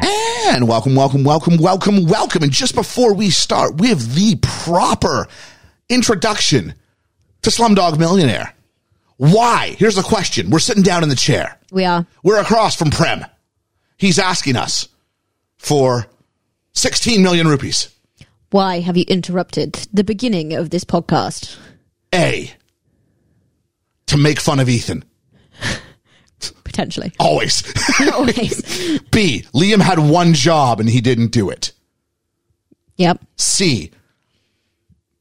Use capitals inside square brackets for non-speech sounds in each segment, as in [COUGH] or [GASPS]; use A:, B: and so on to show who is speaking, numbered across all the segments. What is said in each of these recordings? A: And welcome, welcome, welcome, welcome, welcome. And just before we start, we have the proper introduction to Slumdog Millionaire. Why? Here's the question. We're sitting down in the chair.
B: We are.
A: We're across from Prem. He's asking us for 16 million rupees.
B: Why have you interrupted the beginning of this podcast?
A: A. To make fun of Ethan.
B: Potentially.
A: Always.
B: Always.
A: [LAUGHS] B. Liam had one job and he didn't do it.
B: Yep.
A: C.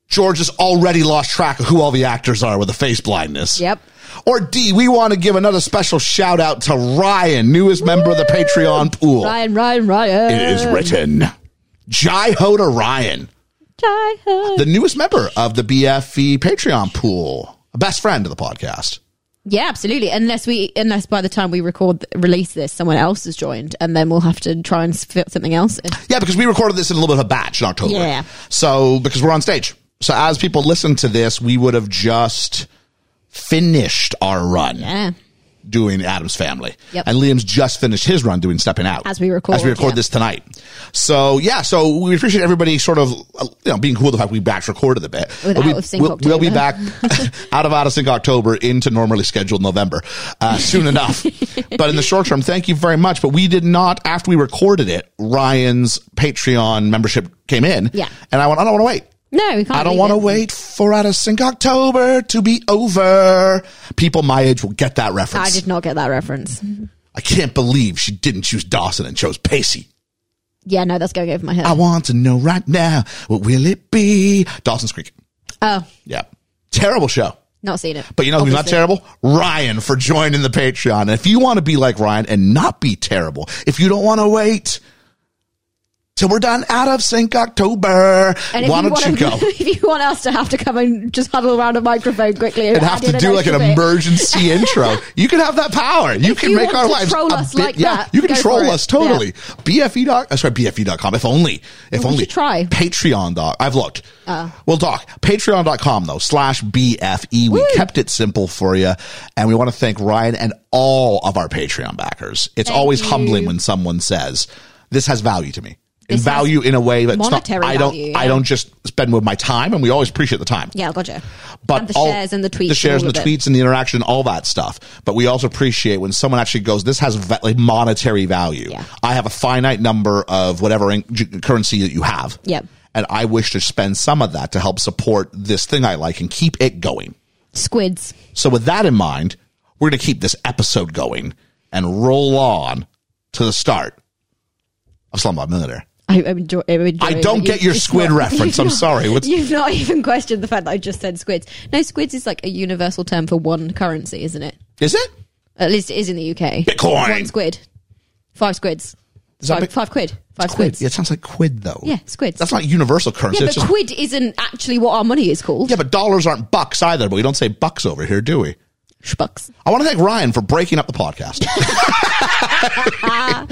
A: George has already lost track of who all the actors are with a face blindness.
B: Yep.
A: Or D, we want to give another special shout out to Ryan, newest member of the Patreon pool.
B: Ryan, Ryan, Ryan.
A: It is written. Jai Ho to Ryan,
B: Jai-ho.
A: the newest member of the BFE Patreon pool, a best friend of the podcast.
B: Yeah, absolutely. Unless we, unless by the time we record, release this, someone else has joined, and then we'll have to try and fit something
A: [LAUGHS]
B: else. in.
A: Yeah, because we recorded this in a little bit of a batch in October.
B: Yeah.
A: So because we're on stage. So as people listen to this, we would have just finished our run
B: Yeah.
A: doing Adam's Family.
B: Yep.
A: And Liam's just finished his run doing Stepping Out.
B: As we record,
A: As we record
B: yeah.
A: this tonight. So yeah, so we appreciate everybody sort of uh, you know being cool with the fact we batch recorded a bit.
B: With
A: we'll
B: Out
A: be,
B: of Sync
A: we'll, we'll be
B: October.
A: back
B: [LAUGHS]
A: out of out of sync October into normally scheduled November uh, soon
B: [LAUGHS]
A: enough. but in the short term, thank you very much. But we did not after we recorded it. Ryan's Patreon membership came in.
B: Yeah.
A: and I went. I don't want to wait.
B: No, we can't.
A: I don't
B: leave
A: want to
B: it.
A: wait for out of sync October to be over. People my age will get that reference.
B: I did not get that reference.
A: I can't believe she didn't choose Dawson and chose Pacey.
B: Yeah, no, that's going over my head.
A: I want to know right now, what will it be? Dawson's Creek.
B: oh,
A: Yeah. Terrible show.
B: not seen it.
A: But you know who's not
B: Obviously.
A: terrible? Ryan for joining the Patreon. And if you want to be like Ryan and not be terrible, if you don't want to wait till we're done out of sync October,
B: And if
A: why
B: you
A: don't you go?
B: want to- [LAUGHS] If you want us to have to come and just huddle around a microphone quickly
A: And have to do like an emergency
B: emergency. [LAUGHS]
A: intro. You can have that power. You can
B: you
A: make
B: want
A: our
B: to
A: lives
B: troll
A: a
B: us
A: bit-
B: like
A: yeah,
B: that,
A: you can
B: go
A: troll
B: for it.
A: us totally. BFE dot, uh, sorry, BFE.com. If only, if
B: We
A: only
B: should try. Uh.
A: Patreon dot, I've looked. we'll talk. Patreon.com though, slash BFE. We kept it simple for you. And we want to thank Ryan and all of our Patreon backers. It's
B: Thank
A: always
B: you.
A: humbling when someone says, this has value to me. And
B: This has
A: value in a way that's not,
B: monetary
A: I don't,
B: value,
A: I
B: yeah.
A: don't just spend with my time and we always appreciate the time
B: Yeah, gotcha.
A: but
B: and the
A: all-
B: shares and the tweets,
A: the shares
B: all
A: and, the
B: of it.
A: tweets and the interaction, all that stuff. But we also appreciate when someone actually goes, "This has va- like monetary value."
B: Yeah.
A: I have a finite number of whatever in- j- currency that you have,
B: Yep.
A: and I wish to spend some of that to help support this thing I like and keep it going.
B: Squids.
A: So, with that in mind, we're going to keep this episode going and roll on to the start of Slumdog Millionaire.
B: I, I'm enjoy, I'm enjoying
A: I don't
B: that.
A: get
B: [LAUGHS]
A: your
B: it's
A: squid reference. I'm
B: you've
A: sorry.
B: not-
A: What's-
B: you've not even questioned the fact that I just said squids. No, squids is like a universal term for one currency, isn't it?
A: Is it?
B: At least it is in the UK.
A: Bitcoin.
B: One squid. Five squids.
A: Is that
B: Five,
A: big-
B: five quid. Five
A: Quid.
B: squids.
A: Yeah, it sounds like quid though.
B: Yeah, squids.
A: That's not universal currency.
B: Yeah,
A: It's
B: but
A: just-
B: quid isn't actually what our money is called.
A: Yeah, but dollars aren't bucks either, but we don't say bucks over here, do we?
B: Schmucks.
A: [LAUGHS] I want to thank Ryan for breaking up the podcast.
B: Ah,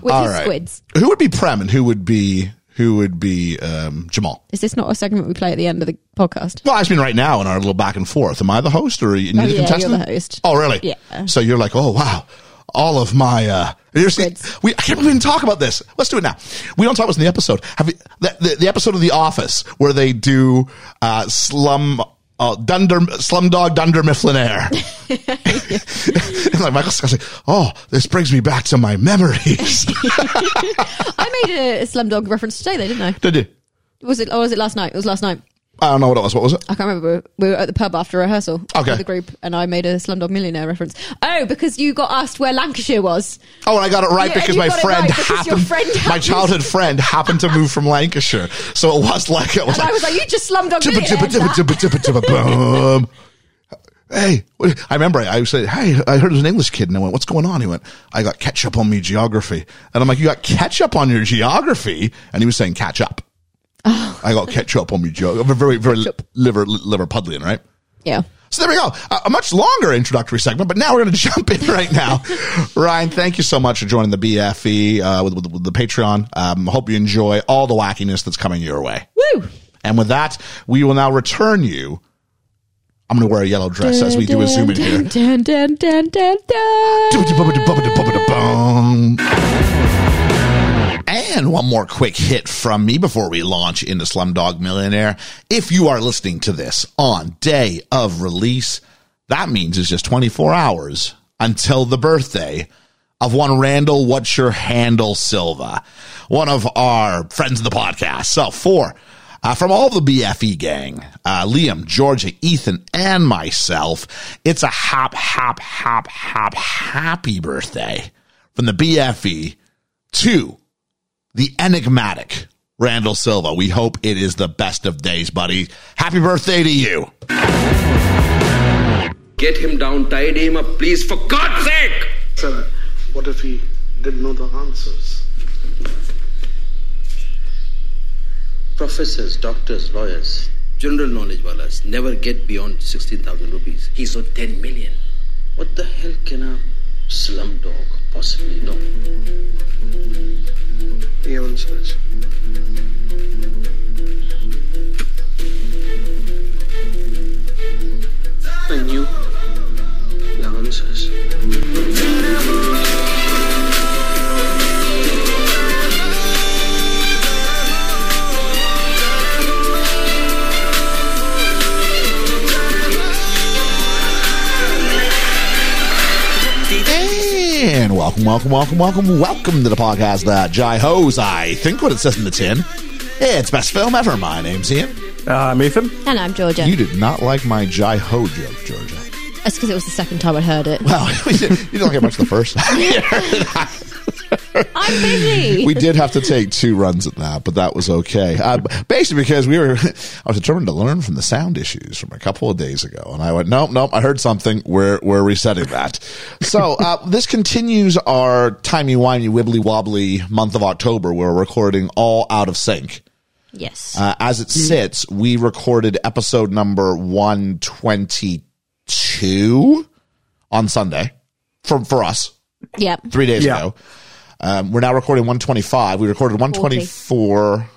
B: Which
A: All
B: is
A: right.
B: squids.
A: Who would be Prem and who would be who would be um, Jamal?
B: Is this not a segment we play at the end of the
A: [LAUGHS]
B: podcast?
A: Well, I just mean right now in our little back and forth. Am I the host or are you, and you're
B: Oh, yeah,
A: the contestant?
B: you're the host.
A: Oh, really?
B: Yeah.
A: So you're like, oh wow, all of my. Uh, you're see,
B: Squids.
A: we I can't believe we didn't talk about this. Let's do it now. We don't talk about this in the episode. Have you, the, the, the episode of The Office where they do uh, slum. Uh, Dunder, Slumdog Dunder Mifflin
B: [LAUGHS]
A: Air. [LAUGHS] and like Michael Scott's like, oh, this brings me back to my
B: [LAUGHS]
A: memories.
B: I made a Slumdog reference today, though, didn't I?
A: Did you?
B: Was it? Or was it last night? It was last night.
A: I don't know what it was. What was it?
B: I can't remember. We were at the pub after rehearsal
A: Okay.
B: with the group, and I made a Slumdog Millionaire reference. Oh, because you got asked where Lancashire was.
A: Oh, and I got it right
B: Yeah,
A: because
B: you
A: my
B: got it
A: friend
B: right because your
A: happened,
B: friend
A: my
B: happened-
A: childhood friend happened to move from Lancashire. So it was like, it was
B: And I
A: like,
B: was like, you just Slumdog
A: jibba,
B: Millionaire.
A: jibba, jibba,
B: that.
A: jibba, jibba, jibba, boom. Hey, what, I remember I, I said, hey, I heard it was an English kid. And I went, what's going on? He went, I got catch up on me geography. And I'm like, you got catch up on your geography? And he was saying, catch up. I got catch up on me geography. Very, very li- liver, liver puddling, right?
B: Yeah.
A: So there we go. A, a much longer introductory segment, but now we're going to [LAUGHS] jump in right now. Ryan, thank you so much for joining the BFE uh, with, with, with the Patreon. Um, hope you enjoy all the wackiness that's coming your way.
B: Woo.
A: And with that, we will now return you. I'm going to wear a yellow dress as we do a zoom in here.
B: Dun, dun, dun, dun, dun.
A: And And one more quick hit from me before we launch into Slumdog Millionaire. If you are listening to this on day of release, that means it's just 24 hours until the birthday of one Randall What's Your Handle Silva, one of our friends of the podcast. So for uh, from all the BFE gang, uh, Liam, Georgia, Ethan, and myself, it's a hop, hop, hop, hop, happy birthday from the BFE to the enigmatic Randall Silva. We hope it is the best of days, buddy. Happy birthday to you.
C: Get him down, tidy him up, please, for God's sake!
D: Sir, what if he didn't know the answers?
E: Professors, doctors, lawyers, general knowledge wallahs never get beyond 16,000 rupees. He's on 10 million. What the hell can a slumdog possibly know?
D: The answers. I knew the answers.
A: And welcome, welcome, welcome, welcome, welcome to the podcast that Jai Hose, I think what it says in the tin. It's best film ever. My name's Ian.
F: I'm Ethan.
B: And I'm Georgia.
A: You did not like my Jai Ho joke, Georgia.
B: That's because it was the second time I'd heard it.
A: Well, [LAUGHS] we didn't, you didn't like it much the first time.
B: I'm busy.
A: [LAUGHS] we did have to take two runs at that, but that was okay. Uh, basically, because we were, [LAUGHS] I was determined to learn from the sound issues from a couple of days ago, and I went, nope, nope, I heard something. We're we're resetting that. so uh, this continues our timey wimey wibbly wobbly month of October. We're recording all out of sync.
B: yes.
A: Uh, as it sits, we recorded episode number 122 on Sunday for, for us
B: yep.
A: three days
F: Yeah.
A: ago. Um, we're now recording 125. We recorded 124,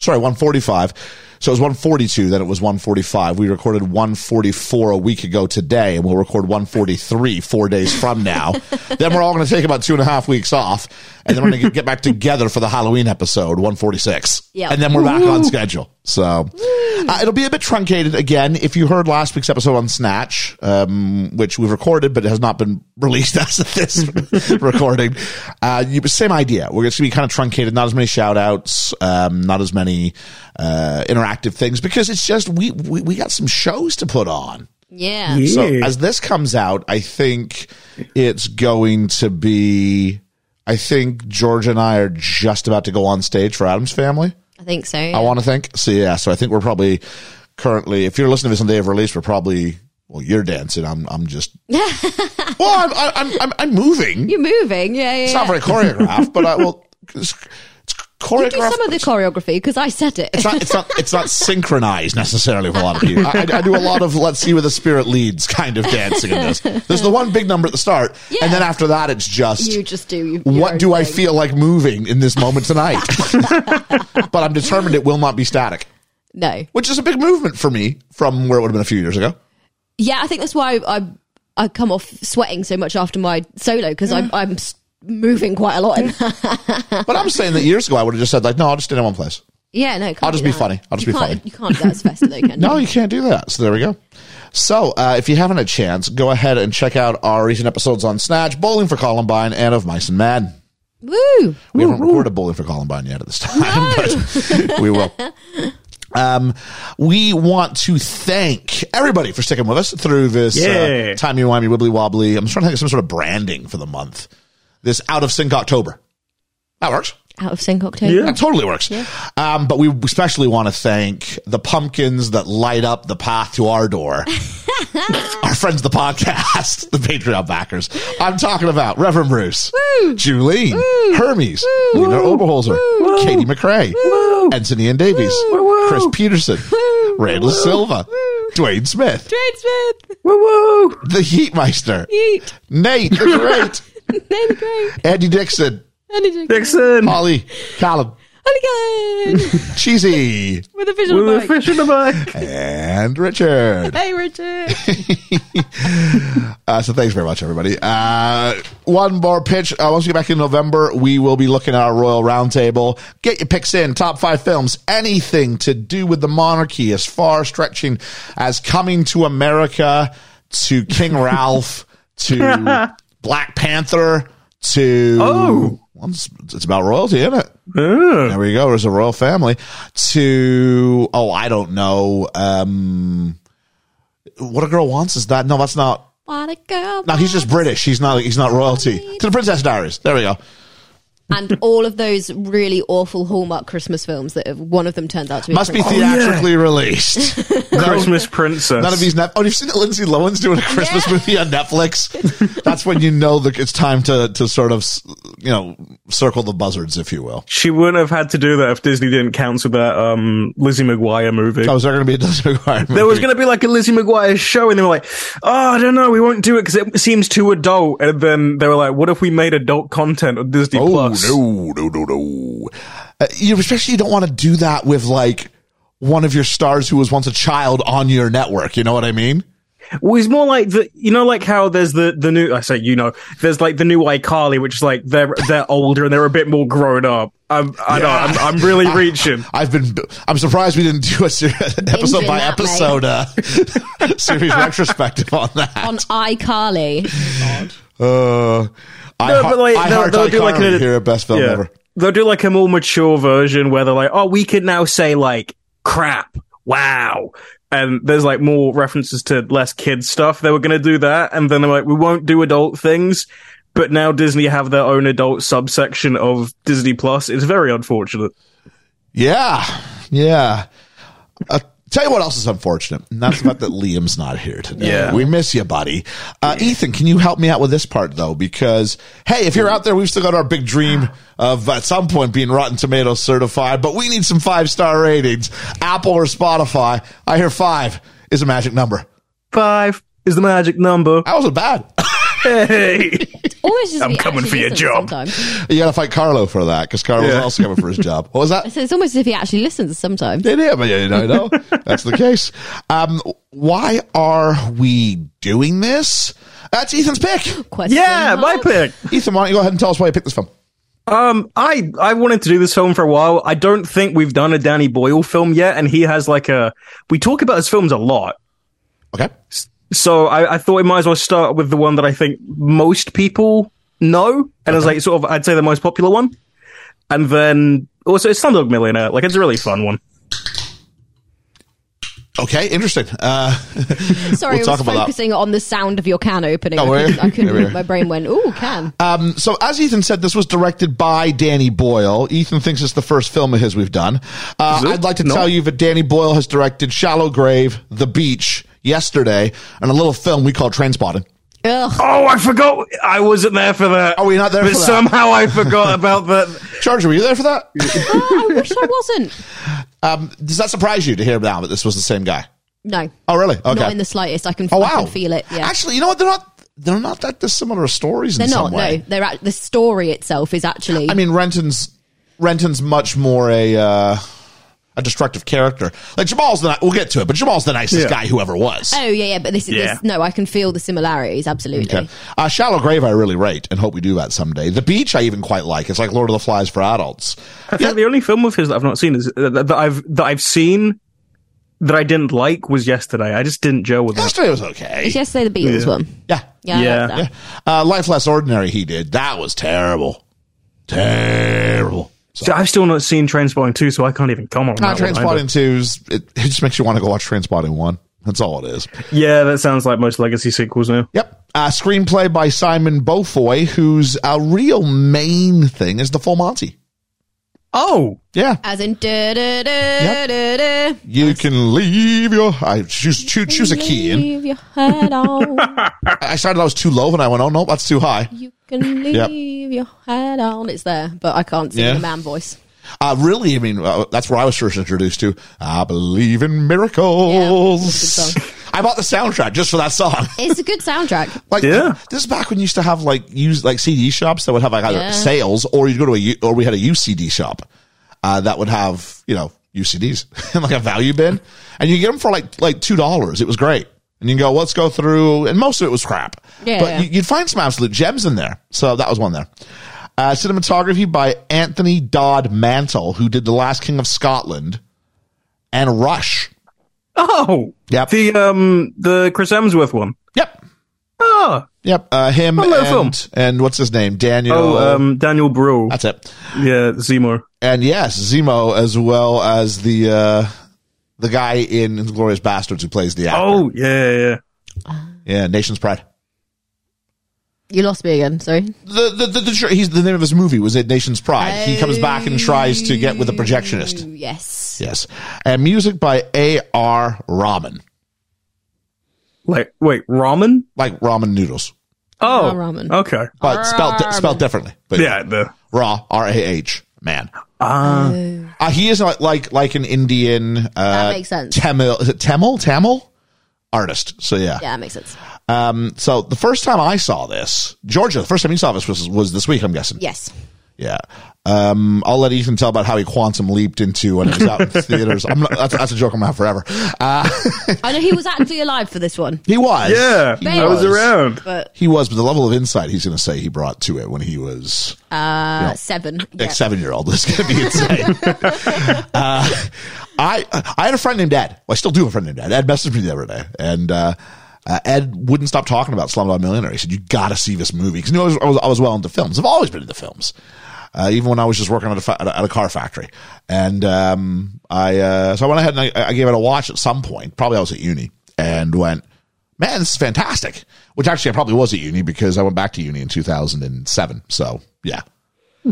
A: sorry, 145. So it was 142, then it was 145. We recorded 144 a week ago today, and we'll record 143 four days from now. then we're all going to take about two and a half weeks off, and then we're going to get back together for the Halloween episode, 146.
B: Yeah.
A: And then we're back on schedule. So uh, it'll be a bit truncated again. If you heard last week's episode on Snatch, um, which we've recorded but has not been [LAUGHS] released as of this [LAUGHS] recording, uh, you, same idea. We're going to be kind of truncated, not as many shout outs, um, not as many uh, interactive things because it's just we, we, we got some shows to put on.
B: Yeah.
A: So
F: Yeah.
A: as this comes out, I think it's going to be. I think George and I are just about to go on stage for Adam's Family.
B: I think so.
A: I
B: yeah.
A: want to think. So yeah, so I think we're probably currently, if you're listening to this on the day of release, we're probably well, you're dancing. I'm, I'm
B: [LAUGHS]
A: just. well, I'm, I- I'm, I'm, I'm moving.
B: You're moving. Yeah, yeah.
A: It's
B: yeah.
A: not very choreographed, but I well, it's, it's
B: You do
A: choreographed.
B: some of the choreography because I said it.
A: it's not, it's not, it's not synchronized necessarily with a lot of people. I, I do a lot of let's see where the spirit leads kind of dancing in this. There's the one big number at the start,
B: Yeah.
A: and then after that, it's just
B: [LAUGHS] you just do. your- your
A: what
B: own
A: do I
B: thing.
A: feel like moving in this moment tonight? [LAUGHS] but I'm determined it will not be static.
B: No.
A: which is a big movement for me from where it would have been a few years ago.
B: Yeah, I think that's why I I come off sweating so much after my solo because I'm I'm s- moving quite a lot. In that.
A: But I'm saying that years ago I would have just said like, no, I'll just stand in one place.
B: Yeah, no. Can't
A: I'll just
B: do
A: be
B: that.
A: funny. I'll just
B: you
A: be
B: can't,
A: funny.
B: You can't do that as festival, though,
A: [LAUGHS]
B: can
A: No,
B: you?
A: you can't do that. So there we go. So uh, if you haven't a chance, go ahead and check out our recent episodes on Snatch, Bowling for Columbine, and of Mice and Men.
B: Woo!
A: We haven't recorded Bowling for Columbine yet at this time, [LAUGHS] but we will. Um, we want to thank everybody for sticking with us through this
F: Yeah.
A: uh, timey wimey wibbly wobbly. I'm just trying to think of some sort of branding for the month. This out of sync October. That works.
B: Out of sync October.
F: Yeah.
A: That totally works. Um, but we especially want to thank the pumpkins that light up the path to our door. our friends, the podcast, the Patreon backers. I'm talking about Reverend Bruce, Julie, Hermes, Lena Oberholzer, Katie McRae, Anthony and Davies, Chris Peterson, Randall Silva, Dwayne Smith,
B: Tradesmith!
F: Woo woo.
A: the Heatmeister,
B: Yeet!
A: Nate the Great,
B: Name great.
A: Andy Dixon,
B: Energy.
A: Oh,
F: Dixon.
A: Holly, Callum,
B: again
A: [LAUGHS] Cheesy
B: with a visual
F: With a
B: bike.
F: fish in the
A: [LAUGHS]
F: bike.
A: and Richard. [LAUGHS]
B: Hey, Richard.
A: Uh, so thanks very much, everybody. Uh, one more pitch. Uh, once we get back in November, we will be looking at our Royal Roundtable. Get your picks in. Top five films. Anything to do with the monarchy as far stretching as coming to America to King Ralph to Black Panther to.
F: Oh.
A: Well, it's, it's about royalty, isn't it? There we go. There's a royal family to. Oh, I don't know. Um, what a girl wants is that. No, that's not.
B: what a girl.
A: No, he's just British. He's not. He's not royalty. To the Princess Diaries. There we go.
B: and all of those really awful Hallmark Christmas films that have, one of them turns out to be.
A: Must be
B: Christmas.
A: theatrically released.
F: Christmas princess.
A: None of these. Ne- oh, you've seen that Lindsay Lohan's doing a Christmas
B: Yeah.
A: movie on Netflix. That's when you know that it's time to to sort of you know circle the buzzards, if you will.
F: She wouldn't have had to do that if Disney didn't cancel that um, Lizzie McGuire movie.
A: Oh, is there going to be a Disney requirement?
F: There was going to be like a Lizzie McGuire show, and they were like, "Oh, I don't know, we won't do it because it seems too adult." And then they were like, "What if we made adult content on Disney
A: Oh
F: Plus?"
A: no, no, no, no! Uh, you especially don't want to do that with like one of your stars who was once a child on your network. You know what I mean?
F: Well, it's more like the, you know, like how there's the the new. I say you know, there's like the new iCarly, which is like they're they're [LAUGHS] older and they're a bit more grown up. I'm, I know, I'm, I'm [LAUGHS] really reaching.
A: I've been. I'm surprised we didn't do a
B: [LAUGHS]
A: ser- episode by
B: that,
A: episode
B: [LAUGHS]
A: uh, series retrospective on that.
B: on iCarly.
A: [LAUGHS] uh, I,
F: No,
A: heart-
F: but like
A: I
F: they'll,
A: heart
F: they'll do like
A: iCarly
F: an
A: here at best film
F: yeah.
A: ever.
F: They'll do like a more mature version where they're like, oh, we could now say like crap, wow, and there's like more references to less kid stuff. They were going to do that, and then they're like, we won't do adult things. But now Disney have their own adult subsection of Disney Plus. It's very unfortunate.
A: Yeah, yeah. Uh, tell you what else is unfortunate, and that's about
F: [LAUGHS]
A: that Liam's not here today.
F: Yeah.
A: we miss you, buddy. Uh, Ethan, can you help me out with this part though? Because hey, if you're out there, we've still got our big dream of at some point being Rotten Tomatoes certified, but we need some five star ratings, Apple or Spotify. I hear five is a magic number.
F: Five is the magic number.
A: That wasn't bad. [LAUGHS]
F: Hey,
B: Almost just
F: I'm
B: the
F: coming
B: actually
F: for your
B: listens
F: job.
B: sometimes.
A: you got to fight Carlo for that because Carlo's
F: Yeah.
A: also coming for his job. What was that?
B: So it's almost as if he actually listens sometimes.
A: It is, but you know, you
F: [LAUGHS]
A: know that's the case. Um, why are we doing this? That's Ethan's pick.
B: Question
F: yeah, my
B: mark?
F: pick.
A: Ethan, why don't you go ahead and tell us why you picked this film?
F: Um, I I wanted to do this film for a while. I don't think we've done a Danny Boyle film yet, and he has like a. We talk about his films a lot,
A: Okay.
F: so I, I thought we might as well start with the one that I think most people know, and it's like sort of I'd say the most popular one, and then also it's Slumdog Millionaire. Like it's a really fun one.
A: Okay, interesting. Uh,
B: Sorry,
A: We'll
B: I
A: talk
B: was
A: about that.
B: focusing on the sound of your can opening.
A: Oh,
B: I
A: were
B: couldn't,
A: you?
B: I couldn't-
A: Yeah, were you?
B: my brain went, ooh, can.
A: um, so, as Ethan said, this was directed by Danny Boyle. Ethan thinks it's the first film of his we've done. Uh,
F: Is it?
A: I'd like to
F: No.
A: tell you that Danny Boyle has directed Shallow Grave, The Beach, Yesterday, and a little film we call Trainspotting.
B: Ugh.
F: Oh, I forgot. I wasn't there for that.
A: Are we Oh, not there
F: But
A: for that?
F: somehow I [LAUGHS] forgot about that.
A: Charger, were you there for that?
B: Oh, I wish I wasn't.
A: Um, does that surprise you to hear now that this was the same guy?
B: No.
A: Oh, really? Okay.
B: Not in the slightest. I can,
A: Oh
B: I
A: wow!
B: can feel it. Yeah.
A: Actually, you know what? They're not. They're not that dissimilar stories. In
B: They're
A: some
B: not.
A: way.
B: No, they're at, the story itself is actually.
A: I mean, Renton's Renton's much more a uh, a destructive character. Like Jamal's the. ni- We'll get to it, but Jamal's the nicest
F: Yeah.
A: guy who ever was.
B: oh yeah, yeah. But this is
F: Yeah.
B: this, no. I can feel the similarities. Absolutely.
A: Okay. Uh, Shallow Grave, I really rate and hope we do that someday. The Beach, I even quite like. It's like Lord of the Flies for adults.
F: I think the only film of his that I've not seen is uh, that, that I've that I've seen that I didn't like was yesterday. I just didn't gel with it.
A: Yesterday was okay.
B: It's yesterday the Beatles one.
A: Yeah.
B: Yeah.
F: Yeah.
B: I like that.
A: Yeah. Uh, Life Less Ordinary, he did. That was terrible. Terrible.
F: So I've still not seen Trainspotting two, so I can't even comment on
A: Uh,
F: that. one either.
A: Transpotting 2's, it, it just makes you want to go watch Transpotting 1. That's all it is.
F: Yeah, that sounds like most legacy sequels now.
A: Yep. Uh, screenplay by Simon Beaufoy, whose uh, real main thing is the full Monty.
F: Oh,
A: Yeah.
B: As in. Da, da, da, da, da.
A: You can leave your. I choose, choose, choose a key. And
B: Leave your head on.
A: I started, I was too low, and I went, oh, no, that's too high.
B: you
F: [LAUGHS]
B: can leave
A: Yep.
B: your head on. It's there, but I can't sing
A: Yeah.
B: in a man voice.
A: Uh, really, I mean, uh, that's where I was first introduced to I Believe in
B: Yeah,
A: Miracles.
B: that's a good
A: [LAUGHS] I bought the soundtrack just for that song.
B: It's a good soundtrack.
A: Like
F: Yeah.
A: this is back when you used to have like use like CD shops that would have like either
B: Yeah.
A: sales or you'd go to a U- or we had a UCD shop. uh, that would have, you know, [LAUGHS] UCDs in like a value bin and you get them for like, like $2. It was great. And you can go, let's go through. And most of it was crap,
B: Yeah,
A: but
B: yeah.
A: You, you'd find some absolute gems in there. So that was one there. Uh, cinematography by Anthony Dodd Mantle, who did The Last King of Scotland and Rush.
F: Oh,
A: Yep.
F: The um the Chris Hemsworth one.
A: Yep.
F: Oh,
A: Yep. Uh, him
F: Hello,
A: and,
F: film.
A: and what's his name? Daniel.
F: oh, um, Daniel Bro.
A: that's it.
F: Yeah, Zemo.
A: And yes, Zemo as well as the, uh, the guy in Glorious Bastards who plays the actor.
F: Oh, yeah, yeah.
A: Yeah. Nation's Pride.
B: You lost me again. Sorry.
A: The, the, the, the, he's, the name of his movie was it Nation's Pride. He comes back and tries to get with a projectionist.
B: Yes.
A: Yes. And music by A.R. Rahman,
F: Like, wait, ramen?
A: like ramen noodles,
F: Oh,
B: Raw ramen.
F: Okay.
A: but spelled, spelled differently. But
F: Yeah, the
A: Raw, R-A-H, man.
F: ah,
A: Uh, he is like, like, like an Indian, uh,
B: That makes sense.
A: Tamil, is it Tamil, Tamil artist. So yeah.
B: Yeah, that makes sense.
A: Um, so the first time I saw this, Georgia, the first time you saw this was, was this week, I'm guessing.
B: Yes.
A: Yeah. Um, I'll let Ethan tell about how he quantum leaped into when it was out in
F: [LAUGHS]
A: theaters. I'm not, that's, that's a joke I'm gonna have forever. Uh,
B: I know he was actually alive for this
F: [LAUGHS]
B: one,
A: he was.
F: yeah.
A: He
F: I was around.
B: but uh,
A: He was, but the level of insight he's going to say he brought to it when he was
B: uh, seven.
A: a
B: Yeah.
A: seven year old is going to be insane. uh, I I had a friend named Ed. Well, I still do have a friend named Ed. Ed messaged me the other day, and uh, uh, Ed wouldn't stop talking about Slumdog Millionaire. He said, "You got to see this movie because you know, I, was, I was I was well into films. I've always been into films." Uh, even when I was just working at a, fa- at a, at a car factory, and um, I uh, so I went ahead and I, I gave it a watch at some point. Probably I was at uni, and went, man, this is fantastic. Which actually I probably was at uni because I went back to uni in 2007. So yeah.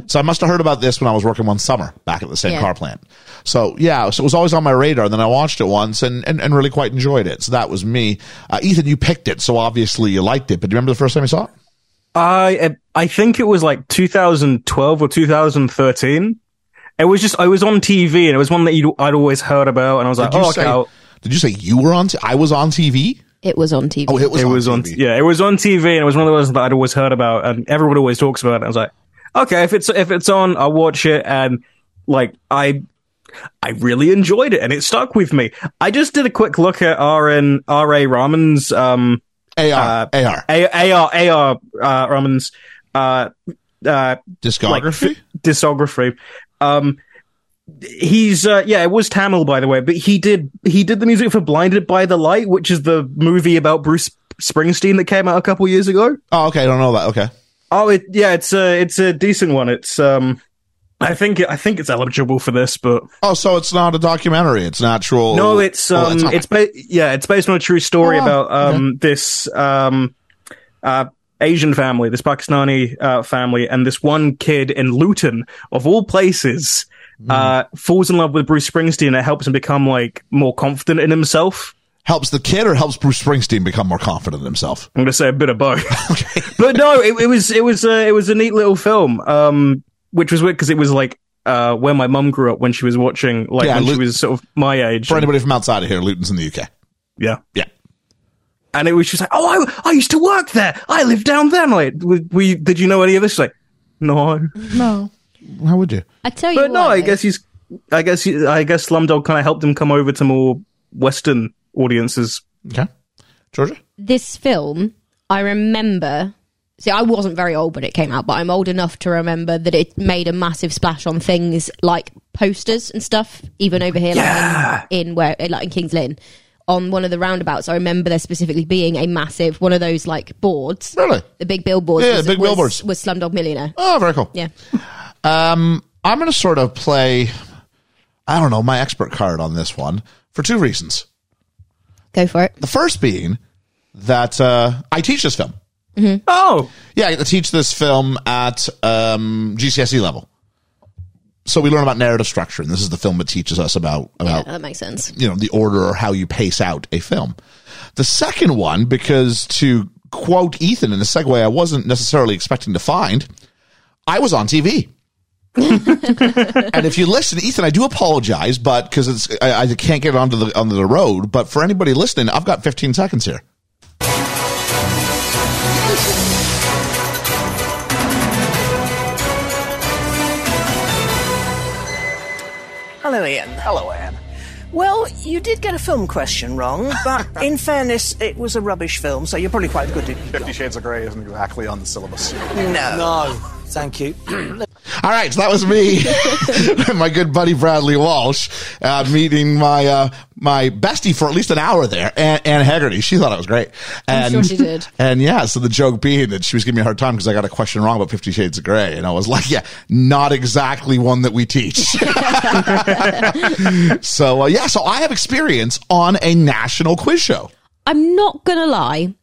A: So I must have heard about this when I was working one summer back at the same
B: Yeah.
A: car plant. So yeah, so it was always on my radar. And then I watched it once and, and, and really quite enjoyed it. So that was me. Uh, Ethan, you picked it. So obviously you liked it, but do you remember the first time you saw it?
F: I I think it was like 2012 or 2013. It was just I was on TV and it was one that you'd, I'd always heard about, and I was like,
A: Did you,
F: oh, okay.
A: say,
F: I'll-
A: did you say you were on? T- I was on TV.
B: It was on TV.
A: Oh, it was.
F: it
A: on
F: was on,
A: TV.
F: yeah, it was on TV, and it was one of those that I'd always heard about, and everyone always talks about it. I was like, okay, if it's if it's on, I'll watch it, and like I. I really enjoyed it and it stuck with me. I just did a quick look at RN, R.A. Rahman's, um,
A: AR. AR.
F: A- AR, AR, uh, Rahman's, uh, uh,
A: Discography.
F: like, f- discography. Um, he's uh, yeah, it was Tamil by the way, but he did he did the music for Blinded by the Light, which is the movie about Bruce Springsteen that came out a couple years ago.
A: oh, okay. I don't know that. Okay.
F: Oh, it, yeah, it's a it's a decent one. It's um, I think I think it's eligible for this, but
A: Oh, so it's not a documentary. It's an actual.
F: no, it's
A: Oh,
F: um,
A: that's not-
F: it's ba- yeah, it's based on a true story
A: Oh,
F: about um this um uh Asian family, this Pakistani uh, family, and this one kid in Luton of all places
A: Hmm.
F: uh falls in love with Bruce Springsteen. and It helps him become like more confident in himself.
A: helps the kid or helps Bruce Springsteen become more confident in himself.
F: I'm gonna say a bit of
A: [LAUGHS]
F: both, [LAUGHS] but no, it, it was it was a, it was a neat little film, um, which was weird because it was like. Uh, where my mum grew up when she was watching, like
A: Yeah,
F: when
A: Lu-
F: she was sort of my age.
A: For anybody from outside of here, Luton's in the UK.
F: yeah.
A: Yeah.
F: And it was just like, oh, I, I used to work there. I lived down there. And I'm like, we, we, did you know any of this? She's Like, no.
A: No. How would you?
B: I tell you,
F: But no,
B: what,
F: I
B: though.
F: guess he's, I guess, he, I guess Slumdog kind of helped him come over to more Western audiences.
A: Okay. Georgia?
B: this film, I remember. See, I wasn't very old when it came out, but I'm old enough to remember that it made a massive splash on things like posters and stuff, even over here, like in, in where, like in Kings Lynn, on one of the roundabouts. I remember there specifically being a massive one of those like boards,
A: Really?
B: the big billboards.
A: Yeah,
B: was,
A: big
B: was-
A: billboards.
B: was Slumdog Millionaire.
A: Oh, very cool.
B: Yeah,
A: Um, I'm going to sort of play, I don't know, my expert card on this one for two reasons.
B: go for it.
A: The first being that uh, I teach this film.
F: Oh,
A: Yeah, I get to teach this film at um, GCSE level. So we learn about narrative structure, and this is the film that teaches us about
B: Yeah,
A: about
B: that makes sense.
A: you know the order or how you pace out a film. The second one, because to quote Ethan in a segue I wasn't necessarily expecting to find, I was on TV. [LAUGHS] and if you listen, Ethan, I do apologize, but because it's I, I can't get onto the onto the road. But for anybody listening, I've got 15 seconds here.
G: Hello, Ian. Hello, Anne. Well, you did get a film question wrong, [LAUGHS] but in fairness, it was a rubbish film, so you're probably quite good at
H: Fifty Shades of Grey isn't exactly on the syllabus.
G: No.
I: No, thank you.
A: All right, so that was me, [LAUGHS] my good buddy Bradley Walsh, uh, meeting my uh, my bestie for at least an hour there, Anne, Anne Haggerty. She thought it was great. And,
B: sure she did.
A: And yeah, so the joke being that she was giving me a hard time because I got a question wrong about Fifty Shades of Grey, and I was like, yeah, not exactly one that we
B: [LAUGHS]
A: teach. so uh, yeah, so I have experience on a national quiz show.
B: I'm not going to lie.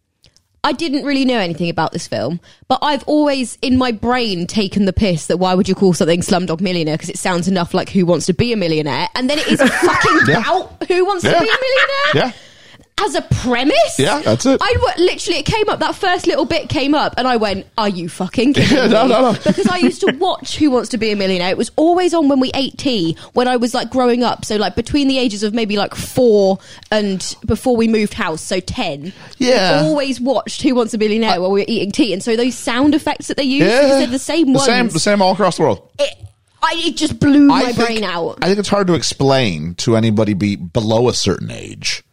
B: I didn't really know anything about this film, but I've always in my brain taken the piss that why would you call something Slumdog Millionaire because it sounds enough like Who Wants to Be a Millionaire, and then
A: [LAUGHS]
B: it is fucking
A: Yeah.
B: about Who Wants
A: Yeah.
B: to Be a Millionaire
A: Yeah.
B: as a premise.
A: Yeah, that's it.
B: I w- literally it came up that first little bit came up, and I went, "Are you fucking
A: [LAUGHS]
B: kidding
A: Yeah, no,
B: me?"
A: no, no.
B: Because I used to
A: [LAUGHS]
B: watch Who Wants to Be a Millionaire. It was always on when we ate tea when I was like growing up. So like between the ages of maybe like four and before we moved house, so ten.
A: Yeah.
B: we always watched Who Wants to Be a Millionaire while we were eating tea, and so those sound effects that they used,
A: Yeah.
B: they said the same
A: the
B: ones.
A: same, the same all across the world.
B: It, I, it just blew my brain out.
A: I think it's hard to explain to anybody be below a certain age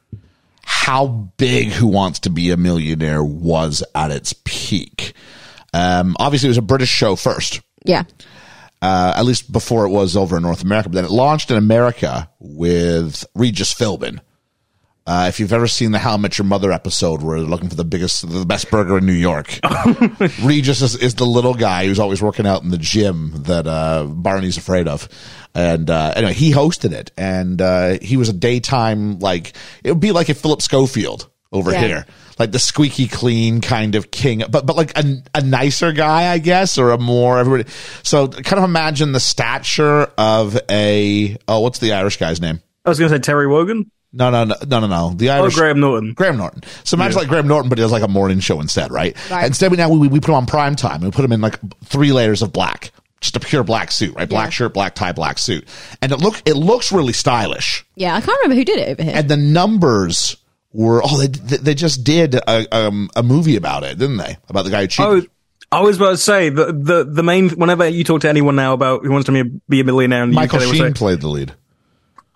A: how big Who Wants to Be a Millionaire was at its peak. Um, obviously, it was a British show first,
B: yeah.
A: uh, at least before it was over in North America. But then it launched in America with Regis Philbin. Uh, if you've ever seen the How I Met Your Mother episode where they're looking for the biggest, the best burger in New
F: [LAUGHS]
A: York, Regis is, is the little guy who's always working out in the gym that uh, Barney's afraid of. And uh, anyway, he hosted it, and uh, he was a daytime like it would be like a Philip Schofield over
B: Yeah.
A: here, like the squeaky clean kind of king, but but like a, a nicer guy, I guess, or a more everybody. So kind of imagine the stature of a oh, what's the Irish guy's name?
F: I was going to say Terry Wogan.
A: No, no, no, no, no, no. The
F: Oh,
A: Irish
F: Graham Norton.
A: Graham Norton. So imagine like Graham Norton, but he does like a morning show instead, right?
B: Right.
A: Instead, we now we, we put him on prime time. We put him in like three layers of black, just a pure black suit, right? Black
B: Yeah.
A: shirt, black tie, black suit, and it look it looks really stylish.
B: Yeah, I can't remember who did it over here.
A: And the numbers were oh they they they just did a um, a movie about it, didn't they? About the guy who
F: Oh,
A: cheated.
F: I was about to say the the the main. Whenever you talk to anyone now about who wants to be a, be a millionaire, in the
A: Michael
F: UK, they will
A: Sheen
F: say,
A: played the lead.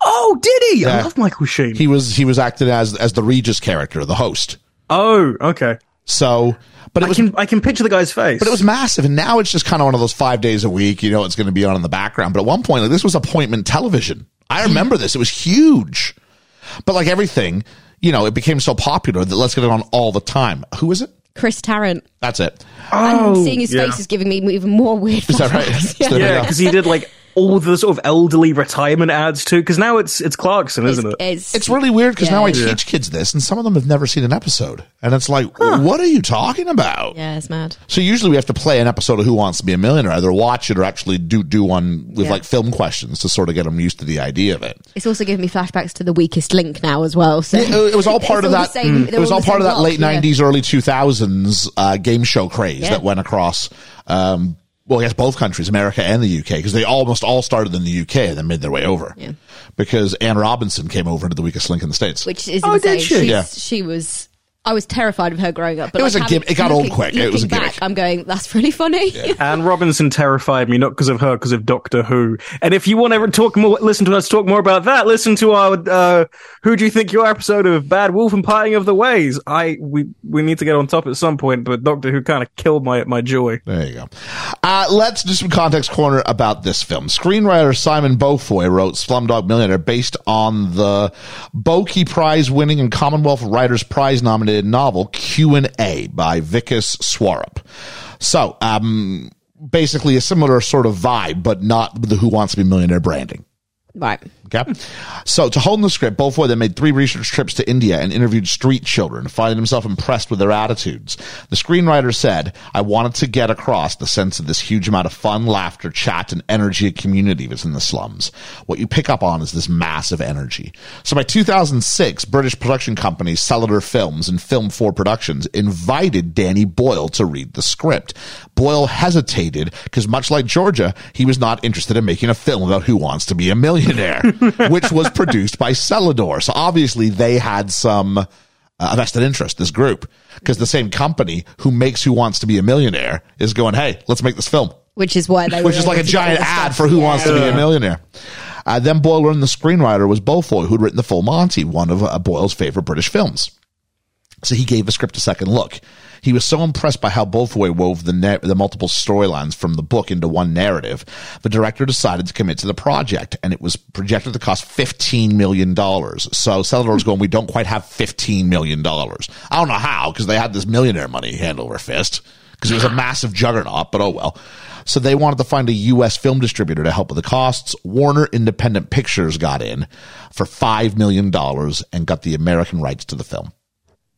F: "Oh, did he?
A: Yeah.
F: I love Michael Sheen."
A: He was he was acted as as the Regis character, the host.
F: oh, okay.
A: So, but it
F: I
A: was
F: can I can picture the guy's face.
A: But it was massive, and now it's just kind of one of those five days a week. You know, it's going to be on in the background. But at one point, like, this was appointment television. I remember this; it was huge. But like everything, you know, it became so popular that let's get it on all the time. Who is it?
B: Chris Tarrant.
A: That's it.
F: oh,
B: and seeing his
F: yeah.
B: face is giving me even more weird.
A: Is that
B: [LAUGHS]
A: right?
B: flashbacks.
A: Is that
F: Yeah,
A: right?
F: because he did like all the sort of elderly retirement ads too. Because now it's it's Clarkson, isn't it?
B: It's,
A: It's really weird because now I
F: Yeah.
A: teach kids this, and some of them have never seen an episode, and it's like, what are you talking about?
B: yeah, it's mad.
A: So usually we have to play an episode of Who Wants to Be a Millionaire, either watch it or actually do do one with
B: Yeah.
A: like film questions to sort of get them used to the idea of it.
B: It's also giving me flashbacks to the weakest link now as well. So
A: it, it was all part
B: It's
A: of
B: all
A: that. mm,
B: the same-
A: it
B: they're
A: was all
B: all the
A: part of
B: same
A: that late
B: block, yeah.
A: '90s, early 2000s uh, game show craze
B: Yeah.
A: that went across. Um, well, I guess both countries, America and the UK, because they almost all started in the UK and then made their way over. Because Anne Robinson came over to the weakest link in the states.
B: which is
F: Oh,
B: insane.
F: did she?
B: She's-
A: Yeah.
B: she was. I was terrified of her growing up. But
A: It was
B: like
A: a
B: having-
A: gimmick. It got old
B: looking-
A: quick. It was a
B: looking
A: gimmick.
B: Back, I'm going. That's really funny.
F: Anne Robinson terrified me, not because of her, because of Doctor Who. And if you want to talk more, listen to us talk more about that. Listen to our uh, "Who Do You Think You Are?" episode of Bad Wolf and Parting of the Ways. I we we need to get on top at some point, but Doctor Who kind of killed my my joy.
A: There you go. Uh, let's do some context corner about this film. Screenwriter Simon Beaufoy wrote Slumdog Millionaire based on the Bokey Prize winning and Commonwealth Writers Prize nominated novel Q&A by Vikas Swarup. So, um, basically a similar sort of vibe, but not with the Who Wants to Be a Millionaire branding.
B: [LAUGHS] Right.
A: Okay. So to hone the script, Beaufoy then made three research trips to India and interviewed street children, finding himself impressed with their attitudes. The screenwriter said, I wanted to get across the sense of this huge amount of fun, laughter, chat, and energy a community that's in the slums. What you pick up on is this massive energy. So by 2006, British production company Celador Films and Film 4 Productions invited Danny Boyle to read the script. Boyle hesitated because much like Georgia, he was not interested in making a film about who wants to be a
B: [LAUGHS]
A: millionaire, which was produced by Celador. So obviously they had some uh, vested interest, this group, because the same company who makes Who Wants to Be a Millionaire is going, hey, let's make this film
B: Which is why they.
A: which
B: were
A: is like a
B: able to do
A: giant
B: all this
A: ad
B: stuff.
A: for who
B: Yeah.
A: wants to be a millionaire. Uh, then Boyle learned the screenwriter was Beaufoy, who'd written The Full Monty, one of uh, Boyle's favorite British films. So he gave the script a second look. He was so impressed by how Beaufoy wove the, nar- the multiple storylines from the book into one narrative, the director decided to commit to the project, and it was projected to cost $15 million. So Salvador's going, We don't quite have $15 million. I don't know how, because they had this millionaire money hand over fist, because it was a massive juggernaut, but oh well. So they wanted to find a U.S. film distributor to help with the costs. Warner Independent Pictures got in for $5 million and got the American rights to the film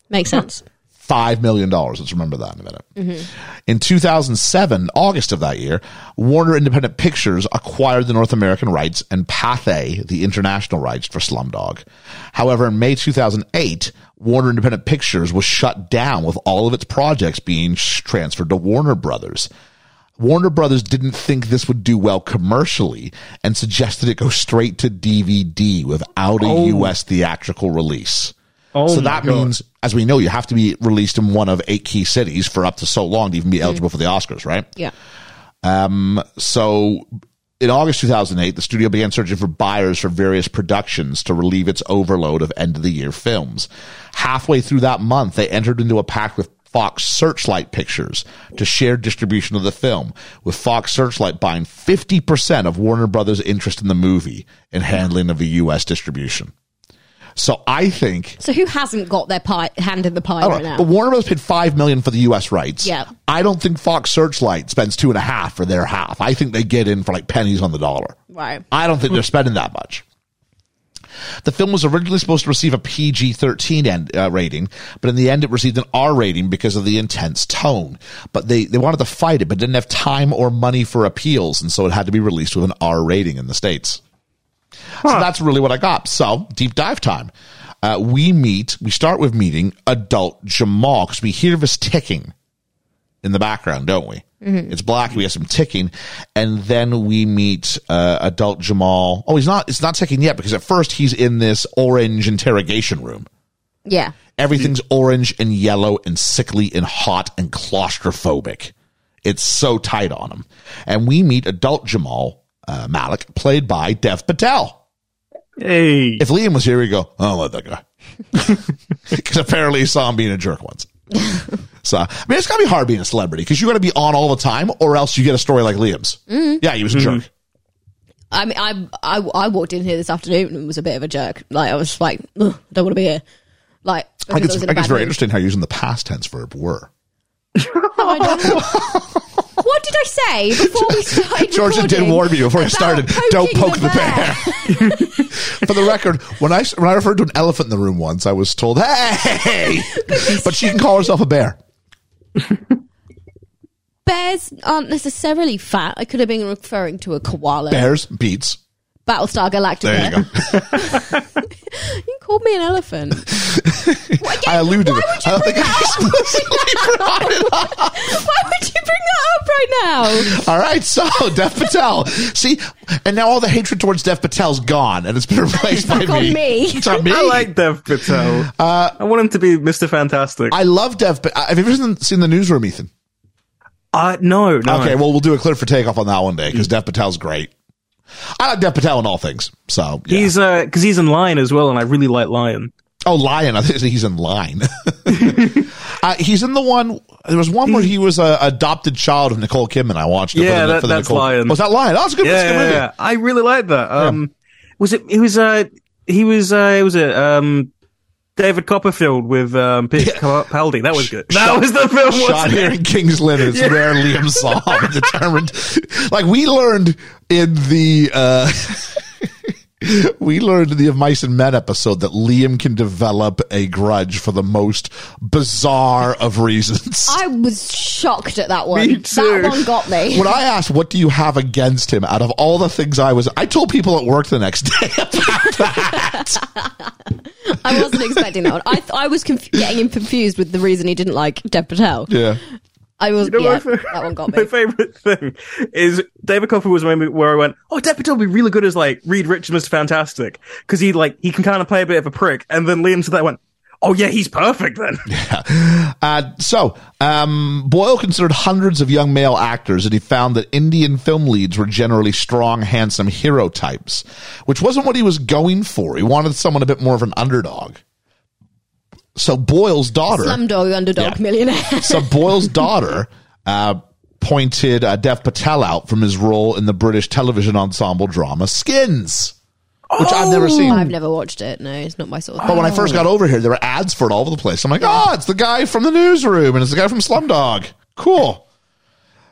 B: Makes sense.
A: five million dollars. Let's remember that in a minute. Mm-hmm. In 2007, August of that year, Warner Independent Pictures acquired the North American rights and Pathé the international rights for Slumdog. However, in May 2008, Warner Independent Pictures was shut down with all of its projects being sh- transferred to Warner Brothers. Warner Brothers didn't think this would do well commercially and suggested it go straight to DVD without a US theatrical release
F: Oh
A: so
F: my
A: that means, as we know, you have to be released in one of eight key cities for up to so long to even be eligible for the Oscars, right? Um,
B: Yeah.
A: So in August 2008, the studio began searching for buyers for various productions to relieve its overload of end of the year films. Halfway through that month, they entered into a pact with Fox Searchlight Pictures to share distribution of the film, with Fox Searchlight buying 50% of Warner Brothers' interest in the movie and handling of the U.S. distribution. So I think
B: So who hasn't got their pie, hand in the pie
A: I
B: right
A: don't know.
B: now?
A: But Warner Bros. paid five million for the U.S. rights.
B: Yeah.
A: I don't think Fox Searchlight spends two and a half for their half. I think they get in for like pennies on the dollar.
B: Right.
A: I don't think they're spending that much. The film was originally supposed to receive a PG 13 end, uh, rating, but in the end it received an R rating because of the intense tone. But they, they wanted to fight it, but didn't have time or money for appeals, and so it had to be released with an R rating in the States. So that's really what I got. So deep dive time. Uh, we meet, we start with meeting adult Jamal because we hear this ticking in the background, don't we? It's black. We have some ticking, and then we meet uh, adult Jamal. Oh, he's not. It's not ticking yet because at first he's in this orange interrogation room.
B: Yeah.
A: Everything's orange and yellow and sickly and hot and claustrophobic. It's so tight on him. And we meet adult Jamal uh, Malik, played by Dev Patel.
F: Hey,
A: If Liam was here, he'd go, I don't like that guy. [LAUGHS] Because apparently he saw him being a jerk
B: [LAUGHS]
A: once. so, I mean, it's got to be hard being a celebrity because you got to be on all the time or else you get a story like Liam's.
B: Mm-hmm.
A: Yeah, he was a jerk.
B: I mean, I, I, I walked in here this afternoon and was a bit of a jerk. Like, I was just like, Ugh, I don't want to be here. Like,
A: I think
B: because
A: it's, I
B: was in a
A: think it's
B: bad
A: very
B: mood.
A: interesting how you're using the past tense verb were.
B: No, I don't. Oh what did I say before we
A: [LAUGHS]
B: started?
A: Georgia did
B: recording
A: warn me before I
B: about
A: started.
B: poking
A: Don't poke the bear. For the record, when I, when I referred to an elephant in the room once, I was told,
B: [LAUGHS]
A: hey, but she can call herself a bear.
B: Uh-huh. Bears aren't necessarily fat. I could have been referring to a koala.
A: Bears beats.
B: Battlestar Galactica.
A: There you go.
B: [LAUGHS] You called me
A: [LAUGHS]
B: an elephant.
A: I alluded to
B: Why
A: it.
B: would
A: I
B: you
A: don't
B: bring
A: think [LAUGHS] I
B: that up?
A: explicitly brought it up.
B: Why would you bring that up right now?
A: All right, so [LAUGHS] Dev Patel. See, and now all the hatred towards Dev Patel's gone, and it's been [LAUGHS] replaced by
B: Back on
A: me.
B: me.
A: It's on me. Uh,
F: I like Dev Patel. I want him to be Mr. Fantastic.
A: I love Dev. Pa- uh, Have you ever seen, seen the newsroom, Ethan?
F: uh, no, no.
A: Okay, well, we'll do a clear for takeoff on that one day because Dev Patel's great. I like Dev Patel in all things. So yeah.
F: he's uh, because he's in Lion as well, and I really like Lion.
A: oh Lion. [LAUGHS] I think he's in line. [LAUGHS] uh, he's in the one. There was one where he was a adopted child of Nicole Kidman. I watched. It
F: Yeah,
A: for the,
F: that-
A: for the
F: that's
A: Nicole-
F: Lion.
A: Was that Lion? Oh, that's a good. that's a
F: Yeah,
A: good
F: yeah,
A: movie.
F: yeah. I really like that. Um, was it? It was uh, he was uh, it was it um, David Copperfield with um, Peter Capaldi. That was good. That was the film.
A: shot
F: Wasn't
A: here
F: it?
A: in King's Lynn is where Liam saw him determined. Like we learned in the uh [LAUGHS] We learned in the Of Mice and Men episode that Liam can develop a grudge for the most bizarre of reasons.
B: I was shocked at that one.
F: Me too.
B: That one got me.
A: [LAUGHS] when I asked, what do you have against him out of all the things I was, I told people at work the next day [LAUGHS] about that.
B: I wasn't expecting that one. I, th- I was conf- getting him confused with the reason he didn't like Deb Patel.
A: yeah.
B: I was.
F: You
B: yeah,
F: know, my fa-
B: that one got
F: [LAUGHS] My
B: me.
F: favorite thing is David Copperfield was maybe where I went, oh, Dev Patel would be really good as like Reed Richards, Mr. Fantastic, because he like he can kind of play a bit of a prick, and then Liam to that went. oh yeah, he's perfect then. [LAUGHS]
A: Uh, so, um, Boyle considered hundreds of young male actors, and he found that Indian film leads were generally strong, handsome hero types, which wasn't what he was going for. He wanted someone a bit more of an underdog. So Boyle's daughter,
B: Slumdog
A: Yeah.
B: underdog
A: [LAUGHS]
B: millionaire.
A: so Boyle's daughter, uh, pointed uh, Dev Patel out from his role in the British television ensemble drama Skins, which I've never seen.
B: I've never watched it. No, it's not my sort of
A: But
B: thing.
A: when I first [LAUGHS] got over here, there were ads for it all over the place. I'm like, oh, it's the guy from the newsroom and it's the guy from Slumdog. Cool.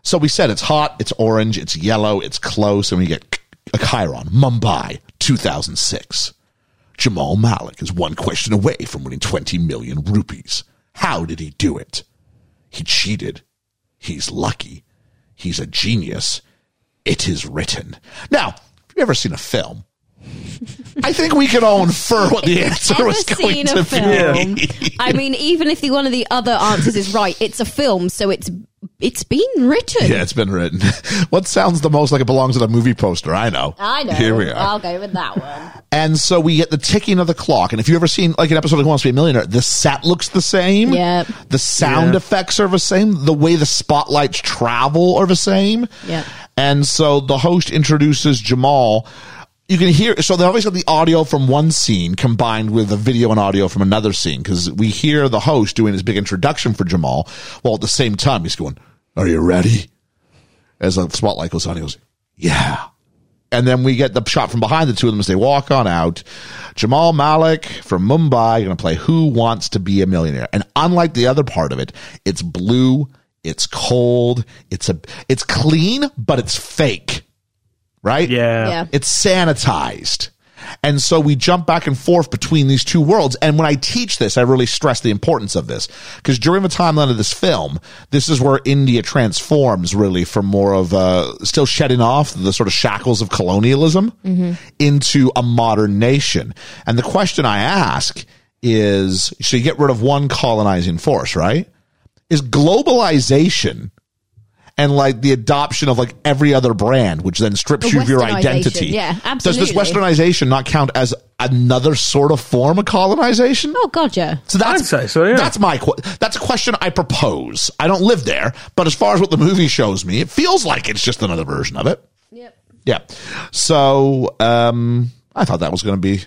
A: So we said it's hot, it's orange, it's yellow, it's close, and we get a Chiron, Mumbai, 2006. Jamal Malik is one question away from winning 20 million rupees. How did he do it? He cheated. He's lucky. He's a genius. It is written. Now, if you've ever seen a film, I think we can all infer what the answer
B: ever
A: was going
B: seen
A: to
B: a film.
A: be.
B: I mean, even if the one of the other answers is right, it's a film, so it's it's been written.
A: Yeah, it's been written. [LAUGHS] what sounds the most like it belongs on a movie poster? I know.
B: I know. Uh,
A: Here we are.
B: I'll go with that one.
A: And so we get the ticking of the clock. And if you've ever seen like an episode of Who Wants to Be a Millionaire, the set looks the same.
B: Yep.
A: The sound
F: Yeah.
A: effects are the same. The way the spotlights travel are the same.
B: Yep.
A: And so the host introduces Jamal. You can hear, so they always got the audio from one scene combined with the video and audio from another scene because we hear the host doing his big introduction for Jamal while at the same time he's going, Are you ready? As the spotlight goes on, he goes, Yeah. And then we get the shot from behind the two of them as they walk on out. Jamal Malik from Mumbai going to play Who Wants to Be a Millionaire. And unlike the other part of it, it's blue, it's cold, it's a it's clean, but it's fake. Right?
F: Yeah.
B: Yeah.
A: It's sanitized. And so we jump back and forth between these two worlds. And when I teach this, I really stress the importance of this because during the timeline of this film, this is where India transforms really from more of uh, still shedding off the sort of shackles of colonialism into a modern nation. And the question I ask is, so you get rid of one colonizing force, right? Is globalization and like the adoption of like every other brand, which then strips
B: The
A: you of your
B: westernization,
A: identity.
B: yeah,
A: Does this
B: absolutely.
A: westernization not count as another sort of form of colonization?
B: Oh God, yeah.
A: So that's
F: I'd say so, yeah.
A: that's my que- that's a question I propose. I don't live there, but as far as what the movie shows me, it feels like it's just another version of it.
B: Yep.
A: Yeah. So um, I thought that was going to be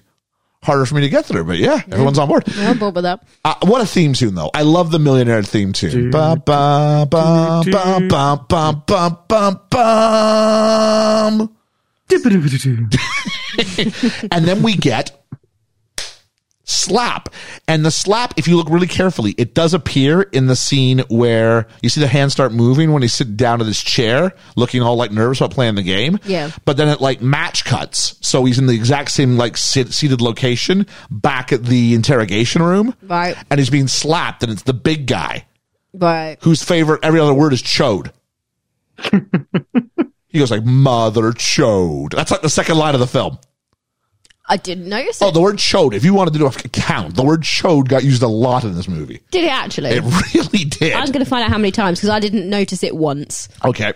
A: harder for me to get through, but yeah, everyone's on board.
B: I'm bored with that.
A: Uh, what a theme tune though! I love the millionaire theme tune. Bum, bum, bum, bum, bum, bum, bum, bum, bum. And then we get slap, and the slap. If you look really carefully, it does appear in the scene where you see the hand start moving when he's sitting down in his chair, looking all like nervous about playing the game.
B: Yeah.
A: But then it like match cuts, so he's in the exact same like sit- seated location back at the interrogation room
B: Right.
A: and he's being slapped, and it's the big guy
B: Right.
A: whose favorite every other word is chode. he goes like mother chode. That's like the second line of the film.
B: I didn't notice it.
A: Oh, the word chode. If you wanted to do a count, the word chode got used a lot in this movie.
B: Did it actually?
A: It [LAUGHS] really did.
B: I'm going to find out how many times because I didn't notice it once.
A: Okay.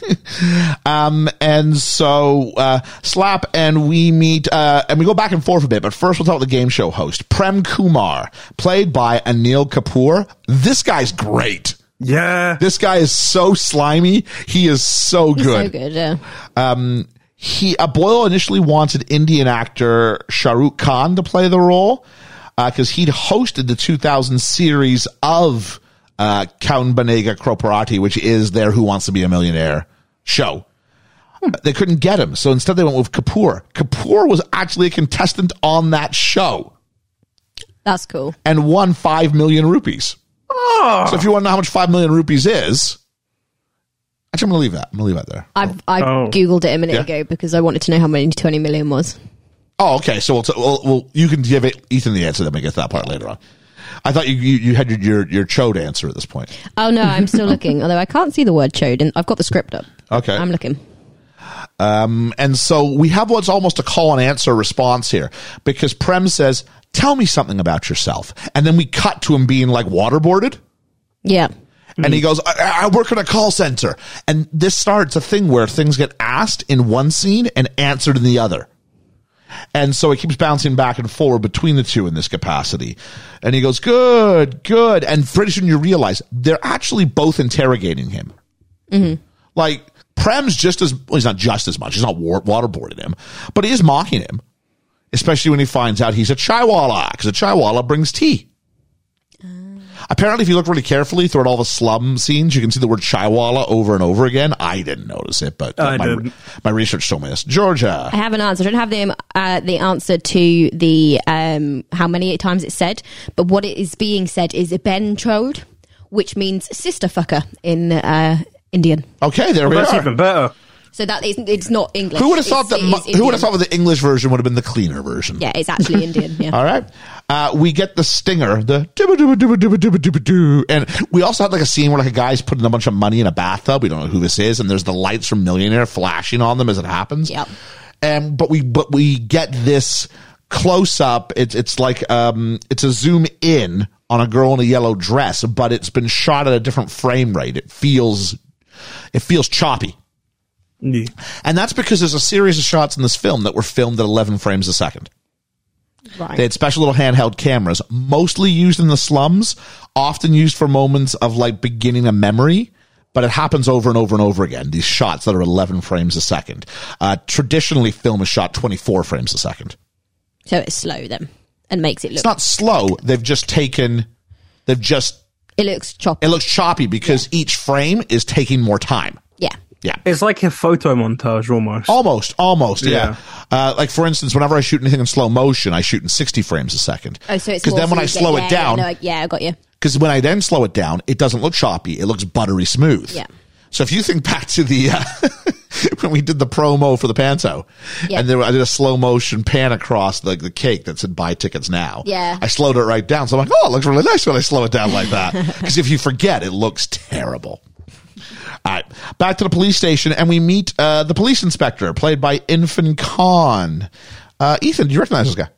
A: [LAUGHS] um, and so uh, Slap and we meet, uh, and we go back and forth a bit, but first we'll talk with the game show host, Prem Kumar, played by Anil Kapoor. This guy's great.
F: yeah.
A: This guy is so slimy. He is so
B: It's So
A: good.
B: good. Yeah.
A: He uh, Boyle initially wanted Indian actor Shahrukh Khan to play the role because he'd hosted the 2000 series of uh, Kaun Banega Kroparati, which is their Who Wants to Be a Millionaire show. But They couldn't get him, so instead they went with Kapoor. Kapoor was actually a contestant on that show
B: That's cool.
A: and won five million rupees. So if you want to know how much five million rupees is, actually, I'm going to leave that. I'm going to leave that there.
B: I've I
F: Oh.
B: googled it a minute
A: Yeah.
B: ago because I wanted to know how many 20 million was.
A: Oh, okay. So we'll, t- well, well you can give it, Ethan the answer, then we get to that part later on. I thought you you, you had your, your your chode answer at this point.
B: Oh no, I'm
F: [LAUGHS]
B: still looking. Although I can't see the word chode, and I've got the script up.
A: Oh, Okay.
B: I'm looking.
A: And so we have what's almost a call and answer response here because Prem says, "Tell me something about yourself," and then we cut to him being like waterboarded.
B: Yeah.
A: And he goes, I, I work in a call center. And this starts a thing where things get asked in one scene and answered in the other. And so it keeps bouncing back and forward between the two in this capacity. And he goes, good, good. And pretty soon you realize they're actually both interrogating him. Like, Prem's just as, well, he's not just as much. He's not war- waterboarding him, but he is mocking him, especially when he finds out he's a Chihuahua, because a Chihuahua brings tea. Apparently, if you look really carefully throughout all the slum scenes, you can see the word Chihuahua over and over again. I didn't notice it, but
F: I
A: my,
F: didn't.
A: my research told me this. Georgia.
B: I have an answer. I don't have the um, uh, the answer to the um, how many times it's said, but what it is being said is "bentrode," which means sister fucker in uh, Indian.
A: Okay, there
F: Well, that's
A: we are.
F: even better.
B: So that is it's not English.
A: Who would have thought that?
B: It's- it
A: mu-
B: is
A: Who would have
B: Indian.
A: thought that the English version would have been the cleaner version?
B: Yeah, it's actually Indian. Yeah.
A: [LAUGHS] All right. Uh, we get the stinger, the dibba dibba dibba dibba dibba dibba doo. And we also had like a scene where like a guy's putting a bunch of money in a bathtub. We don't know who this is. And there's the lights from Millionaire flashing on them as it happens.
B: Yep.
A: And, but we, but we get this close up. It's, it's like, um, it's a zoom in on a girl in a yellow dress, but it's been shot at a different frame rate. It feels, it feels choppy.
F: Yeah.
A: And that's because there's a series of shots in this film that were filmed at 11 frames a second.
B: Right.
A: They had special little handheld cameras, mostly used in the slums, often used for moments of like beginning a memory, but it happens over and over and over again. These shots that are 11 frames a second. Uh, traditionally, film is shot 24 frames a second.
B: so it's slow then, and makes it look
A: It's not slow. They've just taken, they've just,
B: it looks choppy.
A: it looks choppy because each frame is taking more time.
B: yeah.
A: Yeah.
F: It's like a photo montage almost.
A: Almost, almost, yeah.
F: Yeah.
A: Uh, like for instance, whenever I shoot anything in slow motion, I shoot in sixty frames a second.
B: Oh, so it's
A: because
B: more
A: then
B: so
A: when I
B: you get-
A: slow
B: yeah,
A: it
B: yeah,
A: down,
B: no, I- yeah, I got you.
A: because when I then slow it down, it doesn't look choppy. It looks buttery smooth.
B: Yeah.
A: So if you think back to the uh, [LAUGHS] when we did the promo for the panto,
B: Yeah.
A: and there, I did a slow motion pan across like the cake that said "Buy tickets now."
B: Yeah.
A: I slowed it right down, so I'm like, "Oh, it looks really nice when I slow it down like
B: [LAUGHS]
A: that." Because if you forget, it looks terrible. All right, back to the police station, and we meet uh, the police inspector, played by Infant Khan. Uh, Ethan, do you recognize this guy?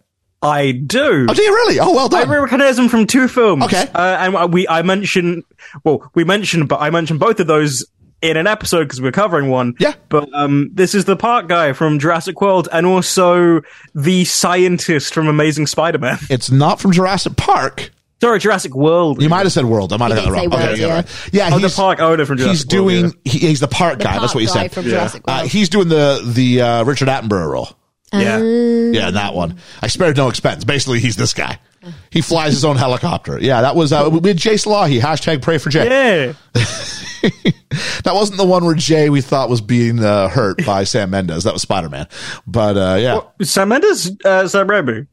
F: I do.
A: Oh, do you really? Oh, well
F: I
A: done.
F: recognize him from two films.
A: Okay.
F: Uh, and we, I mentioned, well, we mentioned, but I mentioned both of those in an episode because we're covering one.
A: Yeah.
F: But um, this is the park guy from Jurassic World and also the scientist from Amazing Spider-Man. [LAUGHS]
A: it's not from Jurassic Park.
F: Sorry, Jurassic World.
A: You might have said world. I might have got
B: did
A: it wrong.
B: say world,
A: you're
B: yeah.
A: Yeah,
F: Oh, the
A: he's-
F: park owner from
A: he's
F: Jurassic World,
A: doing. he- he's the park guy.
B: Park
A: That's what he
B: guy
A: said.
B: From Jurassic
A: Uh,
B: World.
A: he's doing the the uh, Richard Attenborough role.
F: yeah.
B: Mm.
A: Yeah, that one. I spared no expense. Basically, he's this guy. He flies his own helicopter. Yeah, that was uh, we had Jay Salahi. Hashtag pray for Jay.
F: Yeah.
A: That wasn't the one where Jay we thought was being uh, hurt by Sam Mendes. That was Spider Man. But uh, yeah,
F: Sam Mendes, uh, Sam Raimi.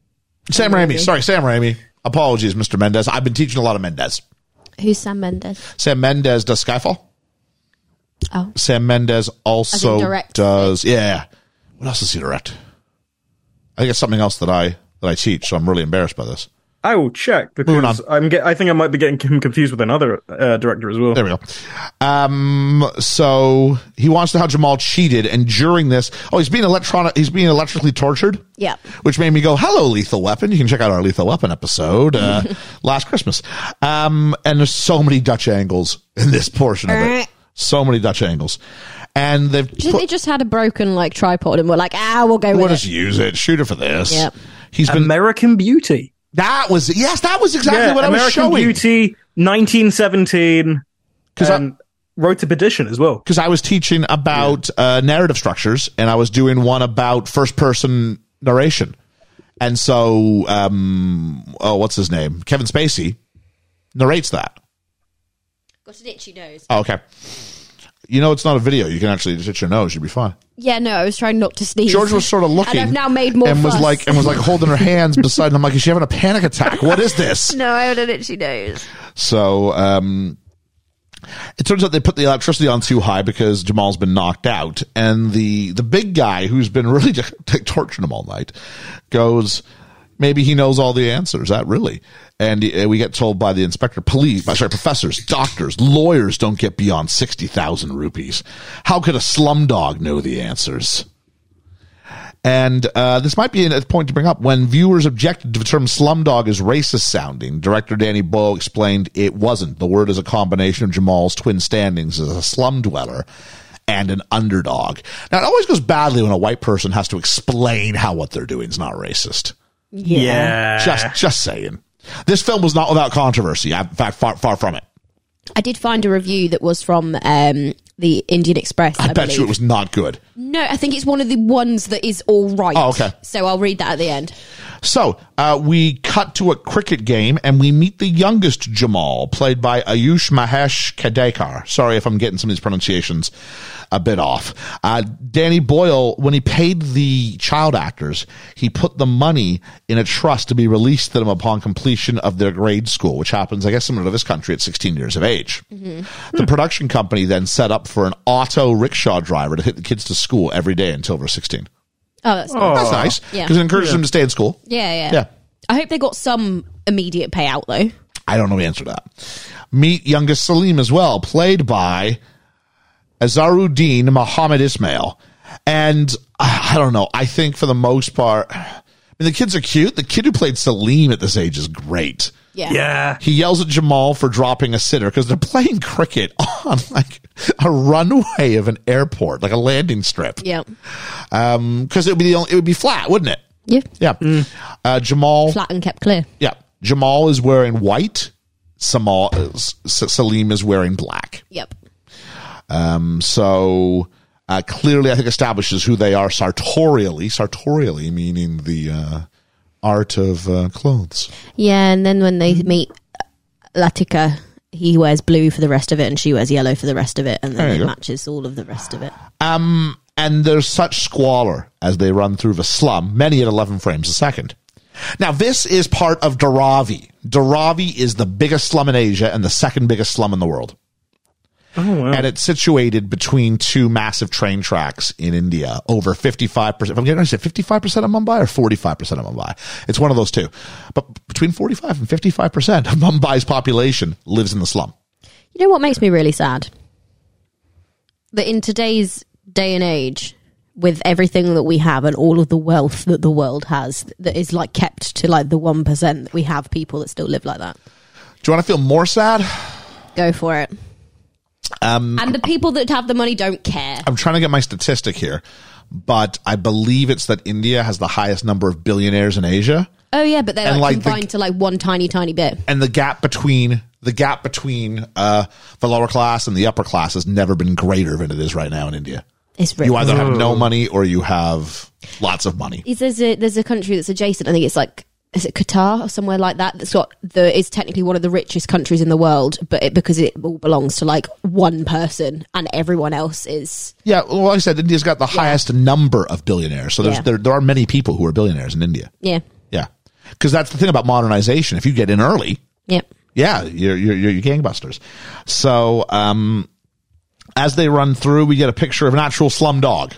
A: Sam Raimi. Sorry, Sam Raimi. Apologies, Mr. Mendes. I've been teaching a lot of Mendes.
B: Who's Sam Mendes?
A: Sam Mendes does Skyfall.
B: Oh.
A: Sam Mendes also
B: direct,
A: does. Yeah. What else does he direct? I think it's something else that I that I teach. So I'm really embarrassed by this.
F: I will check because I'm. Get, I think I might be getting him confused with another uh, director as well.
A: There we go. Um, so he wants to know how Jamal cheated, and during this, oh, he's being electronic. He's being electrically tortured.
B: Yeah.
A: which made me go, "Hello, Lethal Weapon." You can check out our Lethal Weapon episode
B: [LAUGHS]
A: uh, last Christmas. Um, and there's so many Dutch angles in this portion of it. So many Dutch angles, and they've
B: Did
A: put-
B: they just had a broken like tripod and were like, ah, we'll go
A: We'll
B: with
A: just
B: it.
A: use it. Shoot her for this.
B: Yep.
A: He's been.
F: American Beauty.
A: that was yes. That was exactly
F: yeah,
A: what I
F: American
A: was showing
F: Beauty, 1917.
A: because
F: um, wrote to petition as well.
A: I, was teaching about uh, narrative structures and I was doing one about first person narration. And so, um, oh, what's his name? Kevin Spacey narrates that.
B: Got an itchy nose.
A: Oh, okay. You know, it's not a video. You can actually just hit your nose. You'd be fine.
B: Yeah, no, I was trying not to sneeze.
A: George was sort of looking.
B: And I've now made more
A: and was
B: fuss.
A: like and was like holding her hands beside. him. I'm like, is she having a panic attack? What is this?
B: no, I had an itchy nose.
A: So um, it turns out they put the electricity on too high because Jamal's been knocked out, and the the big guy who's been [LAUGHS] really just torturing him all night goes. Maybe he knows all the answers. That really, and uh, we get told by the inspector, police, by sorry, professors, doctors, lawyers don't get beyond sixty thousand rupees. How could a slumdog know the answers? And uh, this might be a point to bring up. When viewers objected to the term slumdog as racist sounding, director Danny Boyle explained it wasn't. The word is a combination of Jamal's twin standings as a slum dweller and an underdog. Now, it always goes badly when a white person has to explain how what they're doing is not racist.
B: Yeah.
F: Yeah.
B: Uh.
A: Just, just saying. This film was not without controversy. In fact, far, far from it.
B: I did find a review that was from um, the Indian Express. I,
A: I, bet
B: believe.
A: you it was not good.
B: No, I think it's one of the ones that is all right.
A: Oh, okay.
B: So I'll read that at the end.
A: So uh, we cut to a cricket game and we meet the youngest Jamal, played by Ayush Mahesh Kadekar. Sorry if I'm getting some of these pronunciations a bit off. Uh, Danny Boyle, when he paid the child actors, he put the money in a trust to be released to them upon completion of their grade school, which happens, I guess, similar to this country at 16 years of age.
B: Mm-hmm.
A: The production company then set up for an auto rickshaw driver to hit the kids to school every day until they're 16.
B: Oh, that's
A: That's nice because
B: Yeah.
A: it encourages them to stay in school.
B: yeah, yeah,
A: Yeah.
B: I hope they got some immediate payout though.
A: I don't know the answer to that. Meet youngest Salim as well, played by Azaruddin Muhammad Ismail. And uh, I I don't know. I think for the most part, I mean, the kids are cute. The kid who played Salim at this age is great.
B: Yeah.
F: Yeah.
A: He yells at Jamal for dropping a sitter because they're playing cricket [LAUGHS] on like a runway of an airport, like a landing strip.
B: Yeah.
A: Because it would be the only, it would be flat, wouldn't it?
B: Yeah.
A: Yeah. Uh, Jamal.
B: Flat and kept clear.
A: Yeah. Jamal is wearing white. Samal, uh, S- Salim is wearing black.
B: Yep.
A: Um, so uh, clearly, I think establishes who they are sartorially. Sartorially meaning the uh, art of uh, clothes.
B: Yeah, and then when they
A: Mm-hmm.
B: meet uh, Latika, he wears blue for the rest of it, and she wears yellow for the rest of it, and
A: There
B: then
A: you go.
B: it matches all of the rest of it.
A: And there's such squalor as they run through the slum, many at 11 frames a second. Now, this is part of Dharavi. Dharavi is the biggest slum in Asia and the second biggest slum in the world. And it's situated between two massive train tracks in India. Over 55%, if I'm getting, I said 55% of Mumbai or 45% of Mumbai. It's one of those two. But between 45 and 55% of Mumbai's population lives in the slum.
B: You know what makes me really sad? That in today's day and age, with everything that we have and all of the wealth that the world has, that is like kept to like the 1% that we have people that still live like that.
A: Do you want to feel more sad?
B: Go for it.
A: Um,
B: and the people that have the money don't care.
A: I'm trying to get my statistic here, but I believe it's that India has the highest number of billionaires in Asia,
B: Oh, yeah, but they're
A: And,
B: like,
A: like, the-
B: combined to like one tiny, tiny bit.
A: and the gap between the gap between uh, the lower class and the upper class has never been greater than it is right now in India.
B: It's
A: You either
B: ridiculous.
A: have no money or you have lots of money.
B: Is There's a, there's a country that's adjacent. I think it's like, is it Qatar or somewhere like that? That's what the is technically one of the richest countries in the world, but it, because it all belongs to like one person and everyone else is
A: Yeah, well, like I said, India's got the highest number of billionaires, so there's,
B: Yeah.
A: there there are many people who are billionaires in India.
B: yeah,
A: Yeah, because that's the thing about modernization. If you get in early,
B: yeah,
A: yeah, you're you're, you're gangbusters. So um, as they run through, we get a picture of an actual slum dog.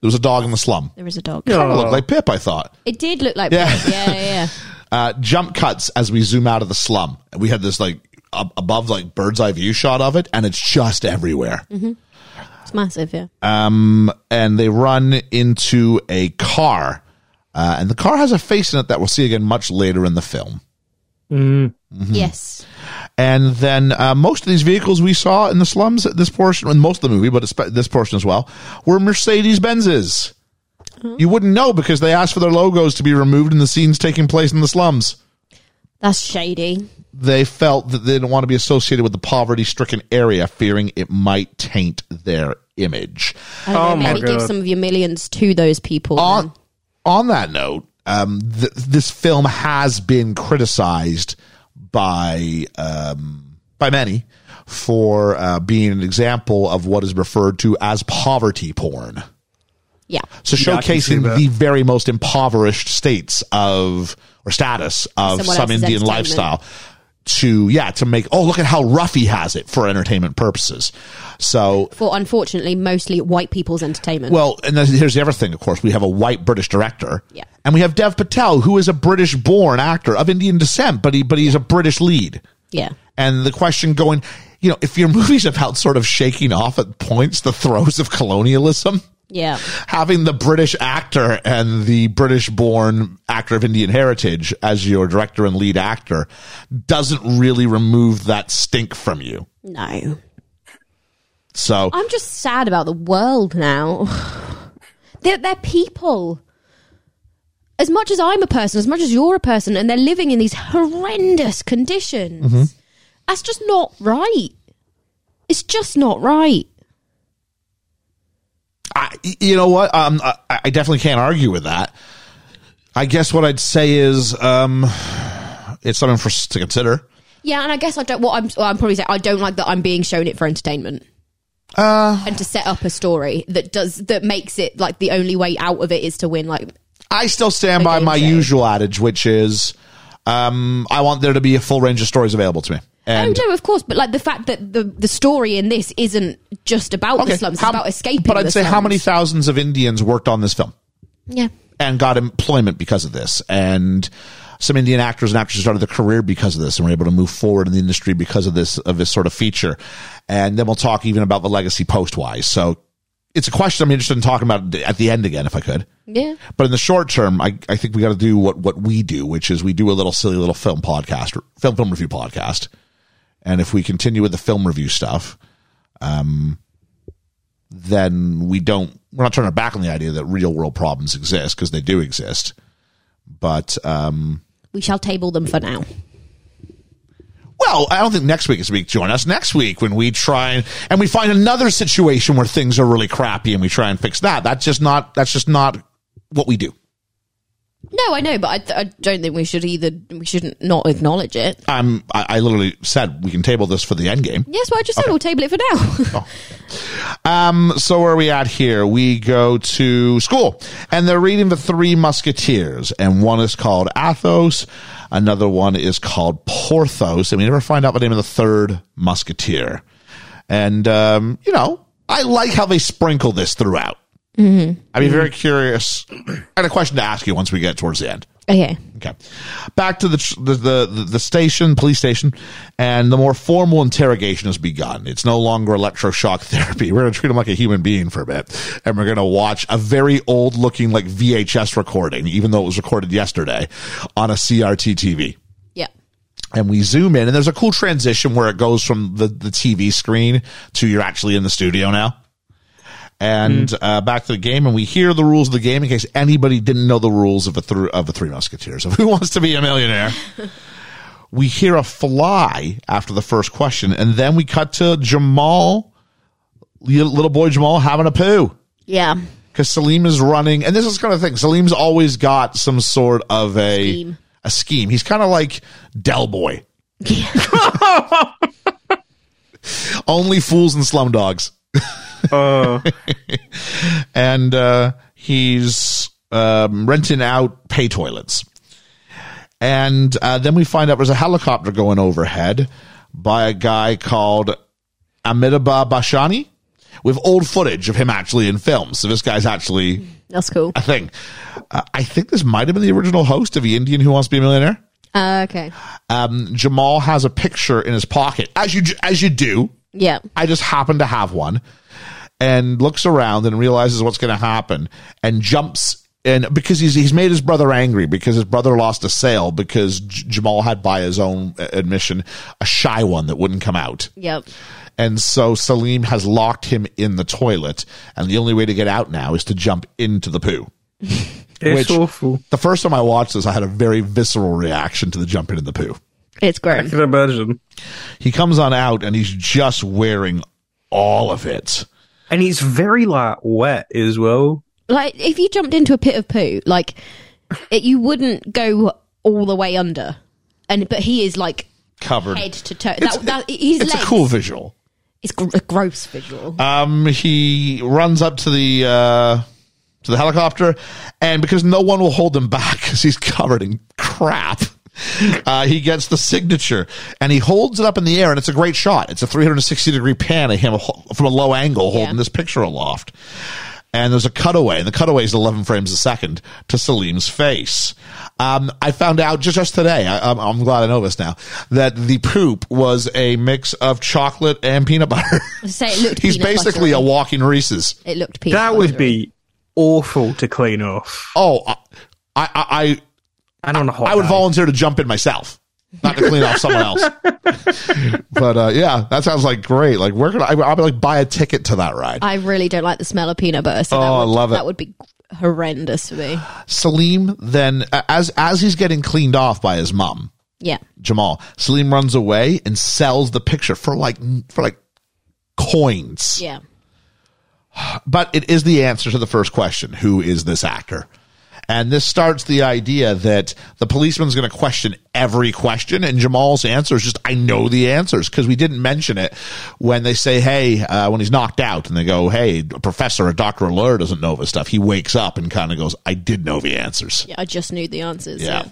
A: There was a dog in the slum.
B: there is a dog.
A: Kind of looked like Pip, I thought.
B: It did look like
A: Yeah.
B: yeah, yeah, yeah.
A: Uh, jump cuts as we zoom out of the slum. We had this like ab- above like bird's eye view shot of it, and it's just everywhere.
B: It's massive. Yeah,
A: And they run into a car, uh, and the car has a face in it that we'll see again much later in the film.
B: yes.
A: And then uh, most of these vehicles we saw in the slums at this portion, in most of the movie, but espe- this portion as well, were Mercedes Benzes. You wouldn't know because they asked for their logos to be removed in the scenes taking place in the slums.
B: That's shady.
A: They felt that they didn't want to be associated with the poverty stricken area, fearing it might taint their image.
B: I don't know,
F: my
B: maybe give
F: God.
B: some of your millions to those people.
A: on on that note, um, th- this film has been criticized by um, by many for uh, being an example of what is referred to as poverty porn.
B: yeah,
A: So
F: Yeah, I can see
A: showcasing
F: that.
A: the very most impoverished states of or status of
B: Someone
A: some
B: else's
A: Indian
B: entertainment.
A: lifestyle to yeah to make oh look at how rough he has it for entertainment purposes. So
B: for unfortunately mostly white people's entertainment.
A: well, and then here's the other thing, of course. We have a white British director.
B: Yeah.
A: And we have Dev Patel, who is a British born actor of Indian descent, but he but he's a British lead.
B: yeah,
A: And the question going, you know, if your [LAUGHS] movie's about sort of shaking off at points the throes of colonialism,
B: yeah,
A: having the British actor and the British born actor of Indian heritage as your director and lead actor doesn't really remove that stink from you.
B: no.
A: So
B: I'm just sad about the world now. [SIGHS] they're, they're people. As much as I'm a person, as much as you're a person, and they're living in these horrendous conditions, that's just not right. It's just not right.
A: I, you know what? Um, I, I definitely can't argue with that. I guess what I'd say is, um, it's something for us to consider.
B: Yeah, and I guess I don't. What I'm, well, I'm probably saying, I don't like that I'm being shown it for entertainment. and to set up a story that does that makes it like the only way out of it is to win. Like,
A: I still stand by
B: game
A: my
B: show.
A: usual adage, which is, um, I want there to be a full range of stories available to me. And
B: oh no, of course, but like the fact that the the story in this isn't just about the slums;
A: how-
B: it's about escaping.
A: But I'd
B: the
A: say how
B: slums.
A: many thousands of Indians worked on this film?
B: Yeah,
A: and got employment because of this. And some Indian actors and actresses started their career because of this and were able to move forward in the industry because of this, of this sort of feature. And then we'll talk even about the legacy post wise. So it's a question I'm interested in talking about at the end again, if I could.
B: yeah.
A: But in the short term, I, I think we got to do what, what we do, which is we do a little silly little film podcast, film, film review podcast. And if we continue with the film review stuff, um, then we don't, we're not turning our back on the idea that real world problems exist because they do exist. But, um,
B: We shall table them for now.
A: well, I don't think next week is the week. Join us next week when we try and, and we find another situation where things are really crappy and we try and fix that. That's just not, that's just not what we do.
B: No, I know, but I, I don't think we should either. We shouldn't not acknowledge it.
A: I'm, I, I literally said we can table this for the end game.
B: Uh, Yes, well, I just said we'll table it for [LAUGHS] now.
A: Um, so where are we at here? We go to school and they're reading the three musketeers and one is called Athos. Another one is called Porthos and we never find out the name of the third musketeer. And, um, you know, I like how they sprinkle this throughout. I'd be very curious. [CLEARS THROAT] I had a question to ask you once we get towards the end.
B: okay.
A: Okay. Back to the, tr- the, the, the- the station, police station, and the more formal interrogation has begun. It's no longer electroshock [LAUGHS] therapy. We're going to treat him like a human being for a bit. And we're going to watch a very old looking like VHS recording, even though it was recorded yesterday on a CRT TV
B: Yeah.
A: and we zoom in and there's a cool transition where it goes from the, the TV screen to you're actually in the studio now. And uh, back to the game, and we hear the rules of the game in case anybody didn't know the rules of a thr of a Three Musketeers [LAUGHS] of Who Wants to Be a Millionaire. we hear a fly after the first question, and then we cut to Jamal, li- little boy Jamal, having a poo
B: Yeah.
A: because Salim is running, and this is kind of thing. Salim's always got some sort of a
B: Scheme.
A: a scheme. He's kind of like Del Boy. [LAUGHS] Only fools and slum dogs,
F: Uh,
A: [LAUGHS] and uh, he's um, renting out pay toilets. And uh, then we find out there's a helicopter going overhead by a guy called Amitabha Bashani with old footage of him actually in film. So this guy's actually
B: That's cool.
A: a thing. Uh, I think this might have been the original host of the Indian Who Wants to Be a Millionaire.
B: Uh, okay.
A: Um, Jamal has a picture in his pocket, as you as you do.
B: Yeah.
A: I just happen to have one, and looks around and realizes what's going to happen, and jumps in because he's he's made his brother angry because his brother lost a sale because J- Jamal had, by his own uh, admission, a shy one that wouldn't come out.
B: Yep.
A: And so Salim has locked him in the toilet, and the only way to get out now is to jump into the poo.
F: it's
A: Which-
F: awful.
A: The first time I watched this, I had a very visceral reaction to the jumping in the poo.
B: It's
F: I
B: grim.
F: can imagine.
A: He comes on out and he's just wearing all of it.
F: And he's very like wet as well.
B: like if you jumped into a pit of poo, like it, you wouldn't go all the way under, and but he is like
A: Covered.
B: head to toe.
A: It's-
B: That, that, his
A: it's
B: legs.
A: a cool visual.
B: It's gr- a gross visual.
A: Um, he runs up to the uh, to the helicopter, and because no one will hold him back [LAUGHS] because he's covered in crap, uh, he gets the signature and he holds it up in the air, and it's a great shot. It's a 360 degree pan of him ho- from a low angle holding
B: Yeah.
A: this picture aloft. And there's a cutaway, and the cutaway is 11 frames a second to Salim's face. Um, I found out just, just today, I, I'm, I'm glad I know this now, that the poop was a mix of chocolate and peanut butter. [LAUGHS]
B: Say it looked
A: He's
B: peanut
A: basically a
B: buttery.
A: walking Reese's.
B: it looked peanut.
F: That would
B: buttery.
F: be awful to clean off.
A: Oh, I, I, I,
F: And on a hot
A: I would
F: night.
A: volunteer to jump in myself. not to clean off someone else. but uh, yeah, that sounds like great. Like, where could I? I'll be like buy a ticket to that ride.
B: I really don't like the smell of peanut butter. So that
A: Oh, I
B: would,
A: love it.
B: That would be horrendous for me.
A: Salim then, uh, as as he's getting cleaned off by his mom,
B: Yeah.
A: Jamal, Salim runs away and sells the picture for like for like coins.
B: Yeah.
A: but it is the answer to the first question who is this actor and this starts the idea that the policeman's going to question every question and jamal's answer is just i know the answers because we didn't mention it when they say hey uh, when he's knocked out and they go hey a professor or dr lur doesn't know this stuff he wakes up and kind of goes i did know the answers
B: Yeah. I just knew the answers.
A: yeah.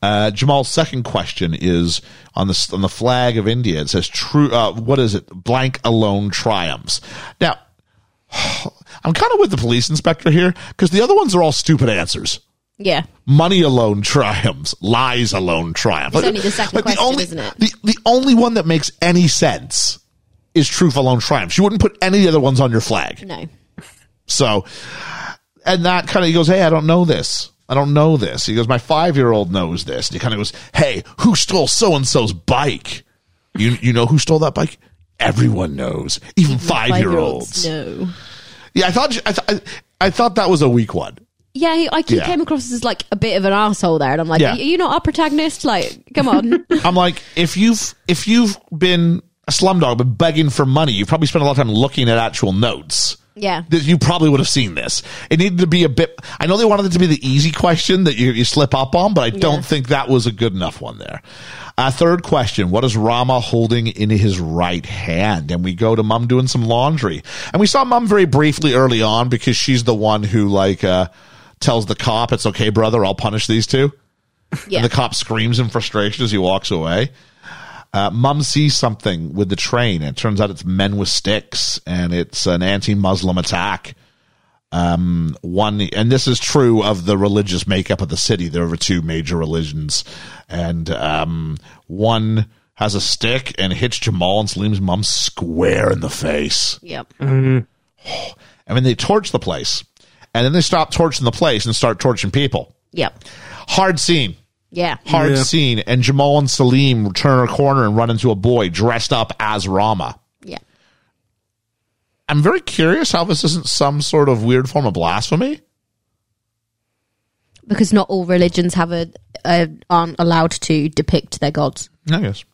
A: Uh, Jamal's second question is on the on the flag of India. It says true. Uh, what is it? Blank alone triumphs. Now, [SIGHS] I'm kind of with the police inspector here because the other ones are all stupid answers.
B: Yeah.
A: Money alone triumphs. Lies alone triumphs.
B: It's only the second question,
A: only,
B: isn't it?
A: The the only one that makes any sense is truth alone triumphs. You wouldn't put any of the other ones on your flag.
B: yeah. No.
A: So, and that kind of he goes, "Hey, I don't know this. I don't know this." He goes, "My five year old knows this." And he kind of goes, "Hey, who stole so and so's bike? You you know who stole that bike? Everyone knows, even five year olds."
B: No.
A: Yeah, I thought I, th- I, I thought that was a weak one.
B: Yeah, he, like he
A: Yeah.
B: came across as like a bit of an asshole there, and I'm like,
A: Yeah.
B: are you not our protagonist? Like, come
A: [LAUGHS]
B: on.
A: I'm like, if you've if you've been a slumdog but begging for money, you've probably spent a lot of time looking at actual notes.
B: yeah.
A: that you probably would have seen this. It needed to be a bit. I know they wanted it to be the easy question that you, you slip up on, but I don't think that was a good enough one there. Uh, third question: What is Rama holding in his right hand? And we go to Mum doing some laundry, and we saw Mum very briefly early on because she's the one who like uh, tells the cop, "It's okay, brother. I'll punish these two.
B: Yeah.
A: And the cop screams in frustration as he walks away. Uh, Mum sees something with the train, and it turns out it's men with sticks, and it's an anti-Muslim attack. Um, one, and this is true of the religious makeup of the city. There were two major religions, and um, one has a stick and hits Jamal and Salim's mum square in the face.
B: Yep.
A: I mean, they torch the place, and then they stop torching the place and start torching people.
B: Yep.
A: Hard scene
B: Yeah.
A: hard
F: Yeah.
A: scene, and Jamal and Salim turn a corner and run into a boy dressed up as Rama.
B: Yeah.
A: I'm very curious how this isn't some sort of weird form of blasphemy.
B: Because not all religions have a, a aren't allowed to depict their gods.
A: I guess.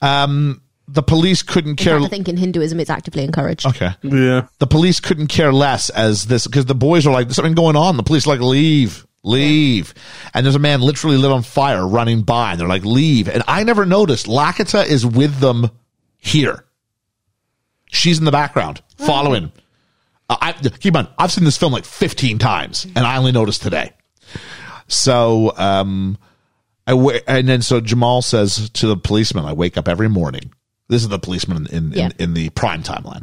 A: Um, the police couldn't
B: In
A: care.
B: fact, I think in Hinduism it's actively encouraged.
A: Okay.
F: Yeah.
A: The police couldn't care less as this because the boys are like, there's something going on. The police are like, leave, leave. And there's a man literally lit on fire running by and they're like, leave. And I never noticed Lakita is with them here. She's in the background following. Uh, I, keep on. I've seen this film like 15 times and I only noticed today. So, um, I w- and then so Jamal says to the policeman, I wake up every morning. This is the policeman in, in,
B: Yeah.
A: in the prime timeline.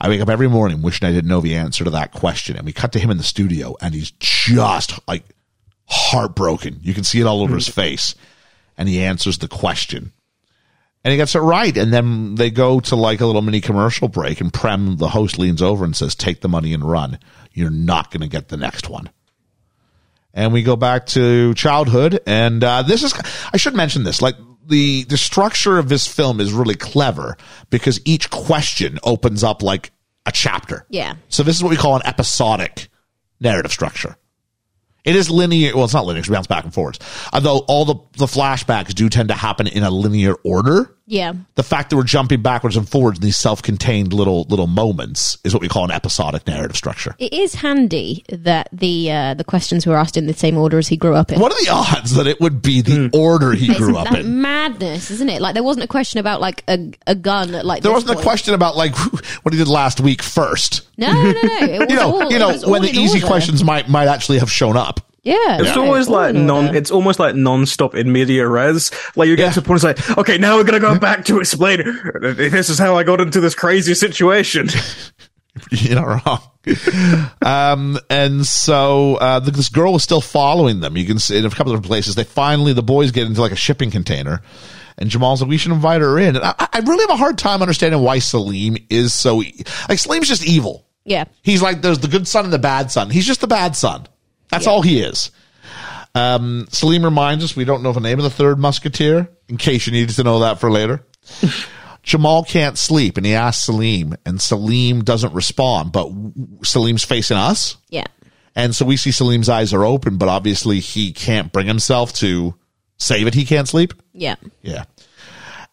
A: I wake up every morning wishing I didn't know the answer to that question. And we cut to him in the studio and he's just like heartbroken. You can see it all over his face. And he answers the question and he gets it right. And then they go to like a little mini commercial break and Prem, the host, leans over and says, take the money and run. You're not going to get the next one and we go back to childhood and uh, this is i should mention this like the the structure of this film is really clever because each question opens up like a chapter
B: Yeah.
A: so this is what we call an episodic narrative structure it is linear well it's not linear 'cause we bounce back and forwards although all the the flashbacks do tend to happen in a linear order
B: Yeah.
A: the fact that we're jumping backwards and forwards in these self-contained little little moments is what we call an episodic narrative structure
B: It is handy that the uh, the questions were asked in the same order as he grew up in.
A: what are the odds that it would be the order he
B: Isn't
A: grew up
B: that
A: in?
B: madness, isn't it? Like there wasn't a question about like a, a gun. At, like
A: There
B: this
A: wasn't
B: point.
A: a question about like [LAUGHS] what he did last week first.
B: No, no, no.
A: [LAUGHS]
B: It was
A: You know,
B: all,
A: you
B: it
A: know
B: was all
A: when the
B: in
A: easy
B: order.
A: questions might might actually have shown up.
B: Yeah,
F: It's
B: no,
F: always
B: all
F: like
B: in
F: non.
B: order.
F: It's almost like non-stop in media res. Like you get
A: Yeah.
F: to the point, it's like, okay, now we're gonna go back to explain. [LAUGHS] This is how I got into this crazy
A: [LAUGHS]
F: situation.
A: You're not wrong. um, and so uh, th- this girl was still following them. You can see in a couple of different places. They finally the boys get into like a shipping container, and Jamal's like, "We should invite her in." And I, I really have a hard time understanding why Salim is so e- like Salim's just evil.
B: Yeah,
A: He's like, there's the good son and the bad son. He's just the bad son. That's all he is. Um, Salim reminds us we don't know the name of the third musketeer, in case you needed to know that for later. Jamal can't sleep, and he asks Salim, and Salim doesn't respond, but w- Salim's facing us.
B: Yeah.
A: And so we see Salim's eyes are open, but obviously he can't bring himself to say that he can't sleep.
B: Yeah.
A: Yeah.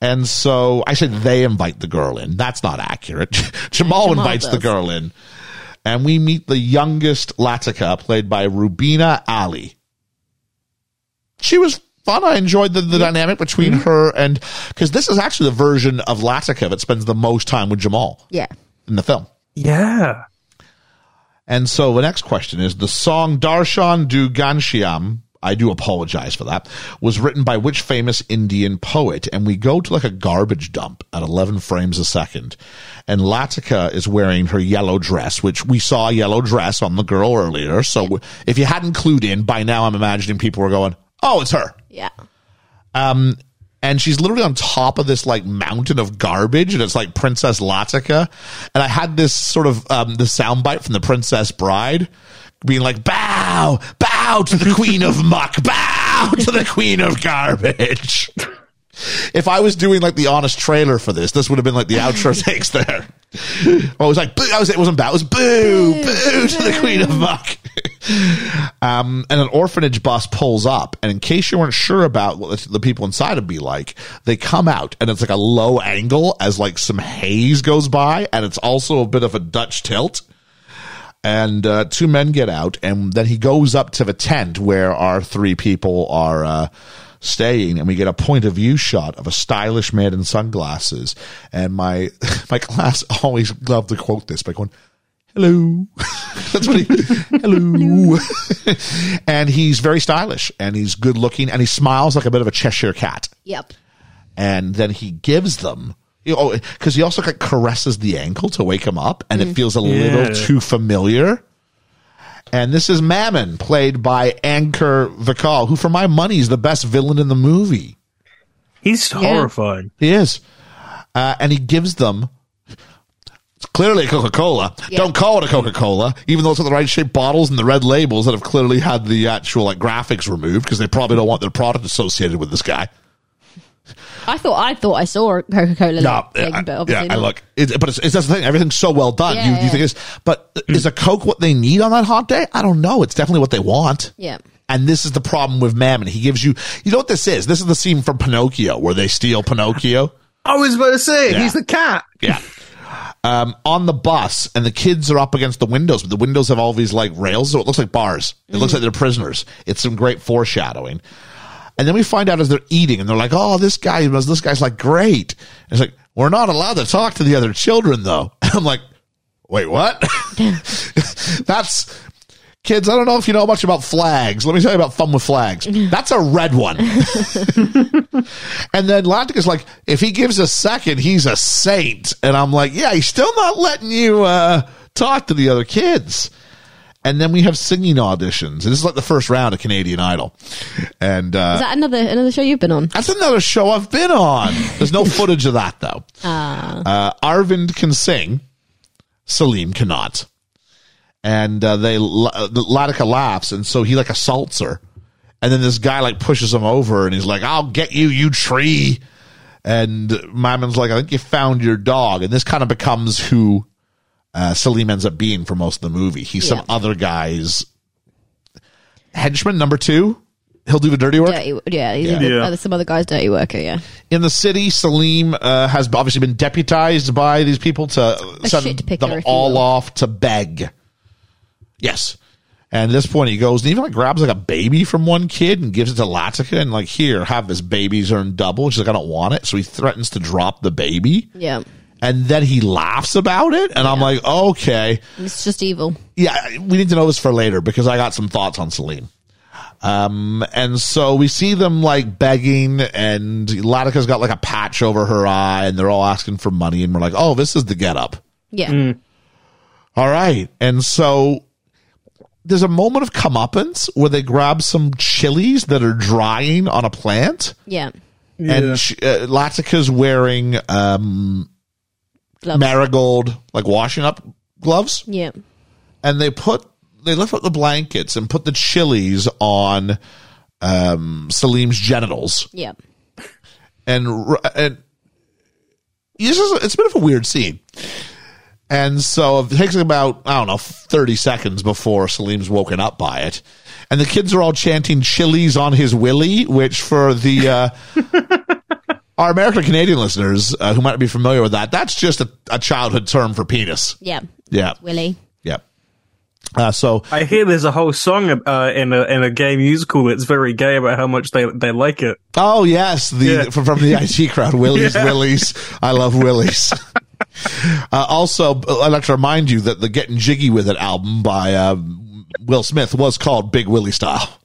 A: And so I said they invite the girl in. That's not accurate. [LAUGHS] Jamal,
B: Jamal
A: invites the
B: does.
A: girl in. And we meet the youngest Latika, played by Rubina Ali. She was fun. I enjoyed the, the dynamic between
B: Mm-hmm.
A: her and because this is actually the version of Latika that spends the most time with Jamal
B: Yeah.
A: in the film.
F: Yeah.
A: And so the next question is the song Darshan Du Ganshyam. I do apologize for that. Was written by which famous Indian poet? And we go to like a garbage dump at 11 frames a second. And Latika is wearing her yellow dress, which we saw a yellow dress on the girl earlier. So if you hadn't clued in by now, I'm imagining people were going, Oh, it's her
B: Yeah.
A: and she's literally on top of this like mountain of garbage and it's like princess latika and i had this sort of um the soundbite from the princess bride being like bow bow to the queen of muck bow to the queen of garbage if i was doing like the honest trailer for this this would have been like the outro takes there i was like boo i was it wasn't bow it was boo boo, to the queen of muck um, and an orphanage bus pulls up. And in case you weren't sure about what the, the people inside would be like, they come out and it's like a low angle as like some haze goes by. And it's also a bit of a Dutch tilt. And uh, two men get out. And then he goes up to the tent where our three people are uh, staying. And we get a point of view shot of a stylish man in sunglasses. And my, [LAUGHS] my class always loved to quote this by going, hello. [LAUGHS] That's what he, hello. [LAUGHS] and he's very stylish and he's good looking and he smiles like a bit of a Cheshire cat.
B: Yep.
A: And then he gives them, you know, cause he also like caresses the ankle to wake him up and it feels a
F: Yeah.
A: little too familiar. And this is Mammon played by Ankur Vikal, who for my money is the best villain in the movie.
F: He's horrifying.
A: He is. Uh, and he gives them. It's clearly a Coca Cola.
B: Yeah.
A: Don't call it a Coca Cola, even though it's got the right shaped bottles and the red labels that have clearly had the actual like graphics removed because they probably don't want their product associated with this guy.
B: I thought I thought I saw a Coca Cola thing,
A: I-
B: but obviously
A: yeah, I
B: not.
A: look. It, but it's, it's that's the thing. Everything's so well done.
B: Yeah,
A: you, you
B: yeah.
A: think it's, but is a Coke what they need on that hot day? I don't know. It's definitely what they want.
B: Yeah.
A: And this is the problem with Mammon. He gives you, you know what this is? This is the scene from Pinocchio where they steal Pinocchio.
F: I was about to say
A: Yeah.
F: he's the cat.
A: Yeah. Um, on the bus, and the kids are up against the windows, but the windows have all these like rails, so it looks like bars. It
B: Mm.
A: looks like they're prisoners. It's some great foreshadowing. And then we find out as they're eating, and they're like, "Oh, this guy, was- this guy's like great." And it's like we're not allowed to talk to the other children, though. [LAUGHS] And I'm like, "Wait, what?" [LAUGHS] That's kids. I don't know if you know much about flags. Let me tell you about fun with
B: [LAUGHS]
A: flags. That's a red one. [LAUGHS] And then Lantika's like, if he gives a second, he's a saint. And I'm like, yeah, he's still not letting you uh, talk to the other kids. And then we have singing auditions. And this is like the first round of Canadian Idol. And uh,
B: Is that another another show you've been on?
A: that's another show I've been on. There's
B: [LAUGHS]
A: no footage of that, though. Uh,
B: Ah.
A: Arvind can sing, Salim cannot. And uh, they la- the Latika laughs, and so he like assaults her. And then this guy like pushes him over, and he's like, "I'll get you, you tree." And Mamon's like, "I think you found your dog." And this kind of becomes who uh, Salim ends up being for most of the movie. He's some
B: Yeah.
A: other guy's henchman number two. He'll do the dirty work.
B: Dirty, yeah, he's
A: Yeah.
B: Other,
F: Yeah.
B: other- some other guy's dirty worker. Yeah,
A: in the city, Salim uh, has obviously been deputized by these people to send
B: shit picker,
A: them
B: if you
A: all
B: will.
A: off to beg. Yes. And at this point, he goes and even like grabs like a baby from one kid and gives it to Latika and like, here, have this baby's earned double. She's like, I don't want it. So he threatens to drop the baby.
B: yeah,
A: And then he laughs about it. And I'm like, okay.
F: Mm.
B: it's just evil.
A: Yeah, we need to know this for later because I got some thoughts on Celine. Um, and so we see them like begging, and Latika's got like a patch over her eye, and they're all asking for money, and we're like, oh, this is the get up.
B: Yeah,
A: Mm. All right. And so there's a moment of comeuppance where they grab some chilies that are drying on a plant,
B: yeah.
A: and she, uh, Latika's wearing um,
B: Gloves.
A: marigold, like washing up gloves
B: yeah,
A: and they put they lift up the blankets and put the chilies on um, Salim's genitals,
B: Yeah.
A: and r- and this is it's a bit of a weird scene. And so it takes about I don't know thirty seconds before Salim's woken up by it, and the kids are all chanting "Chili's on his willy," which for the uh, our American Canadian listeners uh, who might be familiar with that, that's just a, a childhood term for penis.
B: Yeah.
A: Yeah,
B: Willy.
A: yeah. Uh, so
F: I hear there's a whole song uh, in a in a gay musical that's very gay about how much they they like it.
A: Oh yes, the
F: Yeah.
A: from, from the IT crowd, Willies, Willies. I love Willies. uh, also, I'd like to remind you that the "Getting Jiggy with It" album by um, Will Smith was called Big Willie Style.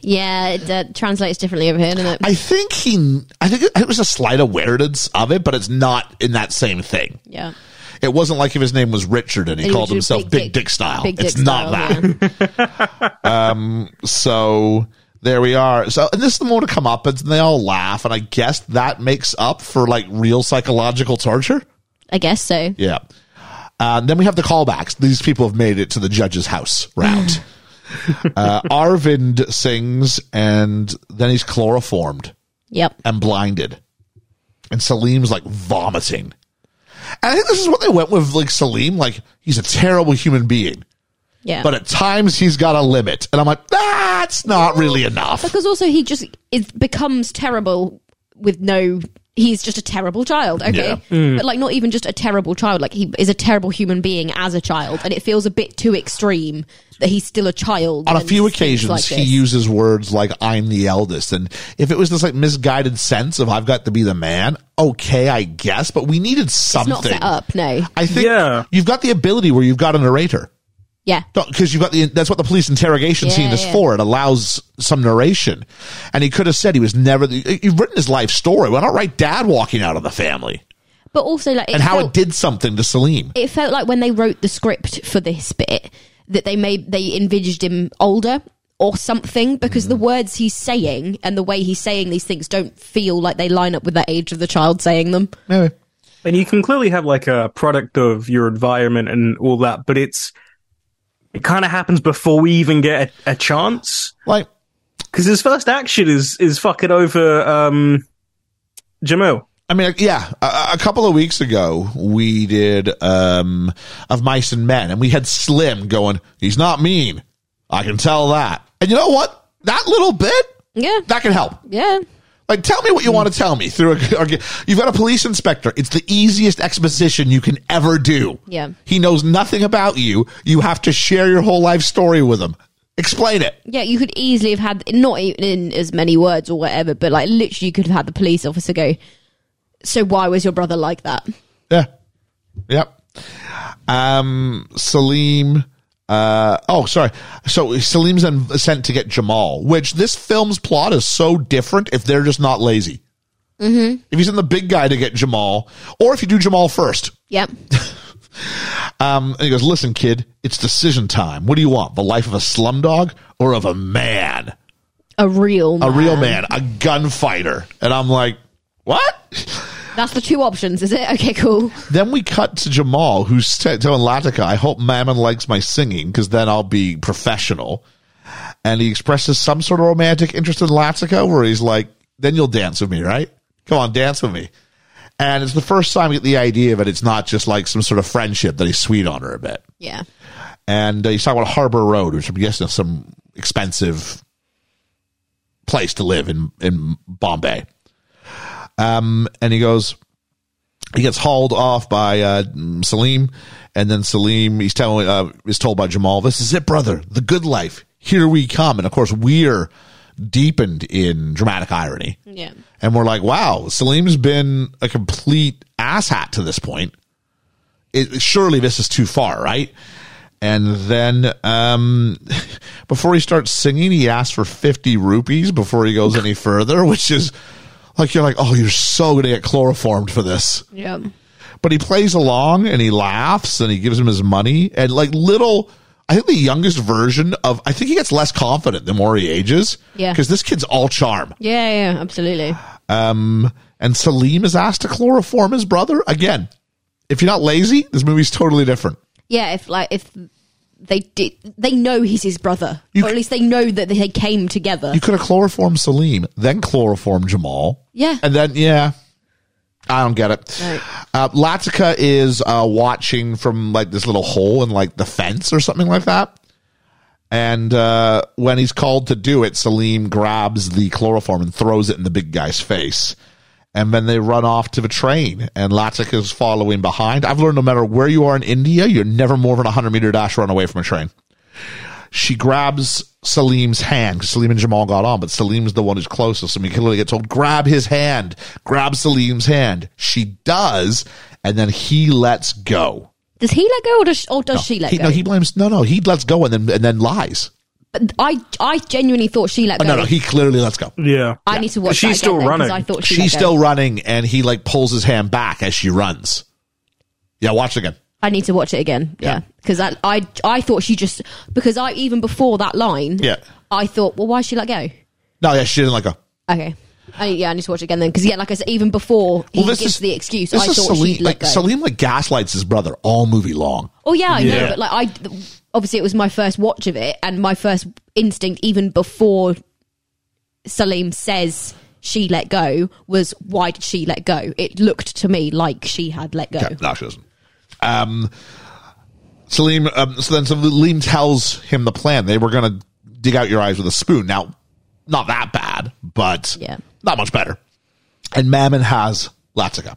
B: Yeah, it uh, translates differently over here, doesn't it?
A: I think he, I think it, it was a slight awareness of it, but it's not in that same thing.
B: yeah.
A: It wasn't like if his name was Richard and he,
B: He
A: called
B: was just
A: himself Big, Dick, Style.
B: Big
A: it's
B: Dick
A: not
B: style,
A: that.
B: yeah.
A: So there we are. So and this is the more to come up, and they all laugh, and I guess that makes up for like real psychological torture.
B: I guess so.
A: Yeah. Uh, then we have the callbacks. These people have made it to the judge's house round. uh, Arvind sings, and then he's chloroformed
B: Yep.
A: and blinded, and Salim's like vomiting. And I think this is what they went with, like Salim. Like he's a terrible human being,
B: Yeah.
A: but at times he's got a limit, and I'm like, that's not really enough.
B: because also he just is, becomes terrible with no. He's just a terrible child, okay? But like, not even just a terrible child. Like, he is a terrible human being as a child, and it feels a bit too extreme that he's still a child.
A: On a
B: and
A: few
B: thinks
A: occasions,
B: like
A: he
B: this.
A: uses words like "I'm the eldest," and if it was this like misguided sense of "I've got to be the man," okay, I guess, but we needed
B: It's
A: something.
B: not set up. No.
A: I think
F: Yeah.
A: you've got the ability where you've got a narrator
B: Yeah.
A: because you've got the that's what the police interrogation
B: Yeah,
A: scene is
B: yeah.
A: for. It allows some narration, and he could have said he was never. The, you've written his life story. Why not write Dad walking out of the family
B: But also, like, it
A: and how
B: felt-
A: it did something to Salim?
B: it felt like when they wrote the script for this bit that they made they envisaged him older or something because
A: Mm.
B: the words he's saying and the way he's saying these things don't feel like they line up with the age of the child saying them.
F: And you can clearly have like a product of your environment and all that, but it's it kind of happens before we even get a, a chance
A: Like
F: because his first action is is fucking over um Jamil.
A: I mean, yeah, a, a couple of weeks ago we did um of mice and men, and we had Slim going. He's not mean. I can tell that. And you know what? That little bit
B: Yeah.
A: that can help.
B: yeah.
A: Like, tell me what you want to tell me through a. Or, you've got a police inspector. It's the easiest exposition you can ever do.
B: Yeah.
A: He knows nothing about you. You have to share your whole life story with him. Explain it.
B: Yeah, you could easily have had not even in as many words or whatever, but like literally you could have had the police officer go, So why was your brother like that?
A: Yeah. Yep. Um, Salim. Uh, oh, sorry. So Salim's then sent to get Jamal, which this film's plot is so different if they're just not lazy. Mm-hmm. If you send the big guy to get Jamal, or if you do Jamal first,
B: Yep.
A: Um, and he goes, listen, kid, it's decision time. What do you want? The life of a slumdog or of a man?
B: A real man.
A: A real man, a gunfighter. And I'm like, what?
B: That's the two options, is it? Okay, cool.
A: Then we cut to Jamal, who's t- telling Latika, I hope Mammon likes my singing because then I'll be professional. And he expresses some sort of romantic interest in Latika where he's like, then you'll dance with me, right? Come on, dance with me. And it's the first time we get the idea that it's not just like some sort of friendship that he's sweet on her a bit.
B: Yeah.
A: and uh, he's talking about Harbor Road, which I'm guessing is some expensive place to live in in Bombay. Um, and he goes, he gets hauled off by uh, Salim, and then Salim he's telling uh, is told by Jamal, "This is it, brother, the good life. Here we come." And of course, we're deepened in dramatic irony.
B: Yeah.
A: And we're like, wow, Salim's been a complete asshat to this point. It, surely this is too far, right? And then um, [LAUGHS] before he starts singing, he asks for 50 rupees before he goes any further, [LAUGHS] which is like, you're like, oh, you're so going to get chloroformed for this.
B: Yeah.
A: But he plays along and he laughs and he gives him his money. And like little, I think the youngest version of, I think he gets less confident the more he ages.
B: Yeah.
A: Because this kid's all charm.
B: Yeah, yeah, absolutely.
A: Um, and Salim is asked to chloroform his brother again. If you're not lazy, this movie's totally different.
B: yeah if like if they did. They know he's his brother,
A: You
B: or at
A: c-
B: least they know that they came together.
A: You could have chloroformed Salim, then chloroformed Jamal.
B: Yeah.
A: And then, yeah. I don't get it.
B: Right.
A: Uh, Latika is uh, watching from like this little hole in like the fence or something like that. And uh, when he's called to do it, Salim grabs the chloroform and throws it in the big guy's face. And then they run off to the train, and Latika is following behind. I've learned no matter where you are in India, you're never more than a 100 meter dash run away from a train she grabs Salim's hand 'cause Salim and Jamal got on, but Salim's the one who's closest. So Mikhail gets told, grab his hand, grab Salim's hand. She does, and then he lets go.
B: Does he let go, or does, or does she let
A: He,
B: go?
A: no, he blames. No, no, he lets go and then and then lies.
B: But I, I genuinely thought she let
A: Oh,
B: go.
A: no, no, he clearly lets go.
F: Yeah.
B: I need to watch.
F: She's
B: that again
F: still
B: then, 'cause
F: running.
B: I thought she
A: She's
B: let go.
A: still running, and he like pulls his hand back as she runs. Yeah, watch it again.
B: I need to watch it again.
A: Yeah.
B: Yeah, because I, I, I thought she just because I even before that line.
A: Yeah.
B: I thought, well, why she let go?
A: No, yeah, she didn't let go.
B: Okay. I, yeah, I need to watch it again then because yeah, like I said, even before he
A: Well, this
B: gives
A: is
B: the excuse,
A: This
B: I
A: is
B: thought
A: Salim.
B: she'd let
A: Like
B: go.
A: Salim, like gaslights his brother all movie long.
B: Oh yeah, I
F: Yeah.
B: know, but like I obviously it was my first watch of it and my first instinct even before Salim says she let go was why did she let go? It looked to me like she had let go.
A: Yeah, no, she doesn't. Um, Salim, um, so then Salim tells him the plan. They were going to dig out your eyes with a spoon. Now, not that bad, but
B: Yeah.
A: not much better. And Mammon has Latika.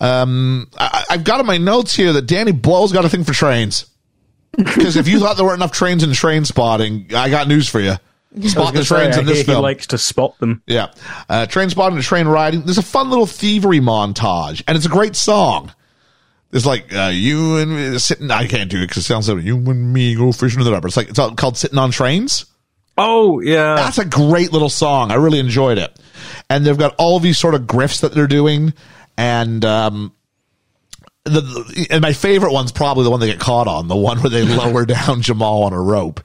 A: Um, I, I- I've got in my notes here that Danny Boyle's got a thing for
F: [LAUGHS]
A: trains. Because if you thought there weren't enough trains in train spotting, I got news for you. Spot the
F: Gonna say,
A: trains
F: I
A: in
F: hear
A: this
F: he
A: film.
F: likes to spot them.
A: Yeah. Uh, train spotting and train riding. There's a fun little thievery montage, and it's a great song. It's like uh, you and me sitting. I can't do it because it sounds like you and me go fishing in the rubber. It's like it's all called "Sitting on Trains."
F: Oh yeah.
A: That's a great little song. I really enjoyed it. And they've got all these sort of grifts that they're doing, and um, the- the and my favorite one's probably the one they get caught on, the one where they [LAUGHS] lower down Jamal on a rope,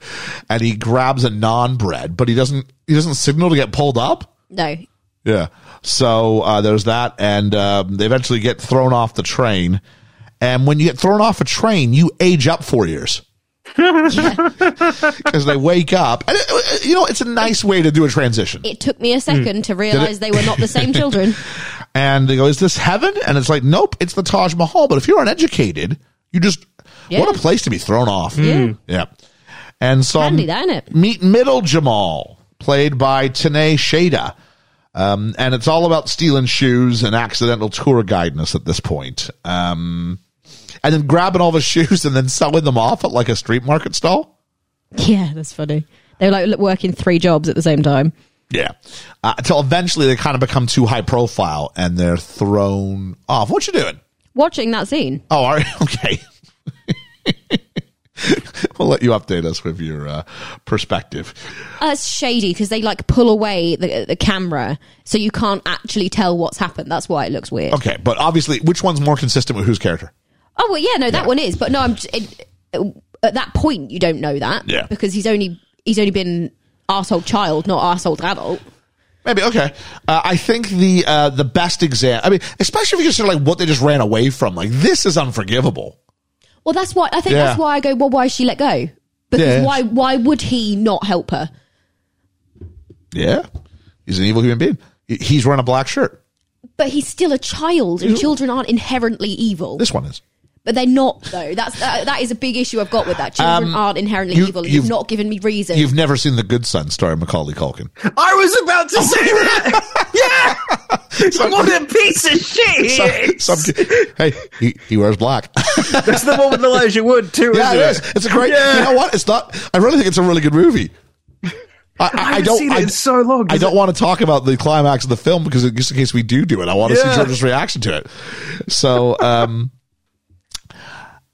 A: and he grabs a non bread, but he doesn't he doesn't signal to get pulled up.
B: No.
A: Yeah. So uh, there's that, and um, they eventually get thrown off the train. And when you get thrown off a train, you age up four years because they wake up. And it- it- you know, it's a nice way to do a transition.
B: It took me a second to realize they were not the same children.
A: And they go, "Is this heaven?" And it's like, "Nope, it's the Taj Mahal." But if you're uneducated, you just what a
B: Yeah.
A: place to be thrown off.
B: Yeah.
A: Yeah. And so
B: Handy, that, innit?
A: meet middle Jamal, played by Tane Shada. Um, and it's all about stealing shoes and accidental tour guidance at this point. Um, and then grabbing all the [LAUGHS] shoes and then selling them off at like a street market stall.
B: Yeah, that's funny. They were like look, working three jobs at the same time.
A: Yeah. Uh, until eventually they kind of become too high profile and they're thrown off. What you doing?
B: Watching that scene,
A: Oh, all right. [LAUGHS] Okay. we'll let you update us with your uh, perspective.
B: uh, it's shady because they like pull away the, the camera, so you can't actually tell what's happened. That's why it looks weird.
A: Okay. But obviously, which one's more consistent with whose character?
B: Oh well, yeah, no, that one is. But no, I'm just, it, at that point you don't know that
A: Yeah.
B: because he's only he's only been arsehole child, not arsehole adult.
A: Maybe okay. Uh, I think the uh, the best exam. I mean, especially if you consider like what they just ran away from. Like this is unforgivable.
B: Well, that's why I think
A: Yeah.
B: that's why I go. Well, why is she let go? Because
A: Yeah.
B: why why would he not help her?
A: Yeah, he's an evil human being. He- He's wearing a black shirt.
B: But he's still a child, and children aren't inherently evil.
A: This one is.
B: But they're not though. That's uh, that is a big issue I've got with that. Children aren't inherently
A: Um, you-
B: evil. and
A: you've-
B: You've, not given me reason.
A: You've never seen The Good Son starring Macaulay Culkin.
F: I was about to say [LAUGHS] that. yeah. what a piece of shit.
A: Some- some kid- hey, he, he wears black. [LAUGHS]
F: That's the one with Elijah Wood too.
A: yeah,
F: isn't
A: it is. It's a great. You know what? It's not. I really think it's a really good
F: [LAUGHS]
A: movie. I, I, I
F: haven't
A: don't.
F: seen it
A: I,
F: in so long.
A: I
F: Is
A: don't
F: it-
A: want to talk about the climax of the film because it- just in case we do do it, I want to see
F: Yeah.
A: George's reaction to it. So, um,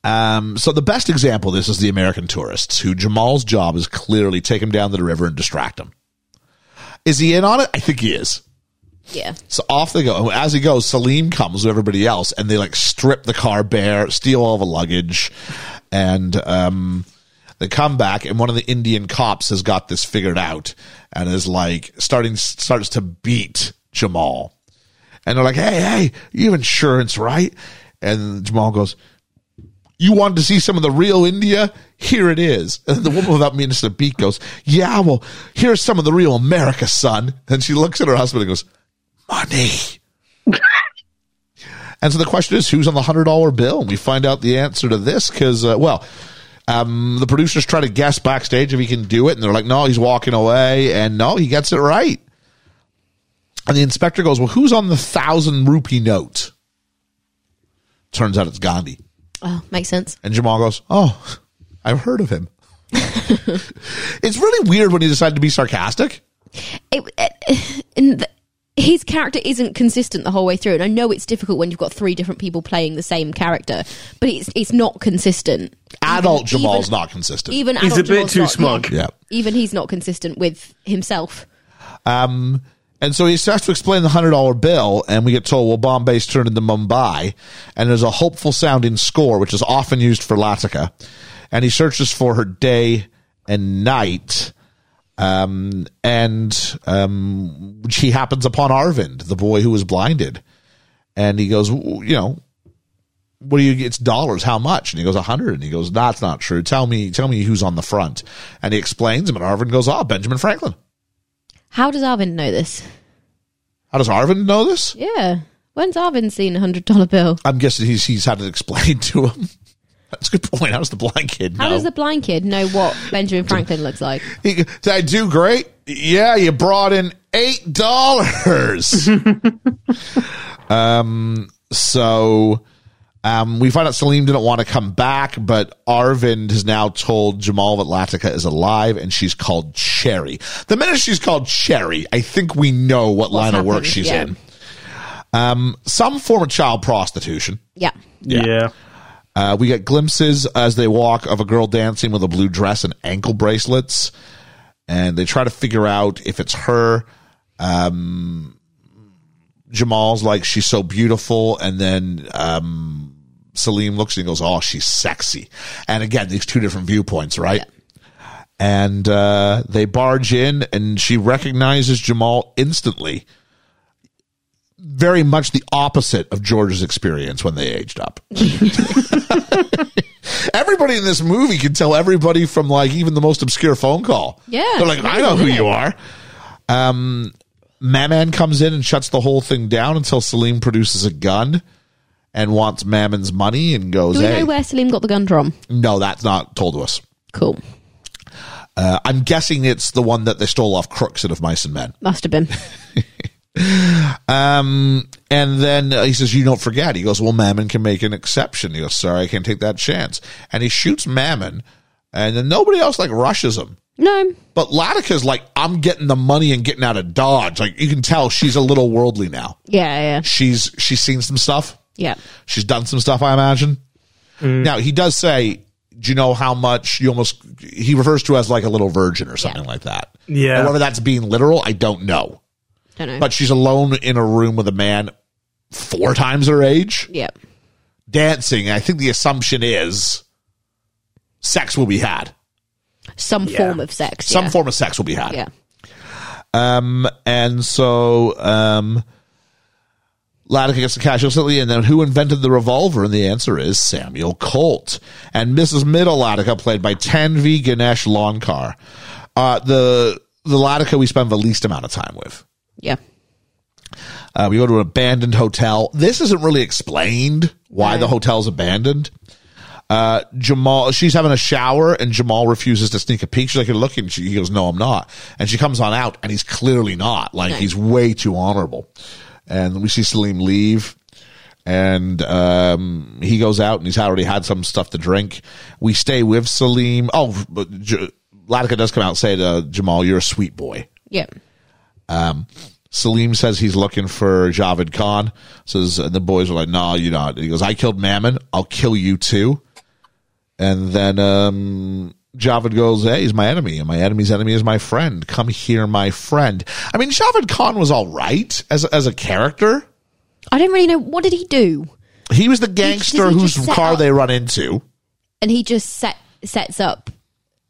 A: um, so the best example of this is the American tourists, who Jamal's job is clearly take him down to the river and distract him. Is he in on it? I think he is.
B: yeah.
A: So off they go. And As he goes, Salim comes with everybody else, and they like strip the car bare, steal all the luggage, and um, they come back. And one of the Indian cops has got this figured out, and is like starting starts to beat Jamal, and they're like, "Hey, hey, you have insurance, right?" And Jamal goes, You wanted to see some of the real India? Here it is. And the woman without meaning to beat goes, Yeah, well, here's some of the real America, son. And she looks at her husband and goes, Money. and so the question is, who's on the $100 bill? And we find out the answer to this because, uh, well, um, the producers try to guess backstage if he can do it. And they're like, No, he's walking away. And no, he gets it right. And the inspector goes, Well, who's on the thousand rupee note? Turns out it's Gandhi.
B: Oh, makes sense.
A: And Jamal goes, Oh, I've heard of him. [LAUGHS] it's really weird when he decided to be sarcastic.
B: It, it, and th- his character isn't consistent the whole way through, and I know it's difficult when you've got three different people playing the same character, but it's it's not consistent.
A: Adult
B: Even-
A: Jamal's
B: even-
A: not consistent.
B: Even
F: He's
B: adult
F: a bit
B: Jamal's
F: too
B: not-
F: smug.
A: yeah.
B: Even he's not consistent with himself.
A: Um, and so he starts to explain the $100 bill, and we get told, well, Bombay's turned into Mumbai, and there's a hopeful sounding score, which is often used for Latika. And he searches for her day and night. Um, and um, she happens upon Arvind, the boy who was blinded. And he goes, "W- you know, what do you it's dollars how much and he goes a hundred and he goes that's not true tell me tell me who's on the front and he explains him and arvind goes ah benjamin franklin
B: How does Arvind know this?
A: how does arvind know this
B: Yeah. When's Arvind seen a hundred dollar bill?
A: I'm guessing he's he's had it explained [LAUGHS] to him. That's a good point. How's the blind kid
B: How
A: know?
B: does the blind kid know what Benjamin Franklin looks like?
A: He- did I do great? Yeah, you brought in eight
B: [LAUGHS]
A: dollars. um, so um, we find out Salim didn't want to come back, but Arvind has now told Jamal that Latika is alive and she's called Cherry. The minute she's called Cherry, I think we know what
B: What's
A: line of work
B: happened,
A: she's
B: yeah.
A: in. Um, some form of child prostitution.
B: Yeah.
F: Yeah.
A: Uh, we get glimpses as they walk of a girl dancing with a blue dress and ankle bracelets, and they try to figure out if it's her. Um, Jamal's like she's so beautiful, and then um, Salim looks and he goes, "Oh, she's sexy." And again, these two different viewpoints, right? And uh, they barge in, and she recognizes Jamal instantly. Very much the opposite of George's experience when they aged up everybody in this movie can tell everybody from like even the most obscure phone call.
B: Yeah,
A: They're like, I know who you are. Um, Mammon comes in and shuts the whole thing down until Salim produces a gun and wants Mammon's money and goes,
B: Do we
A: Hey,
B: know where Salim got the gun from?
A: no, that's not told to us.
B: Cool.
A: Uh, I'm guessing it's the one that they stole off Crooks out of Mice and Men.
B: Must have [LAUGHS] been.
A: Um, And then uh, he says, You don't forget. He goes, Well, Mammon can make an exception. He goes, Sorry, I can't take that chance. And he shoots Mammon, and then nobody else like rushes him.
B: No.
A: But Latika's like, I'm getting the money and getting out of Dodge. Like you can tell she's a little worldly now.
B: Yeah, yeah.
A: She's she's seen some stuff.
B: Yeah.
A: She's done some stuff, I imagine. Now he does say, Do you know how much you almost he refers to as like a little virgin or something like that.
F: Yeah.
A: Now, whether that's being literal, I don't know.
B: Don't know.
A: But she's alone in a room with a man four times her age
B: yeah.
A: dancing. And I think the assumption is sex will be had.
B: Some form of sex.
A: Some
B: yeah.
A: form of sex will be had.
B: Yeah.
A: Um, and so um, Latika gets the cash instantly, and then who invented the revolver? And the answer is Samuel Colt. And Mrs. Middle Latika, played by Tanvi Ganesh Lonkar, uh, the the Latika we spend the least amount of time with.
B: Yeah.
A: Uh, we go to an abandoned hotel. This isn't really explained why the hotel's abandoned. Uh, Jamal, she's having a shower and Jamal refuses to sneak a peek. She's like, you're looking. She, he goes, no, I'm not. And she comes on out and he's clearly not. Like, he's way too honorable. And we see Salim leave and um, he goes out and he's already had some stuff to drink. We stay with Salim. Oh, but J- Latika does come out and say to Jamal, you're a sweet boy.
B: Yeah.
A: Um, Salim says he's looking for Javed Khan. Says and the boys are like, "Nah, you're not." And he goes, "I killed Mammon. I'll kill you too." And then um, Javed goes, "Hey, he's my enemy, and my enemy's enemy is my friend. Come here, my friend." I mean, Javed Khan was all right as as a character.
B: I don't really know what did he do?
A: He was the
B: does
A: gangster
B: he
A: whose
B: just set
A: car
B: up-
A: they run into.
B: And he just set sets up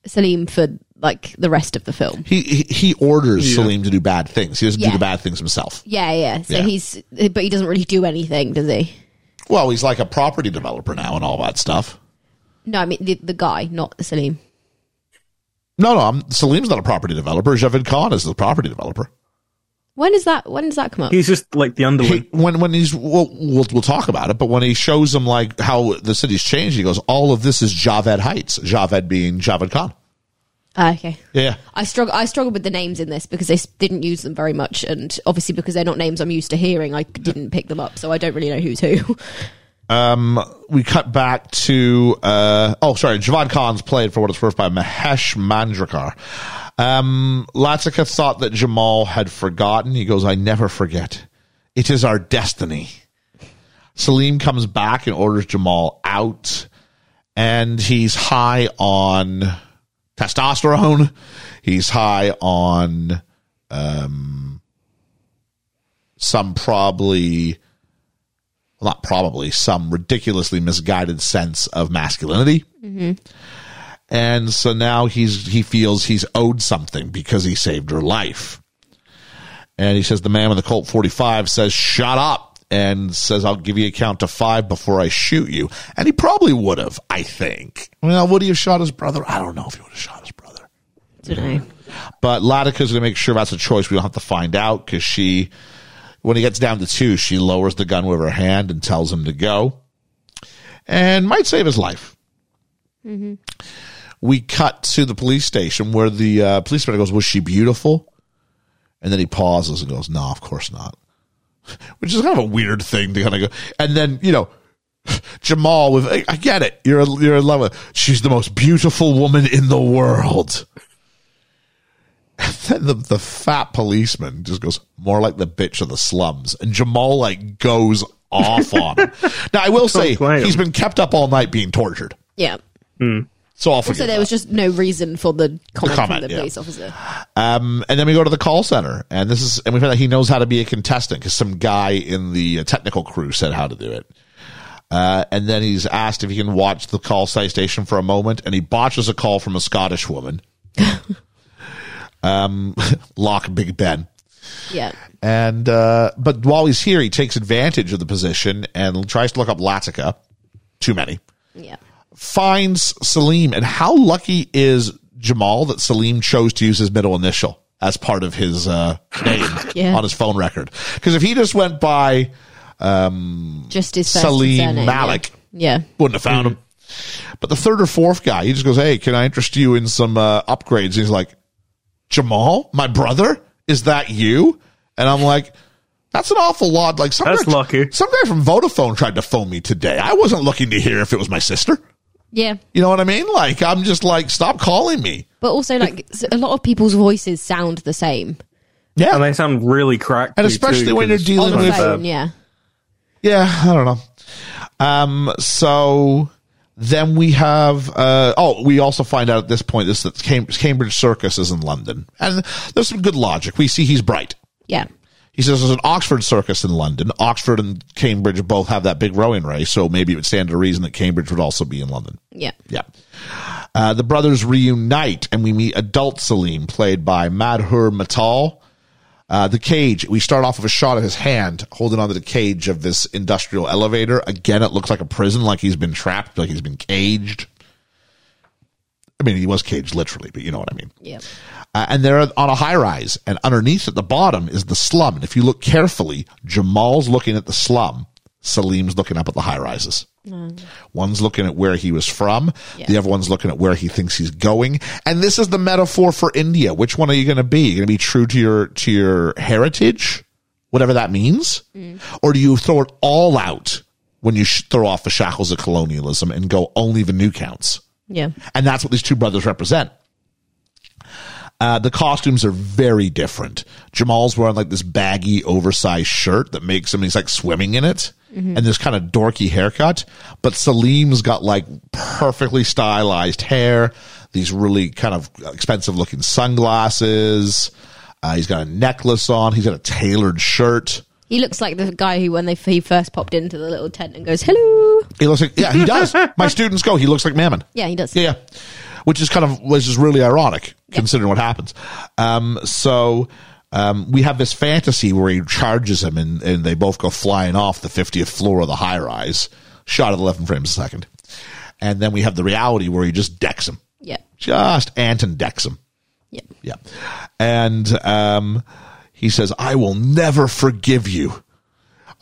B: Salim for like the rest of the film.
A: He he, he orders Salim to do bad things. He doesn't do
B: Yeah.
A: the bad things himself.
B: Yeah, yeah. So
A: Yeah.
B: he's but he doesn't really do anything, does he?
A: Well, he's like a property developer now and all that stuff.
B: No, I mean the, the guy, not Salim.
A: No, no, I'm, Salim's not a property developer. Javed Khan is the property developer.
B: When is that? When does that come up?
F: He's just like the underling.
A: He, when when he's well, we'll we'll talk about it, but when he shows them like how the city's changed, he goes, "All of this is Javed Heights." Javed being Javed Khan.
B: Ah, okay.
A: Yeah,
B: I struggle. I struggled with the names in this because they s- didn't use them very much, and obviously because they're not names I'm used to hearing, I didn't pick them up, so I don't really know who's [LAUGHS] who.
A: we cut back to uh, oh sorry Javad Khan's played for what it's worth by Mahesh Mandrakar um, Latika thought that Jamal had forgotten he goes I never forget it is our destiny Salim comes back and orders Jamal out and he's high on testosterone he's high on um, some probably well, not probably some ridiculously misguided sense of masculinity. And so now he's he feels he's owed something because he saved her life. And he says the man with the Colt 45 says, "Shut up." And says, "I'll give you a count to 5 before I shoot you." And he probably would have, I think. Well, would he have shot his brother? I don't know if he would have shot his brother.
B: don't know.
A: But Latika's going to make sure that's a choice we don't have to find out because she, when he gets down to two, she lowers the gun with her hand and tells him to go and might save his life. We cut to the police station where the uh, policeman goes, Was she beautiful? And then he pauses and goes, No, of course not. [LAUGHS] Which is kind of a weird thing to kind of go. And then, you know, [LAUGHS] Jamal with, I I get it. You're, you're in love with, she's the most beautiful woman in the world [LAUGHS] then the, the fat policeman just goes more like the bitch of the slums and jamal like goes off on
F: [LAUGHS]
A: him now i will say
F: blame
A: he's
F: him.
A: been kept up all night being tortured
B: Yeah.
A: so i'll forget
B: So there was
A: that.
B: just no reason for the comment,
A: comment,
B: from the
A: yeah.
B: police officer.
A: um, and then we go to the call center and this is and we find out he knows how to be a contestant because some guy in the uh, technical crew said how to do it uh, and then he's asked if he can watch the call site station for a moment and he botches a call from a scottish woman um, [LAUGHS] lock big ben
B: Yeah.
A: And uh, but while he's here, he takes advantage of the position and tries to look up Latika. Too many
B: Yeah.
A: finds Salim. And how lucky is Jamal that Salim chose to use his middle initial as part of his uh, name
B: Yeah.
A: on his phone record? Because if he just went by,
B: Just his first
A: Salim
B: and surname,
A: Malik.
B: Yeah. yeah.
A: wouldn't have found him. But the third or fourth guy, he just goes, "Hey, can I interest you in some uh, upgrades?" He's like, "Jamal, my brother, is that you?" And I'm like. That's an awful lot. Like some
F: That's
A: guy-
F: lucky.
A: Some guy from Vodafone tried to phone me today. I wasn't looking to hear if it was my sister.
B: Yeah.
A: You know what I mean? Like I'm just like, stop calling me.
B: But also, like, s- a lot of people's voices sound the same.
A: Yeah,
F: and they sound really cracked.
A: And especially when you're dealing
B: On the
A: with-
B: phone, yeah.
A: Yeah, I don't know. Um, so then we have uh, oh, we also find out at this point this that Cam- Cambridge Circus is in London, and there's some good logic. We see he's bright.
B: Yeah.
A: He says there's an Oxford circus in London. Oxford and Cambridge both have that big rowing race, so maybe it would stand to reason that Cambridge would also be in London.
B: Yeah.
A: Yeah. Uh, the brothers reunite, and we meet adult Salim, played by Madhur Mittal. Uh, the cage, we start off with a shot of his hand holding onto the cage of this industrial elevator. Again, it looks like a prison, like he's been trapped, like he's been caged. I mean, he was caged literally, but you know what I mean.
B: Yeah.
A: Uh, and they're on a high rise, and underneath at the bottom is the slum. And if you look carefully, Jamal's looking at the slum, Salim's looking up at the high rises. One's looking at where he was from, the other one's looking at where he thinks he's going. And this is the metaphor for India. Which one are you going to be? You're going to be true to your to your heritage, whatever that means, or do you throw it all out when you sh- throw off the shackles of colonialism and go only the new counts?
B: Yeah.
A: And that's what these two brothers represent. Uh, the costumes are very different. Jamal's wearing like this baggy, oversized shirt that makes him, he's like swimming in it and this kind of dorky haircut. But Salim's got like perfectly stylized hair, these really kind of expensive looking sunglasses. Uh, he's got a necklace on, he's got a tailored shirt.
B: He looks like the guy who, when they he first popped into the little tent and goes, hello.
A: He looks like, yeah, he does. My students go, he looks like Mammon.
B: Yeah, he does.
A: Yeah, yeah. Which is kind of which is really ironic considering what happens. Um, so um, we have this fantasy where he charges him and, and they both go flying off the 50th floor of the high rise. Shot at 11 frames a second. And then we have the reality where he just decks him.
B: Yep.
A: Just Anton decks him.
B: Yep.
A: Yeah. And um, he says, I will never forgive you.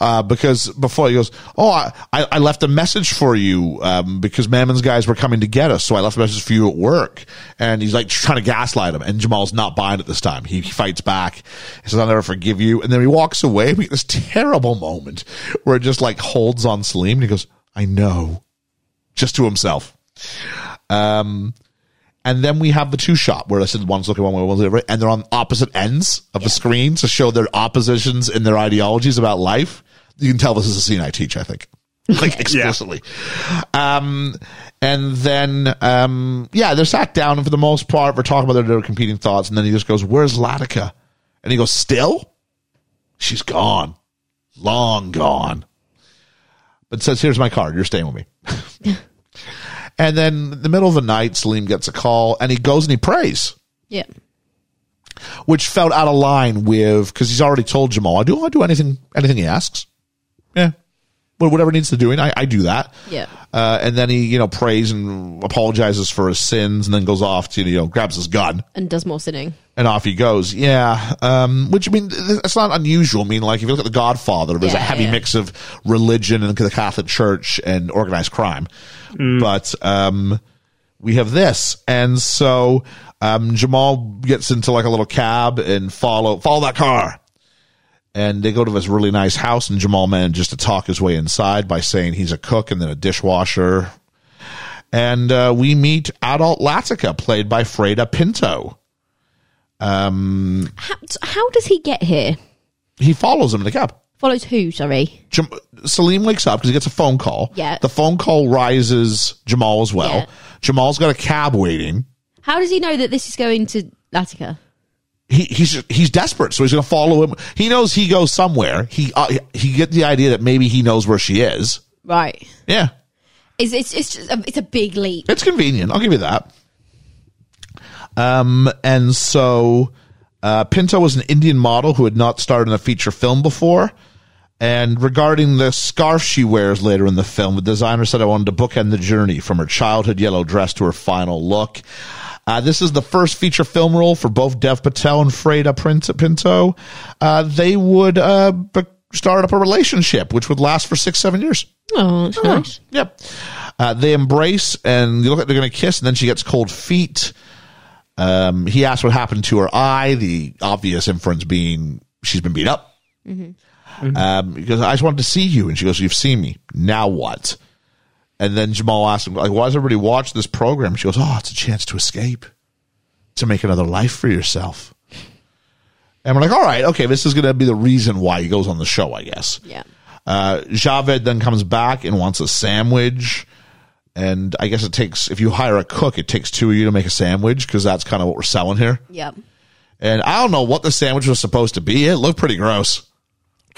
A: Uh, because before he goes, Oh, I, I I left a message for you um, because Mammon's guys were coming to get us. So I left a message for you at work. And he's like trying to gaslight him. And Jamal's not buying it this time. He, he fights back. He says, I'll never forgive you. And then he walks away. We get this terrible moment where it just like holds on Salim. And he goes, I know. Just to himself. Um, and then we have the two shot where I said one's looking one way, one's looking the other, and they're on opposite ends of the screen to show their oppositions in their ideologies about life. You can tell this is a scene I teach, I think, like explicitly. Um, and then, um, yeah, they're sat down, and for the most part, we're talking about their, their competing thoughts, and then he just goes, "Where's Latika?" And he goes, "Still, she's gone, long gone." But says, "Here's my card. You're staying with me." And then in the middle of the night, Salim gets a call and he goes and he prays,
B: Yep.
A: which felt out of line with because he's already told Jamal, I do I do anything anything he asks. Yeah. Wha- Whatever needs to doing, I, I do that.
B: Yeah.
A: Uh, and then he, you know, prays and apologizes for his sins and then goes off to, you know, grabs his gun
B: And does more sinning.
A: and off he goes. Yeah. Um, which I mean, th- th- it's not unusual. I mean, like if you look at The Godfather, there's a
B: Yeah,
A: heavy
B: yeah.
A: mix of religion and the Catholic Church and organized crime.
B: Mm.
A: But, um, we have this. And so, um, Jamal gets into like a little cab and follow, follow that car. And they go to this really nice house and Jamal manages to talk his way inside by saying he's a cook and then a dishwasher. And, uh, we meet adult Latika played by Freda Pinto.
B: How, so how does he get here?
A: he follows him in the cab.
B: Follows who? Sorry.
A: Jam- Salim wakes up because he gets a phone call.
B: Yeah.
A: The phone call rises Jamal as well.
B: Yeah.
A: Jamal's got a cab waiting.
B: How does he know that this is going to Latica?
A: He, he's he's desperate, so he's going to follow him. He knows he goes somewhere. He uh, he get the idea that maybe he knows where she is.
B: Right.
A: Yeah,
B: It's it's it's just a, it's a big leap.
A: it's convenient. I'll give you that. Um, and so uh, Pinto was an Indian model who had not starred in a feature film before. And regarding the scarf she wears later in the film, the designer said I wanted to bookend the journey from her childhood yellow dress to her final look. Uh, this is the first feature film role for both Dev Patel and Freda Prin- Pinto. Uh, they would uh, be- start up a relationship, which would last for six, seven years.
B: Oh, that's nice.
A: Yep. Uh, they embrace and you look like they're going to kiss, and then she gets cold feet. Um, he asks what happened to her eye. The obvious inference being she's been beat up. Um, he goes, I just wanted to see you. And she goes, You've seen me. Now what? And then Jamal asks him, like, why does everybody watch this program? She goes, Oh, it's a chance to escape, to make another life for yourself. And we're like, all right, okay, this is going to be the reason why he goes on the show, I guess.
B: Yeah.
A: Uh, Javed then comes back and wants a sandwich. And I guess it takes, if you hire a cook, it takes two of you to make a sandwich because that's kind of what we're selling here.
B: Yep.
A: And I don't know what the sandwich was supposed to be. It looked pretty gross.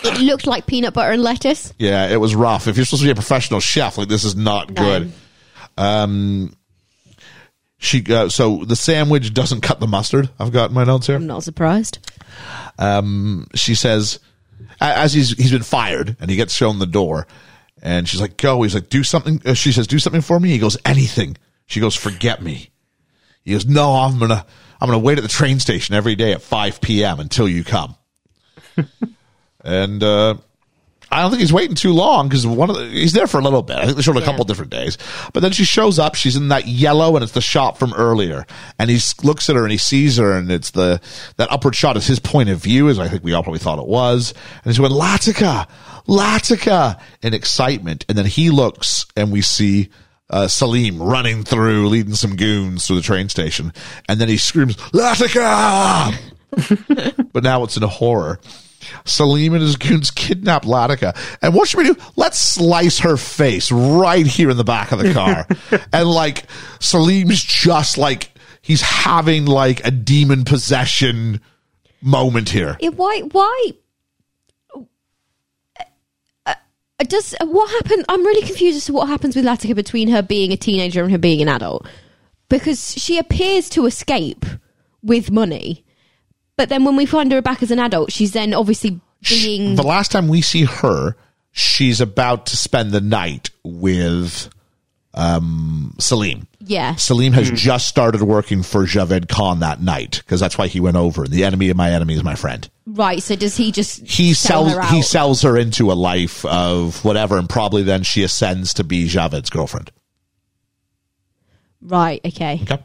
B: It looked like peanut butter and lettuce.
A: Yeah, it was rough. If you're supposed to be a professional chef, like this is not
B: No.
A: good. Um, she uh, so the sandwich doesn't cut the mustard. I've got in my notes here.
B: I'm not surprised.
A: she says, a- as he's he's been fired and he gets shown the door, and she's like, "Go." He's like, "Do something." uh, She says, "Do something for me." He goes, "Anything." She goes, "Forget me." He goes, "No, I'm gonna I'm gonna wait at the train station every day at 5 p.m. until you come." and uh, I don't think he's waiting too long because one of the, he's there for a little bit. I think they showed a
B: Yeah.
A: couple different days, but then she shows up. She's in that yellow, and it's the shot from earlier. And he s- looks at her and he sees her, and it's the that upward shot is his point of view, as I think we all probably thought it was. And she went Latika, Latika, in excitement. And then he looks, and we see. Uh, Salim running through, leading some goons through the train station, and then he screams, "Latika!" but now it's in a horror. Salim and his goons kidnap Latika. And what should we do? Let's slice her face right here in the back of the car. and like Salim's just like he's having like a demon possession moment here.
B: Yeah, why? Why? Uh, uh, Does uh, what happened? I'm really confused as to what happens with Latika between her being a teenager and her being an adult, because she appears to escape with money, but then when we find her back as an adult, she's then obviously being
A: The last time we see her, she's about to spend the night with um, Salim.
B: Yeah.
A: Salim has just started working for Javed Khan that night because that's why he went over. The enemy of my enemy is my friend.
B: Right. So does he just
A: He
B: sell
A: sells
B: her
A: he
B: out?
A: sells her into a life of whatever, and probably then she ascends to be Javed's girlfriend.
B: right. Okay.
A: Okay,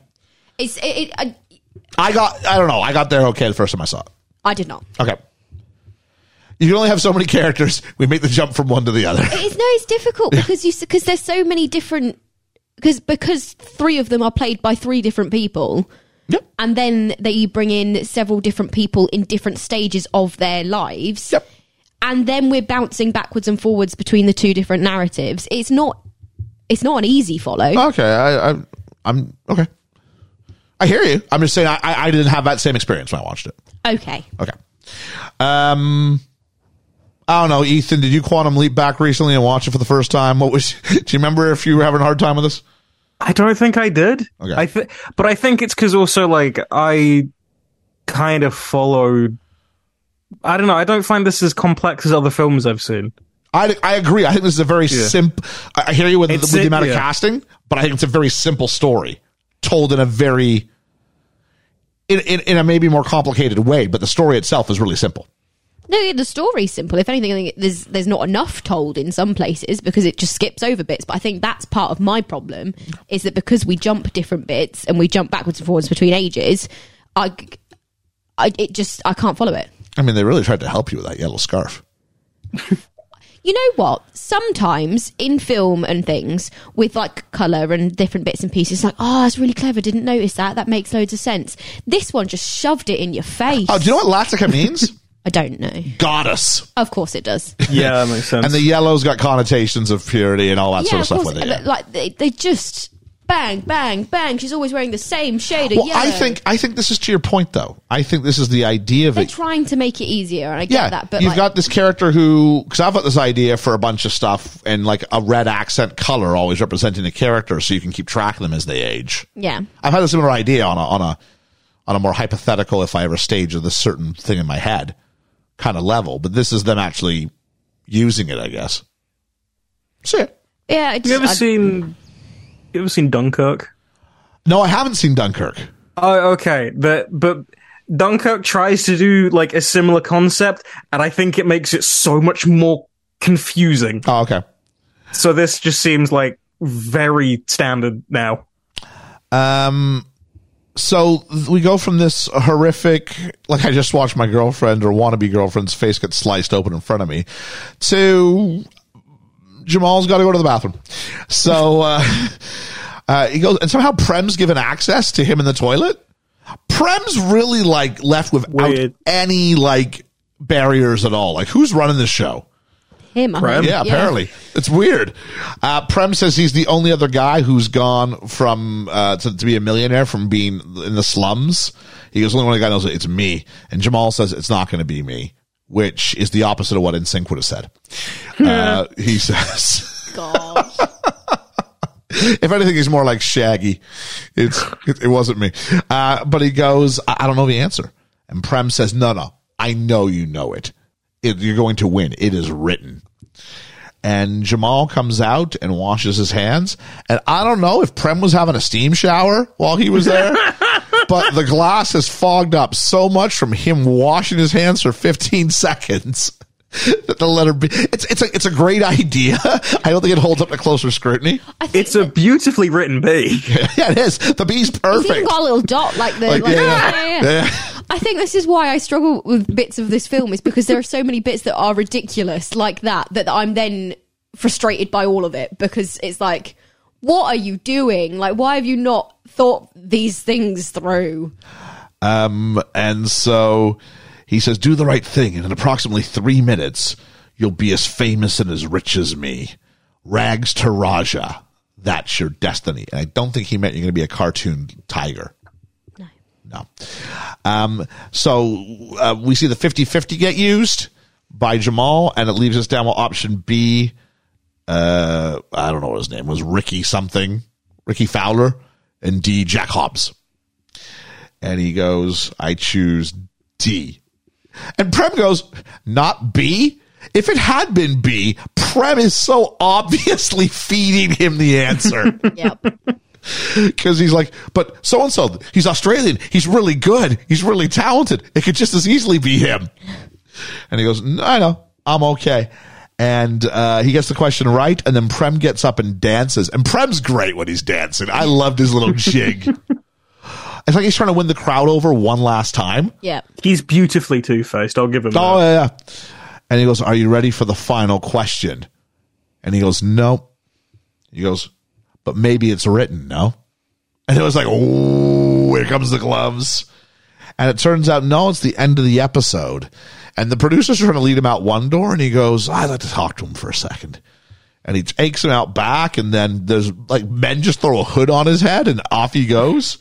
B: It's it. it I,
A: I got I don't know I got there okay the first time I saw it.
B: I did not.
A: Okay, you can only have so many characters. We make the jump from one to the other.
B: It's no. It's difficult because you because there's so many different because because three of them are played by three different people.
A: Yep.
B: and then they bring in several different people in different stages of their lives.
A: [LAUGHS] Yep.
B: And then we're bouncing backwards and forwards between the two different narratives. It's not it's not an easy follow.
A: Okay, I, I I'm okay. I hear you. I'm just saying I, I I didn't have that same experience when I watched it.
B: okay.
A: Okay. Um, I don't know, Ethan. Did you quantum leap back recently and watch it for the first time? What was? [LAUGHS] Do you remember if you were having a hard time with this?
F: I don't think I did.
A: Okay.
F: I th- but I think it's because also like I kind of followed. I don't know. I don't find this as complex as other films I've seen.
A: I, I agree. I think this is a very simple. I I hear you with, the,
F: It's
A: with the
F: sim-
A: amount of
F: yeah.
A: casting, but I think it's a very simple story told in a very in, in in a maybe more complicated way. But the story itself is really simple.
B: No, yeah, the story's simple. If anything, I think there's there's not enough told in some places because it just skips over bits. But I think that's part of my problem is that because we jump different bits and we jump backwards and forwards between ages, I, I it just I can't follow it.
A: I mean, they really tried to help you with that yellow scarf.
B: you know what? Sometimes in film and things with like color and different bits and pieces, like, oh, that's really clever. Didn't notice that. That makes loads of sense. This one just shoved it in your face.
A: Oh, do you know what Latica
F: [LAUGHS]
A: means?
B: I don't know.
A: [LAUGHS] Goddess.
B: Of course it does.
F: Yeah, that makes sense.
A: And the yellow's got connotations of purity and all that
B: yeah,
A: sort of stuff
B: of course.
A: with it. yeah.
B: But like they, they just bang, bang, bang. She's always wearing the same shade of
A: Well,
B: yellow.
A: I think I think this is to your point though. I think this is the idea of
B: they're
A: it.
B: trying to make it easier, and I get
A: yeah,
B: that. But
A: you've
B: like,
A: got this character who, because I've got this idea for a bunch of stuff, and like a red accent color always representing a character, so you can keep track of them as they age.
B: yeah,
A: I've had a similar idea on a on a on a more hypothetical, if I ever stage of this certain thing in my head, kind of level. But this is them actually using it, I guess. So yeah.
B: yeah. I
F: you
B: just-
F: ever
B: I-
F: seen? You ever seen Dunkirk?
A: No, I haven't seen Dunkirk.
F: Oh, okay. But but Dunkirk tries to do like a similar concept, and I think it makes it so much more confusing.
A: Oh, okay.
F: So this just seems like very standard now.
A: so th- we go from this horrific, like I just watched my girlfriend or wannabe girlfriend's face get sliced open in front of me, to Jamal's got to go to the bathroom. So uh, [LAUGHS] uh, he goes, and somehow Prem's given access to him in the toilet. Prem's really like left without
F: Weird.
A: any like barriers at all. Like who's running this show?
B: him? I
F: Prem?
B: think.
A: Yeah, apparently it's weird. Uh, Prem says he's the only other guy who's gone from uh, to, to be a millionaire from being in the slums. He goes, only one guy knows it. It's me. And Jamal says it's not going to be me, which is the opposite of what NSYNC would have said. uh, he says,
B: God.
A: [LAUGHS] if anything, he's more like Shaggy. It's it, it wasn't me. Uh, but he goes, I, I don't know the answer. And Prem says, No, no, I know you know it. it you're going to win. It is written and Jamal comes out and washes his hands. And I don't know if Prem was having a steam shower while he was
B: [LAUGHS]
A: there, but the glass has fogged up so much from him washing his hands for 15 seconds. [LAUGHS] That the letter B, it's it's a it's a great idea. [LAUGHS] I don't think it holds up to closer scrutiny. [LAUGHS]
B: I think
F: It's a beautifully written B.
A: yeah, it is. The B's
B: He's even
A: perfect.
B: got a little dot like the.
A: Like,
B: like-
A: yeah, yeah.
B: yeah, yeah, yeah.
A: Yeah.
B: I think this is why I struggle with bits of this film is because there are so many bits that are ridiculous like that that I'm then frustrated by all of it because it's like what are you doing? Like why have you not thought these things
A: [LAUGHS]
B: through?
A: And so he says, Do the right thing, and in approximately three minutes, you'll be as famous and as rich as me. Rags to Raja. That's your destiny. And I don't think he meant you're going to be a cartoon tiger. No. No. Um, so uh, we see the 50 50 get used by Jamal, and it leaves us down with option B. Uh, I don't know what his name was Ricky something, Ricky Fowler, and D. Jack Hobbs and he goes, I choose D. And Prem goes, not B. If it had been B, Prem is so obviously [LAUGHS] feeding him the answer
B: Yep.
A: [LAUGHS] because he's like, but so and so, he's Australian. He's really good. He's really talented. It could just as easily be him. And he goes, "No, I know, I'm okay. And uh, he gets the question right, and then Prem gets up and dances. And Prem's great when he's dancing. I loved his little jig. It's like he's trying to win the crowd over one last time.
B: Yep.
F: He's beautifully two faced. I'll give him
A: Oh
F: that.
A: yeah, yeah. And he goes, "Are you ready for the final question?" And he goes, "No." He goes, "But maybe it's written, no." And it was like, "Oh, here comes the gloves." And it turns out, no, it's the end of the episode. And the producers are trying to lead him out one door, and he goes, "I'd like to talk to him for a second. And he takes him out back, and then there's like men just throw a hood on his head, and off he goes.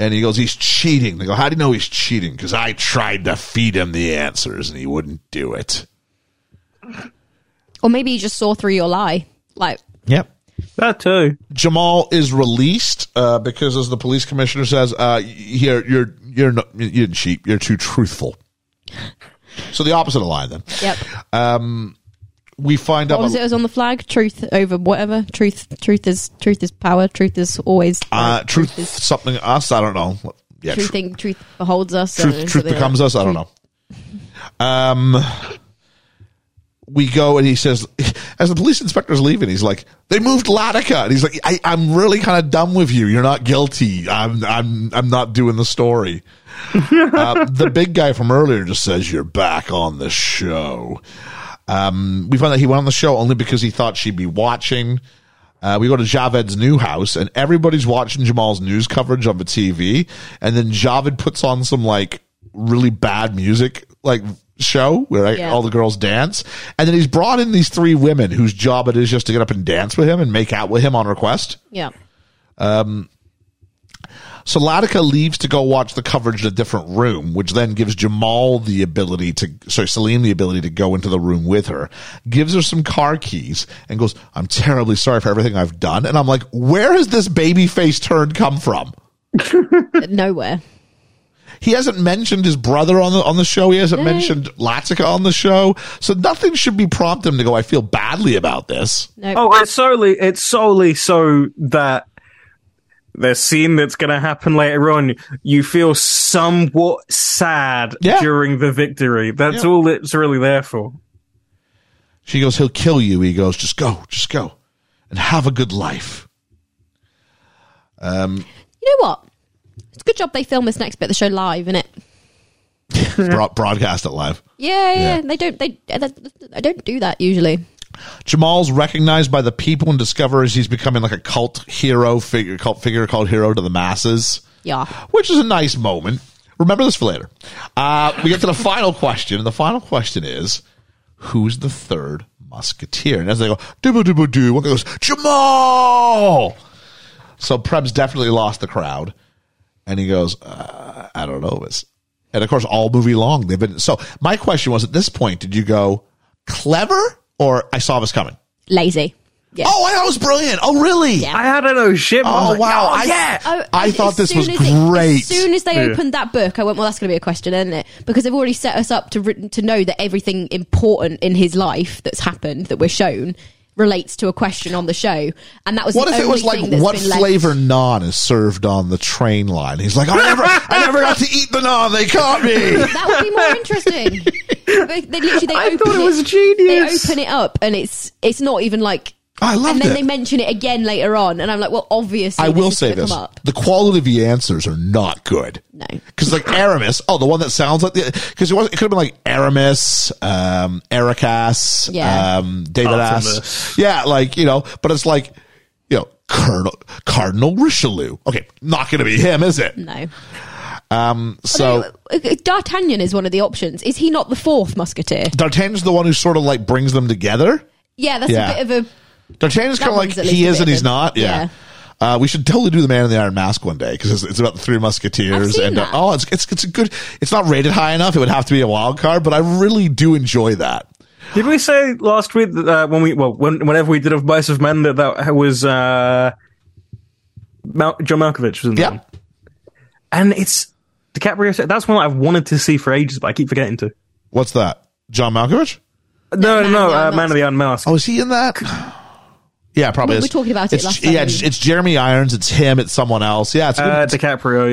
A: And he goes, he's cheating. They go, how do you know he's cheating? Because I tried to feed him the answers and he wouldn't do it.
B: Or maybe you just saw through your lie. Like,
A: Yep.
F: That too.
A: Jamal is released uh, because, as the police commissioner says, uh, you're you're you're not, you didn't cheat. You're too truthful. So the opposite of lying. Then
B: yep.
A: we find
B: What
A: out.
B: was it? It
A: about-
B: was on the flag. Truth over whatever. Truth. Truth is. Truth is power. Truth is always.
A: Uh,
B: right.
A: truth, something us. I don't know. Yeah,
B: Truth,
A: tru-
B: thing, truth beholds us. I don't know,
A: truth, truth
B: something like
A: becomes
B: that.
A: us. I don't know. Um, we go and he says, [LAUGHS] as the police inspector's leaving, he's like, "They moved Latica," and he's like, I, "I'm really kind of done with you. You're not guilty. I'm, I'm, I'm not doing the story." uh, the big guy from earlier just says, "You're back on the show." Um, we found out he went on the show only because he thought she'd be watching. Uh, we go to Javed's new house, and everybody's watching Jamal's news coverage on the TV. And then Javed puts on some like really bad music, like show where like,
B: Yeah.
A: all the girls dance. And then he's brought in these three women whose job it is just to get up and dance with him and make out with him on request.
B: Yeah. [LAUGHS]
A: So Latika leaves to go watch the coverage in a different room, which then gives Jamal the ability to, sorry, Celine the ability to go into the room with her, gives her some car keys and goes, I'm terribly sorry for everything I've done. And I'm like, where has this baby face turn come from?
B: Nowhere.
A: He hasn't mentioned his brother on the, on the show. He hasn't mentioned Latika on the show. So nothing should be prompting him to go, I feel badly about this.
B: No.
F: Oh, it's solely it's solely so that the scene that's going to happen later on, you feel somewhat sad
A: Yeah.
F: during the victory. That's
A: Yeah.
F: all it's really there for.
A: She goes, He'll kill you. He goes, Just go, just go and have a good life.
B: You know what? It's a good job they film this next bit of the show live, isn't it?
A: Broad- broadcast it live.
B: Yeah, yeah. They don't. They. I don't do that usually.
A: Jamal's recognized by the people and discovers he's becoming like a cult hero figure, cult figure called hero to the masses,
B: Yeah.
A: which is a nice moment. Remember this for later. Uh, we get to the final question, and the final question is, who's the third musketeer? And as they go, doo doo doo, one guy goes, Jamal. So Prem's definitely lost the crowd, and he goes, uh, I don't know, it's. And of course, all movie long they've been. So my question was: at this point, did you go clever or I saw this coming?
B: Lazy. Yeah.
A: Oh, I thought it was brilliant. Oh, really?
F: I had an oh shit. moment. I
A: Oh,
F: was like,
A: wow. I,
F: yeah.
B: Oh,
A: I
B: as-
A: thought
B: as
A: this
B: soon
A: was
B: as they-
A: great.
B: as soon as they
F: Yeah.
B: opened that book, I went, "Well, that's going to be a question, isn't it?" Because they've already set us up to written to know that everything important in his life that's happened that we're shown relates to a question on the show, and that was
A: what
B: the
A: if it
B: only
A: was like
B: thing that's
A: what
B: been left.
A: flavor naan is served on the train line? He's like, I never, I never got to eat the naan. They caught
B: [LAUGHS]
A: me.
B: That would be more
A: [LAUGHS]
B: interesting. they, they literally they
F: I
B: open
F: thought it was genius.
B: They open it up, and it's it's not even like.
A: I
B: and
A: loved
B: then
A: it.
B: they mention it again later on, and I'm like, well, obviously,
A: I will
B: is
A: say
B: gonna
A: this:
B: come up.
A: the quality of the answers are not good.
B: No.
A: because like Aramis, oh, the one that sounds like the because it was it could have been like Aramis, um, Ericas,
B: Yeah.
A: um, David
F: Artemis.
A: Ass, yeah, like you know, but it's like you know, Colonel Cardinal Richelieu. Okay, not going to be him, is it? Um,
B: No.
A: So.
B: uh, D'Artagnan is one of the options. Is he not the fourth musketeer?
A: D'Artagnan's the one who sort of like brings them together.
B: Yeah, that's
A: Yeah.
B: a bit of a
A: D'Artagnan's
B: That
A: kind of like
B: one's at least
A: he
B: a
A: is
B: bit
A: and
B: of
A: he's
B: a-
A: not. Yeah.
B: yeah.
A: Uh, we should totally do the Man in the Iron Mask one day because it's, it's about the Three Musketeers
B: I've seen
A: and uh,
B: that.
A: oh, it's, it's it's a good. It's not rated high enough. It would have to be a wild card, but I really do enjoy that.
F: Did we say last week that, uh, when we well when, whenever we did of Vice of Men that that was uh, Mal- John Malkovich was in that
A: Yeah,
F: one? and it's DiCaprio. That's one I've wanted to see for ages, but I keep forgetting to.
A: what's that? John Malkovich?
F: No, no,
B: Man
F: no,
B: of the
F: uh,
B: Unmasked.
F: Man of the Unmasked.
A: Oh, is he in that? [GASPS] Yeah, probably.
B: We were
A: is.
B: talking about it
A: It's-
B: last time,
A: yeah, it's,
B: we-
A: it's Jeremy Irons. It's him. It's someone else. Yeah, it's a good-
F: Uh, DiCaprio,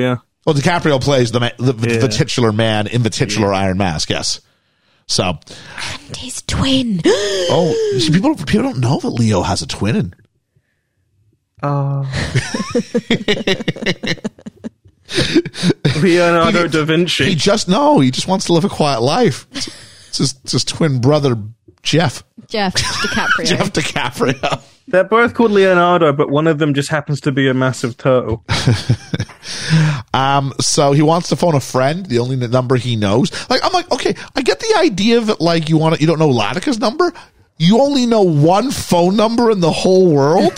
A: [LAUGHS]
F: yeah.
A: Well, DiCaprio plays the ma- the, the,
F: Yeah.
A: the titular man in the titular Iron Mask. Yes. So,
B: And his twin.
A: oh, you see, people people don't know that Leo has a twin.
F: Leonardo da
A: He
F: Vinci.
A: just no, he just wants to live a quiet life. It's his, it's his twin brother Jeff,
B: [GASPS] Jeff
A: [LAUGHS]
B: DiCaprio.
A: Jeff DiCaprio.
F: They're both called Leonardo, but one of them just happens to be a massive turtle.
A: Um, so he wants to phone a friend, the only number he knows. Like, I'm like, okay, I get the idea that like you want to, you don't know Latika's number. You only know one phone number in the whole [LAUGHS] world.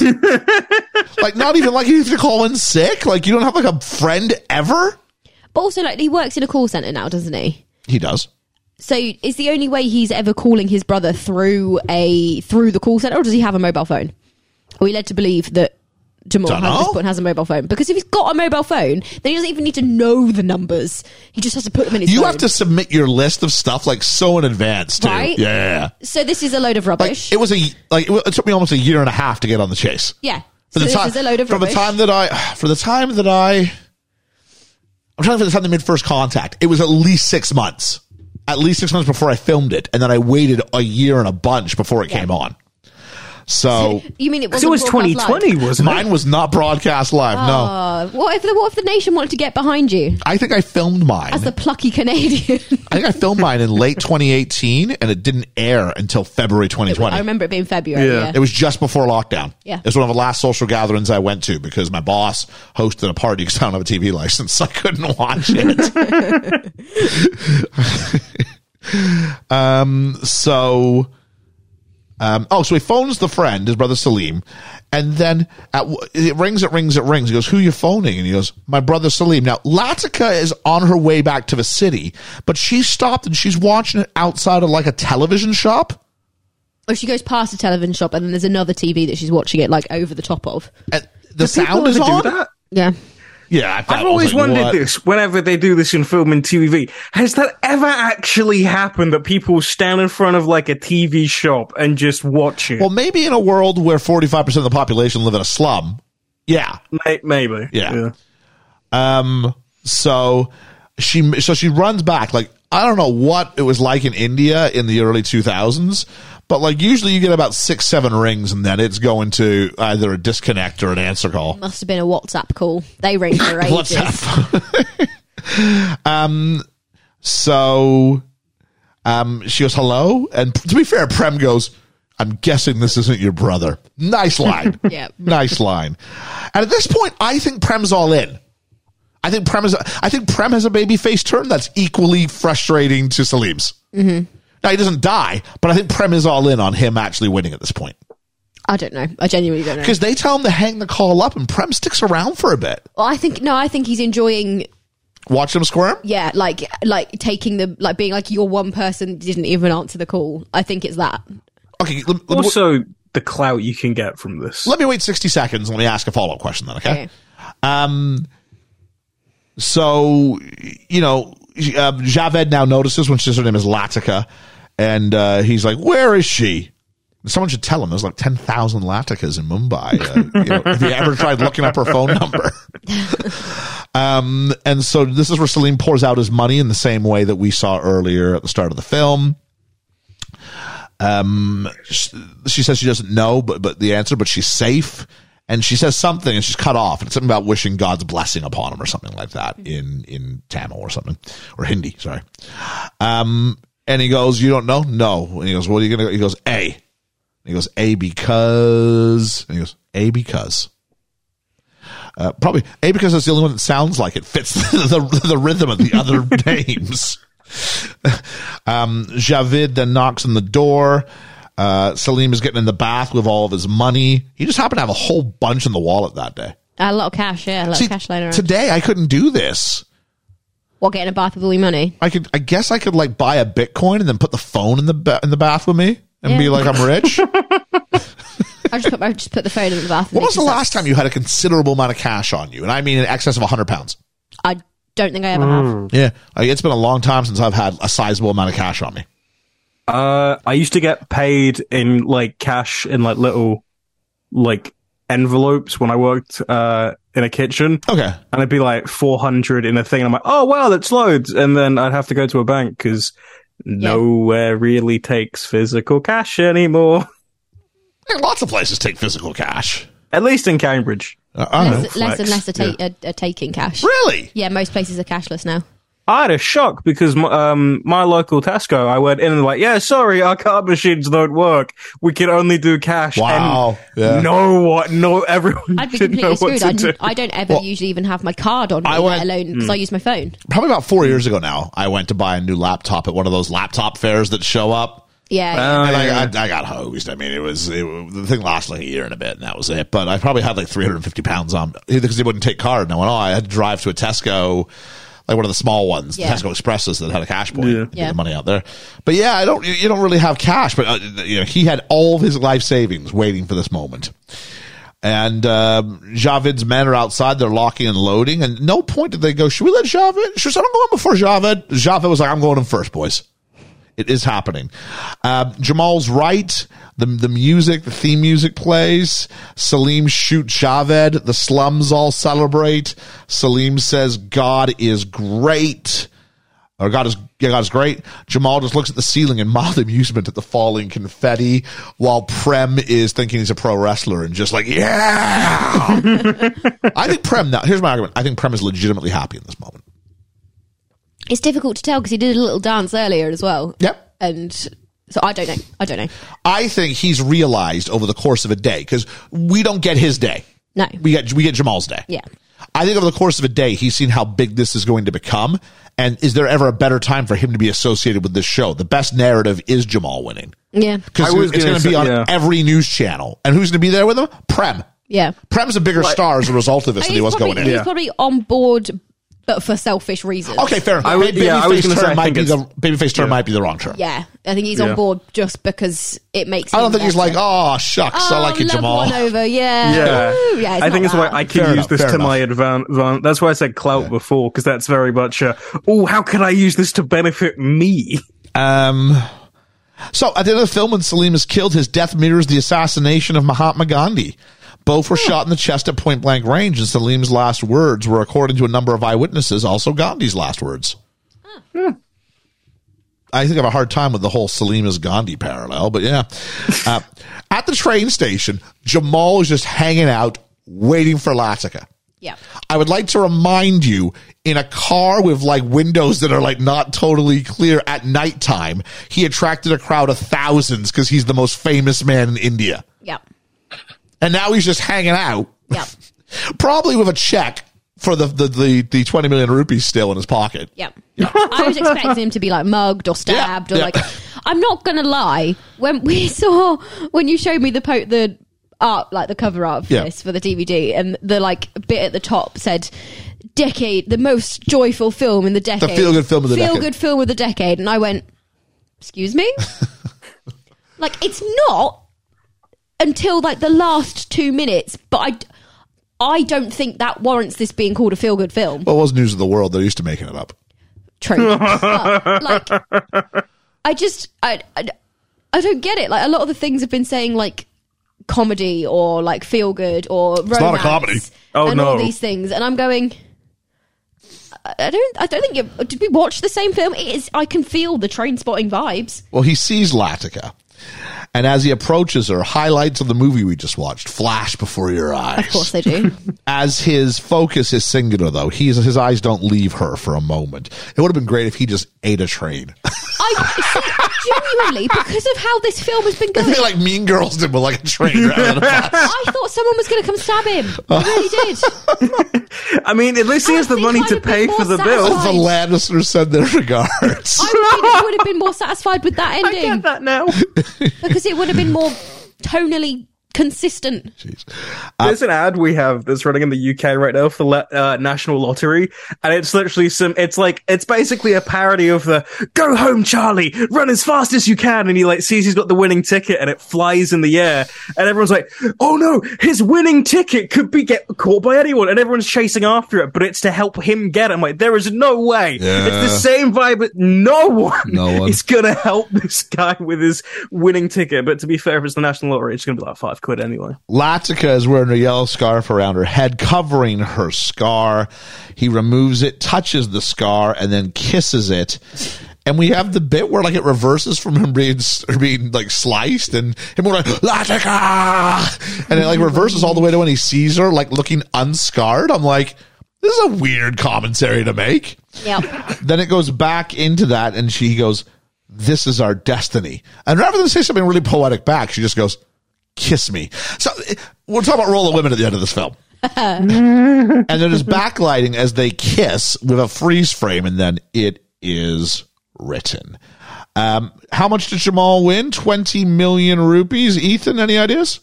A: like, not even like you have to call in sick. Like, you don't have like a friend ever.
B: But also, like, he works in a call center now, doesn't he?
A: He does.
B: So is the only way he's ever calling his brother through a through the call center, or does he have a mobile phone? Are we led to believe that Jamal
A: Dunno.
B: Harris Button has a mobile phone? Because if he's got a mobile phone, then he doesn't even need to know the numbers. He just has to put them in his
A: You
B: phone.
A: have to submit your list of stuff like so in advance too.
B: Right?
A: Yeah.
B: So this is a load of
A: Like,
B: rubbish.
A: it was a like it, wa- it took me almost a year and a half to get on the chase.
B: yeah.
A: For
B: So
A: the
B: this
A: time,
B: is a load of
A: from
B: rubbish.
A: the time that I, [SIGHS] for the time that I, I'm trying to for the time they made first contact. It was at least six months, at least six months before I filmed it, and then I waited a year and a bunch before it came on.
B: [LAUGHS]
A: So
B: you mean it was?
F: It was 2020, wasn't it?
A: mine was not broadcast live. No,
B: what if the what if the nation wanted to get behind you
A: I think I filmed mine.
B: as the plucky Canadian? [LAUGHS]
A: I think I filmed mine in late 2018, and it didn't air until February 2020.
B: I remember [LAUGHS] it being February.
F: Yeah.
B: Yeah.
A: It was just before lockdown.
B: Yeah.
A: It was one of the last social gatherings I went to because my boss hosted a party because I don't have a TV license. [LAUGHS] So I couldn't watch it. [LAUGHS] um, so, um, oh, so he phones the friend, his brother Salim, and then at, w- it rings, it rings, it rings. He goes, Who you phoning? And he goes, My brother Salim. Now, Latika is on her way back to the city, but she stopped and she's watching it outside of like a television shop.
B: Or she goes past a television shop and then there's another TV that she's watching it like over the top of.
A: And the
F: People
A: sound is
F: ever
A: on.
F: do that?
B: Yeah.
A: Yeah, I thought-
F: I've
A: I was
F: always
A: like,
F: wondered
A: what?
F: this. Whenever they do this in film and TV, has that ever actually happened that people stand in front of like a TV shop and just watch it?
A: Well, maybe in a world where forty-five percent of the population live in a slum. Yeah.
F: May- maybe.
A: Yeah. Um. So she so she runs back. Like I don't know what it was like in India in the early two thousands, but like usually you get about six seven rings, and then it's going to either a disconnect or an answer call.
B: Must have been a WhatsApp call. They ring
A: [LAUGHS]
B: for ages.
A: What's up? um, so, um, she goes, hello. And to be fair, Prem goes, I'm guessing this isn't your brother. Nice line.
B: Yeah.
A: Nice line. And at this point, I think Prem's all in. I think Prem is, I think Prem has a baby face turn that's equally frustrating to Salim's. Now he doesn't die, but I think Prem is all in on him actually winning at this point
B: I don't know. I genuinely don't know.
A: because they tell him to hang the call up, and Prem sticks around for a bit.
B: Well, I think no. I think he's enjoying.
A: Watch him squirm.
B: Yeah, like like taking the like being like you're one person didn't even answer the call. I think it's that.
A: Okay, let, let, me-
F: Also, the clout you can get from this.
A: let me wait 60 seconds. and Let me ask a follow up question then, okay?
B: Okay.
A: Um, so, you know, um, Javed now notices when she says her name is Latika, and uh, he's like, Where is she? Someone should tell him there's like 10,000 Latikas in Mumbai. Uh, you know, if you ever tried looking up her phone number. [LAUGHS] um, and so this is where Salim pours out his money in the same way that we saw earlier at the start of the film. she says she doesn't know but but the answer but she's safe and she says something and she's cut off it's something about wishing god's blessing upon him or something like that in in tamil or something or hindi sorry um and he goes you don't know no and he goes what are you gonna go? he goes a and he goes a because and he goes a because uh, probably a because that's the only one that sounds like it fits [LAUGHS] the, the, the rhythm of the other [LAUGHS] names um, Javid then knocks on the door. Uh, Salim is getting in the bath with all of his money. He just happened to have a whole bunch in the wallet that day.
B: A lot of cash. Yeah, a lot
A: See,
B: of cash laying around.
A: today I couldn't do this.
B: what getting a bath with all your money?
A: I could, I guess, I could like buy a Bitcoin and then put the phone in the ba- in the bath with me and be
B: Yeah.
A: like I'm
B: [LAUGHS]
A: rich. when
B: I just put I just put the phone in the bath.
A: was the last time you had a considerable amount of cash on you? And I mean in excess of hundred pounds.
B: I don't think I ever have.
A: Yeah, Like, it's been a long time since I've had a sizable amount of cash on me.
F: Uh, I used to get paid in like cash in like little like envelopes when I worked uh in a kitchen,
A: Okay.
F: and it'd be like four hundred in a thing. And I'm like, oh wow, that's loads, and then I'd have to go to a bank because nowhere really takes physical cash anymore. [LAUGHS]
A: Hey, lots of places take physical cash.
F: At least in Cambridge.
A: Uh, I don't know.
B: less, less and
F: flex,
B: less are, ta- are, are taking cash.
A: Really?
B: Yeah, most places are
A: [LAUGHS]
B: cashless now.
F: I had a shock because my, um, my local Tesco, I went in and like, yeah, sorry, our card machines don't work. We can only do cash.
A: Wow.
F: And
A: Yeah.
F: No, what? No, everyone
B: I'd be
F: didn't know
B: completely screwed.
F: what to
B: I'd,
F: do.
B: I don't ever
A: Well,
B: usually even have my card on me,
A: I
B: let
A: went- hmm.
B: alone because I use my phone.
A: Probably about four years ago now, I went to buy a new laptop at one of those laptop fairs that show up.
B: Yeah,
F: Oh,
A: and I,
F: yeah.
A: I, I got hosed. I mean, it was it, the thing lasted like a year and a bit, and that was it. But I probably had like 350 pounds on because they wouldn't take card. And I went, oh, I had to drive to a Tesco, like one of the small ones, the
B: Yeah.
A: Tesco Expresses that had a cash point, to get
B: Yeah.
A: the money out there. But yeah, I don't, you- you don't really have cash. But uh, you know, he had all of his life savings waiting for this moment. And um, Javed's men are outside. They're locking and loading. And no point did they go, should we let Javed? Should someone go in before Javed? Javed was like, I'm going in first, boys. It is happening. Um, Jamal's right. The, the music, the theme music plays. Salim shoots Javed. The slums all celebrate. Salim says, God is great. Or God is, yeah, God is great. Jamal just looks at the ceiling in mild [LAUGHS] amusement at the falling confetti while Prem is thinking he's a pro wrestler and just like, yeah. I think Prem, now, here's my argument. I think Prem is legitimately happy in this moment.
B: it's difficult to tell because he did a little dance earlier as well.
A: Yep.
B: and so I don't know. I don't know.
A: I think he's realized over the course of a day because we don't get his day.
B: No.
A: we get we get Jamal's day.
B: Yeah.
A: I think over the course of a day, he's seen how big this is going to become. And is there ever a better time for him to be associated with this show? The best narrative is Jamal winning
B: Yeah,
A: because
F: I was
A: it's
F: gonna
A: going to be
F: say-
A: on
F: yeah.
A: every news channel. And who's going to be there with him? Prem.
B: yeah.
A: Prem's a bigger star as a result of this than he
B: He's
A: was
B: probably,
A: going in.
B: He's probably on board, but for selfish reasons.
A: Okay, fair enough.
F: I would-
A: Ba-
F: yeah, I was
A: babyface
F: gonna say,
A: turn
F: I
A: might
F: think
A: be the
F: it's-
A: babyface turn might be the wrong term.
B: Yeah, I think he's
F: Yeah.
B: on board just because it makes.
A: I don't
B: him
A: think he's
B: better.
A: like, oh shucks, I
B: Oh,
A: like you,
B: love
A: Jamal.
B: One over, yeah.
F: Yeah,
B: Ooh, yeah
F: I think it's why I could
A: Fair
F: use
A: enough,
F: this to
A: fair
F: my advantage. That's why I said clout before, because that's very much a, oh, how can I use this to benefit me? [LAUGHS]
A: Um, so at the end of the film, when Salim is killed, his death mirrors the assassination of Mahatma Gandhi. Both were shot in the chest at point blank range, and Salim's last words were, according to a number of eyewitnesses, also Gandhi's last words. I think I have a hard time with the whole Salim is Gandhi parallel, but yeah. Uh, at the train station, Jamal is just hanging out, waiting for Latika.
B: yeah.
A: I would like to remind you in a car with like windows that are like not totally clear at nighttime, he attracted a crowd of thousands because he's the most famous man in India.
B: Yeah.
A: And now he's just hanging out,
B: Yeah.
A: [LAUGHS] probably with a check for the, the, the, the 20 million rupees still in his pocket.
B: Yeah. I was expecting him to be like mugged or stabbed
A: Yeah,
B: or
A: yeah.
B: like I'm not gonna lie, when we [LAUGHS] saw when you showed me the po- the art like the cover art for
A: Yeah.
B: this for the DVD and the like bit at the top said decade the most joyful film in the decade.
A: feel-good film of the decade.
B: Feel good film of the decade and I went,
A: [LAUGHS]
B: Excuse me? like it's not until like the last two minutes, but I d- I don't think that warrants this being called a feel good film.
A: Well, it was news of the world. They're used to making it up.
B: True. But, like, I just, I, I, I don't get it. Like, a lot of the things have been saying, like, comedy or, like, feel good or romance.
A: not a comedy.
F: Oh,
B: and all
F: no.
B: these things. And I'm going, I I don't, I don't think you, did we watch the same film? It is, I can feel the train spotting vibes.
A: Well, he sees Latika. And as he approaches her, highlights of the movie we just watched flash before your eyes.
B: Of course they do.
A: as his focus is singular though he's his eyes don't leave her for a moment it would have been great if he just ate a train
B: [LAUGHS]
A: [LAUGHS]
B: I, see, genuinely, because of how this film has been
A: i [LAUGHS]
B: going,
A: feel like mean girls did with like a train rather than a bus.
B: I thought someone was going to come stab him. I really did.
F: I mean, at least he
B: I
F: has the
B: think
F: money
B: I'd
F: to
B: have been
F: pay
B: more
F: for the
A: the
B: satisfied.
F: bill.
B: Right.
A: lannisters send their
B: [LAUGHS]
A: regards
B: I would have- would have been more satisfied with that
F: I
B: ending.
F: get that now.
B: because it would have been more tonally consistent.
A: Jeez. Uh,
F: There's an ad we have that's running in the UK right now for le- uh, National Lottery, and it's literally some. It's like it's basically a parody of the "Go home, Charlie, run as fast as you can," and he like sees he's got the winning ticket, and it flies in the air, and everyone's like, "Oh no, his winning ticket could be get caught by anyone," and everyone's chasing after it, but it's to help him get it. I'm like, there is no way. It's the same vibe, but no one,
A: No one.
F: is gonna help this guy with his winning ticket. But to be fair, if it's the National Lottery, it's gonna be like five quid anyway.
A: Latika is wearing a yellow scarf around her head, covering her scar. He removes it, touches the scar, and then kisses it. And we have the bit where like it reverses from him being or being like sliced and him going like Latika, and it like reverses all the way to when he sees her like looking unscarred. I'm like, this is a weird commentary to make.
B: Yep.
A: then it goes back into that, and she goes, "This is our destiny." And rather than say something really poetic back, she just goes, "Kiss me." So eh, we're talking about role of women at the end of this film, and then there's backlighting as they kiss with a freeze frame, and then it is written. Um, how much did Jamal win? Twenty million rupees. Ethan, any ideas?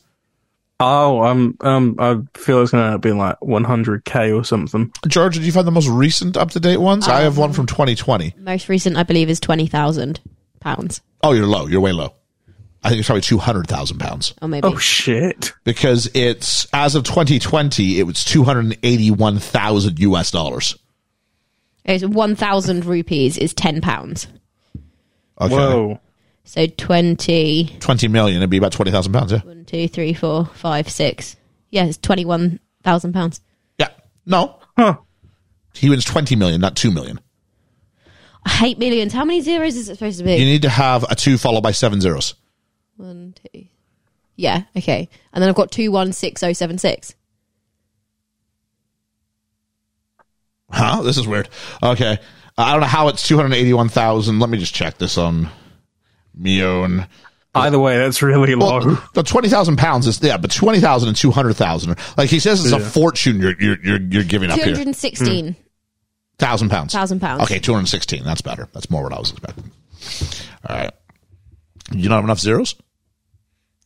F: Oh, um, um, I feel it's gonna be like 100k or something.
A: George, did you find the most recent up to date ones? I have one from 2020.
B: Most recent, I believe, is twenty thousand pounds,
A: Oh, you're low. You're way low. I think it's probably two hundred thousand pounds.
B: or maybe
F: Oh shit!
A: because it's as of 2020, it was 281,000 US dollars.
B: it's one thousand rupees is ten pounds.
A: Okay.
F: Whoa!
B: So 20,
A: 20 million, it'd be about 20,000 pounds. Yeah.
B: 1, 2, 3, 4, 5, 6. Yeah, it's twenty-one thousand pounds.
A: Yeah. No.
F: Huh.
A: He wins 20 million, not 2 million.
B: I hate millions. How many zeros is it supposed to be?
A: You need to have a two followed by seven zeros.
B: One, two. Yeah, okay. And then I've got two one six oh seven six.
A: Huh? This is weird. Okay. Uh, I don't know how it's 281,000. Let me just check this on Mion.
F: Either way, that's really low. [LAUGHS]
A: Well, the twenty thousand pounds is yeah, but twenty thousand and two hundred thousand. Like he says, it's a fortune you're you're you're, you're giving up
B: Two
A: here. Hmm.
B: hundred and sixteen.
A: Thousand pounds.
B: Thousand pounds.
A: Okay, two hundred sixteen. That's better. That's more what I was expecting. All right. You don't have enough zeros.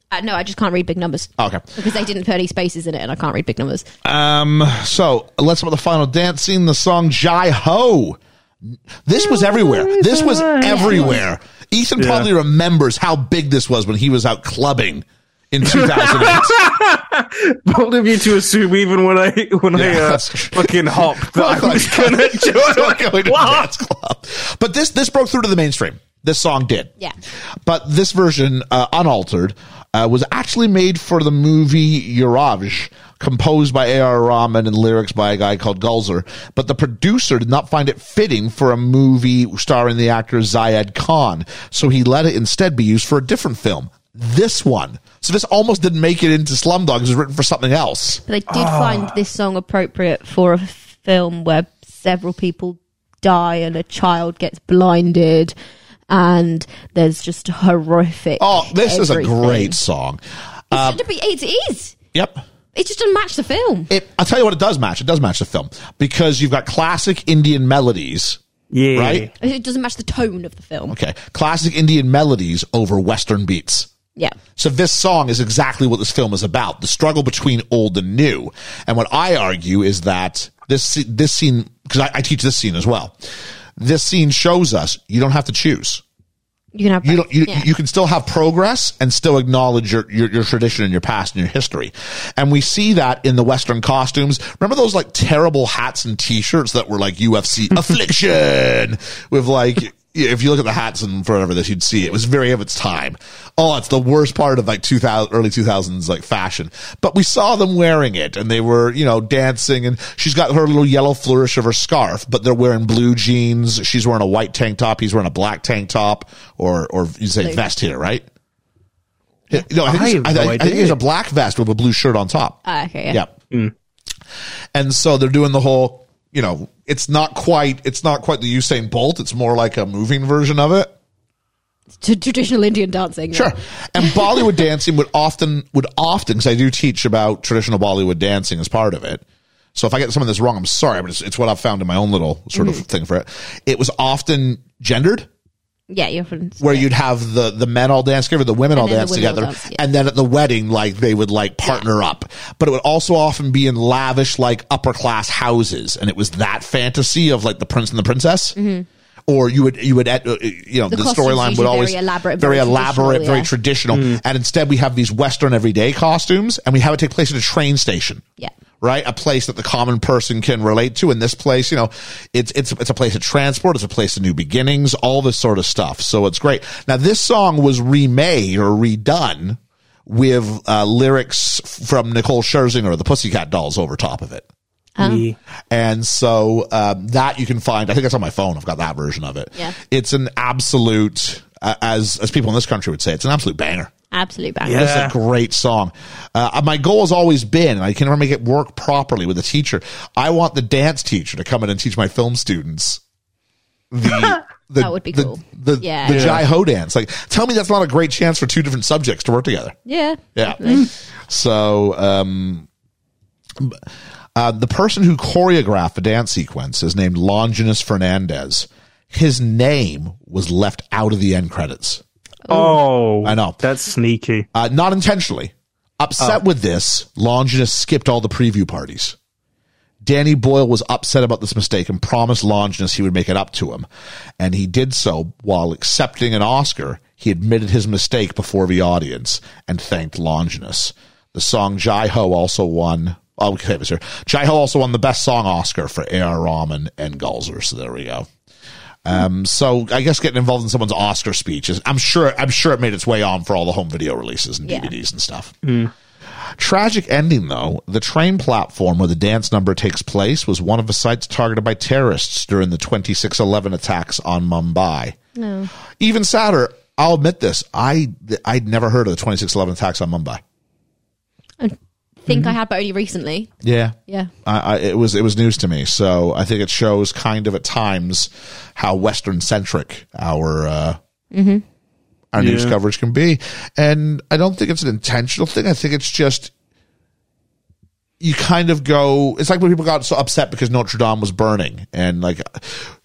B: Uh, no, I just can't read big numbers
A: Okay.
B: because they didn't put any spaces in it, and I can't read big numbers.
A: Um. So let's talk about the final dance scene. The song "Jai Ho." This was everywhere. This was everywhere. Ethan probably remembers how big this was when he was out clubbing in 2008.
F: Bold of you to assume even when I when
A: Yeah,
F: I uh,
A: that's true.
F: fucking hop
A: [LAUGHS]
B: [LAUGHS]
F: that I was gonna
A: Still going
F: join.
A: to
F: What?
A: dance club. But this this broke through to the mainstream. This song did.
B: Yeah.
A: But this version, uh, unaltered, uh, was actually made for the movie Yuraj, composed by A.R. Rahman and lyrics by a guy called Gulzer. But the producer did not find it fitting for a movie starring the actor Zayed Khan, so he let it instead be used for a different film. This one. So this almost didn't make it into Slumdog. It was written for something else.
B: But they did find this song appropriate for a film where several people die and a child gets blinded, and there's just horrific.
A: Oh, this is a
B: everything.
A: great song.
B: It's going to be. It is.
A: Yep.
B: It just doesn't match the film.
A: It, I'll tell you what it does match. It does match the film because you've got classic Indian melodies,
F: Yeah.
A: right?
B: It doesn't match the tone of the film.
A: Okay. Classic Indian melodies over Western beats.
B: Yeah.
A: So this song is exactly what this film is about. The struggle between old and new. And what I argue is that this, this scene, cause I, I teach this scene as well. This scene shows us you don't have to choose.
B: You can have.
A: you don't, you,
B: yeah.
A: you can still have progress and still acknowledge your, your, your tradition and your past and your history. And we see that in the Western costumes. Remember those like terrible hats and t-shirts that were like
B: [LAUGHS]
A: UFC affliction with like, if you look at the hats and forever this, you'd see it was very of its time. Oh, it's the worst part of like 2000, early 2000s like fashion, but we saw them wearing it and they were, you know, dancing and she's got her little yellow flourish of her scarf, but they're wearing blue jeans. She's wearing a white tank top. He's wearing a black tank top or, or you say vest here, right? Yeah, No, I think,
F: I
A: it's-
F: have
A: I, I-
F: no
A: I think it's
F: idea. Hmm.
A: a black vest with a blue shirt on top.
B: Ah, okay. Yeah.
A: yeah. And so they're doing the whole, you know, it's not quite, it's not quite the Usain Bolt. It's more like a moving version of it.
B: to traditional Indian dancing.
A: Sure.
B: [LAUGHS]
A: And Bollywood dancing would often would often because I do teach about traditional Bollywood dancing as part of it. So if I get some of this wrong, I'm
B: Mm-hmm.
A: sorry, but it's, it's what I've found in my own little sort of thing for it. It was often gendered.
B: Yeah, you often
A: where you'd have the the men all dance together, the women all
B: then the
A: dance
B: women all
A: together,
B: dance, yeah.
A: and then at the wedding, like they would like partner up. But it would also often be in lavish, like upper class houses, and it was that fantasy of like the prince and the princess. Or you would you would uh, uh, you know the,
B: Mm-hmm. The costumes
A: storyline would
B: usually
A: always
B: very elaborate,
A: very,
B: very
A: elaborate,
B: traditional,
A: very
B: yeah.
A: traditional,
B: Mm.
A: and instead we have these Western everyday costumes, and we have it take place at a train station
B: Yeah.
A: right? A place that the common person can relate to. And this place, you know, it's it's it's a place of transport, it's a place of new beginnings, all this sort of stuff. So it's great. Now this song was remade or redone with uh, lyrics from Nicole Scherzinger, the Pussycat Dolls, over top of it.
F: Yeah.
A: And so um, that you can find. I think that's on my phone. I've got that version of it.
B: Yeah.
A: It's an absolute, uh, as as people in this country would say, it's an absolute banger.
B: absolute banger.
F: Yeah.
A: It's a great song. Uh, my goal has always been, and I can never make it work properly with a teacher. I want the dance teacher to come in and teach my film students the. The,
B: That would be
A: the,
B: cool.
A: The,
B: Yeah.
A: the
B: Yeah.
A: Jai Ho dance. Like, tell me that's not a great chance for two different subjects to work together.
B: Yeah.
A: Yeah. [LAUGHS] So, um, uh, the person who choreographed the dance sequence is named Longinus Fernandez. His name was left out of the end credits.
F: Oh,
A: I know.
F: That's sneaky.
A: Uh, not intentionally. Upset with this, Longinus skipped all the preview parties. Danny Boyle was upset about this mistake and promised Longinus he would make it up to him. And he did so while accepting an Oscar. He admitted his mistake before the audience and thanked Longinus. The song Jai Ho also won. Oh, okay, it was here. Jai Ho also won the Best Song Oscar for A.R. Rahman and Gulzer. So there we go. Um, so I guess getting involved in someone's Oscar speech is, I'm sure, I'm sure it made its way on for all the home video releases and
B: Yeah.
A: DVDs and stuff. Tragic ending though. The train platform where the dance number takes place was one of the sites targeted by terrorists during the 2611 attacks on Mumbai. Even sadder, I'll admit this. I I'd never heard of the 2611 attacks on Mumbai.
B: Think
A: Mm-hmm.
B: I had, but only recently.
A: Yeah.
B: Yeah.
A: I, I, it was it was news to me. So I think it shows kind of at times how Western centric our uh, our news
F: Yeah.
A: coverage can be, and I don't think it's an intentional thing. I think it's just you kind of go. It's like when people got so upset because Notre Dame was burning, and like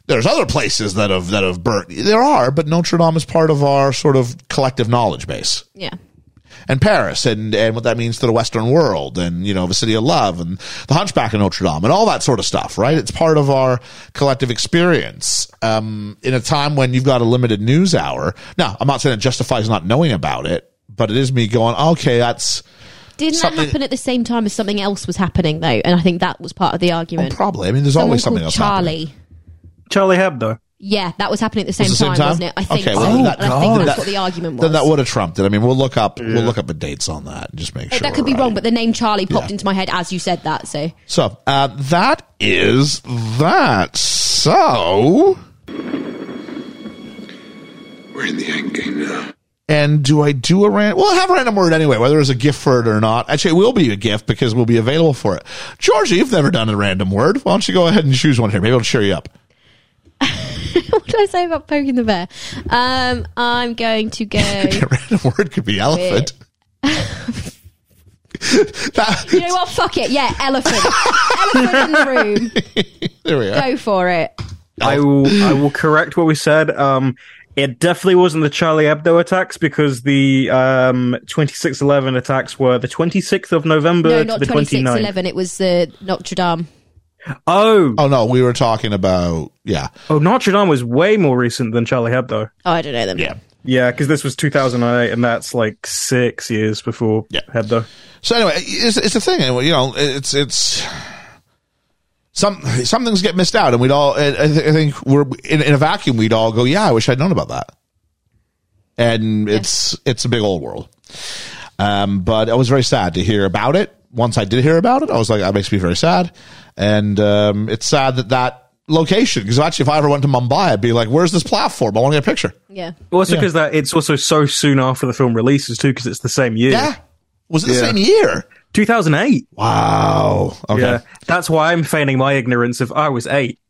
A: there's other places that have that have burnt. There are, but Notre Dame is part of our sort of collective knowledge base
B: Yeah.
A: and Paris and, and what that means to the Western world and, you know, the city of love and the hunchback of Notre Dame and all that sort of stuff, right? It's part of our collective experience. Um, in a time when you've got a limited news hour. Now, I'm not saying it justifies not knowing about it, but it is me going, okay, that's
B: Didn't
A: Something-
B: that happen at the same time as something else was happening though? And I think that was part of the
A: well,
B: argument.
A: probably. I mean, there's
B: Someone
A: always something
B: called
A: else.
B: Charlie.
A: happening.
F: Charlie Hebdo.
B: Yeah, that was happening at the same,
A: the same
B: time,
A: time?
B: wasn't it? I think.
A: Okay,
B: so.
A: well, then
B: And
A: that-
B: I think
A: God.
B: that's
A: that-
B: what the argument was.
A: Then that would have trumped it. I mean, we'll look up, we'll look up the dates on that and just make sure.
B: that could be
A: we're
B: wrong,
A: right.
B: but the name Charlie popped
A: Yeah.
B: into my head as you said
A: [LAUGHS]
B: that. So [LAUGHS]
A: So uh, that is that. So
I: We're in the end game now.
A: And do I do a random? Well, have a random word anyway, whether it's a gift for it or not. Actually, it will be a gift because we'll be available for it. Georgie, you've never done a random word. Why don't you go ahead and choose one here? Maybe it'll cheer you up.
B: what did I say about poking the bear? Um, I'm going to
A: [LAUGHS]
B: go.
A: A random word could be elephant. [LAUGHS] That-
B: you know what? Fuck it. Yeah, elephant.
A: [LAUGHS]
B: elephant in the room.
A: there we are.
B: Go for it.
A: Oh.
F: I will I will correct what we said. Um, it definitely wasn't the Charlie Hebdo attacks because the um 2611 attacks were the 26th of November
B: No,
F: to
B: not
F: the 29th.
B: 2611. It was the Notre Dame.
F: Oh,
A: Oh no, we were talking about yeah,
F: oh, Notre Dame was way more recent than Charlie Hebdo.
B: Oh, I don't know them.
A: yeah.
F: Yeah, because this was 2008, and that's like six years before
A: Yeah.
F: Hebdo.
A: So anyway, it's, it's a thing. Anyway, you know, it's it's some some things get missed out, and we'd all. I, I thi- I think we're in, in a vacuum. We'd all go, "Yeah, I wish I'd known about that." And it's it's a big old world. Um, but I was very sad to hear about it. Once I did hear about it, I was like, that makes me very sad. And um, it's sad that that location, because actually, if I ever went to Mumbai, I'd be like, where's this platform? I want to get a picture.
B: Yeah.
F: Also, because that it's also so soon after the film releases too, because it's the same year.
A: Yeah. Was it the same year?
F: 2008.
A: Wow. Okay.
F: Yeah, that's why I'm feigning my ignorance of I was [LAUGHS] eight.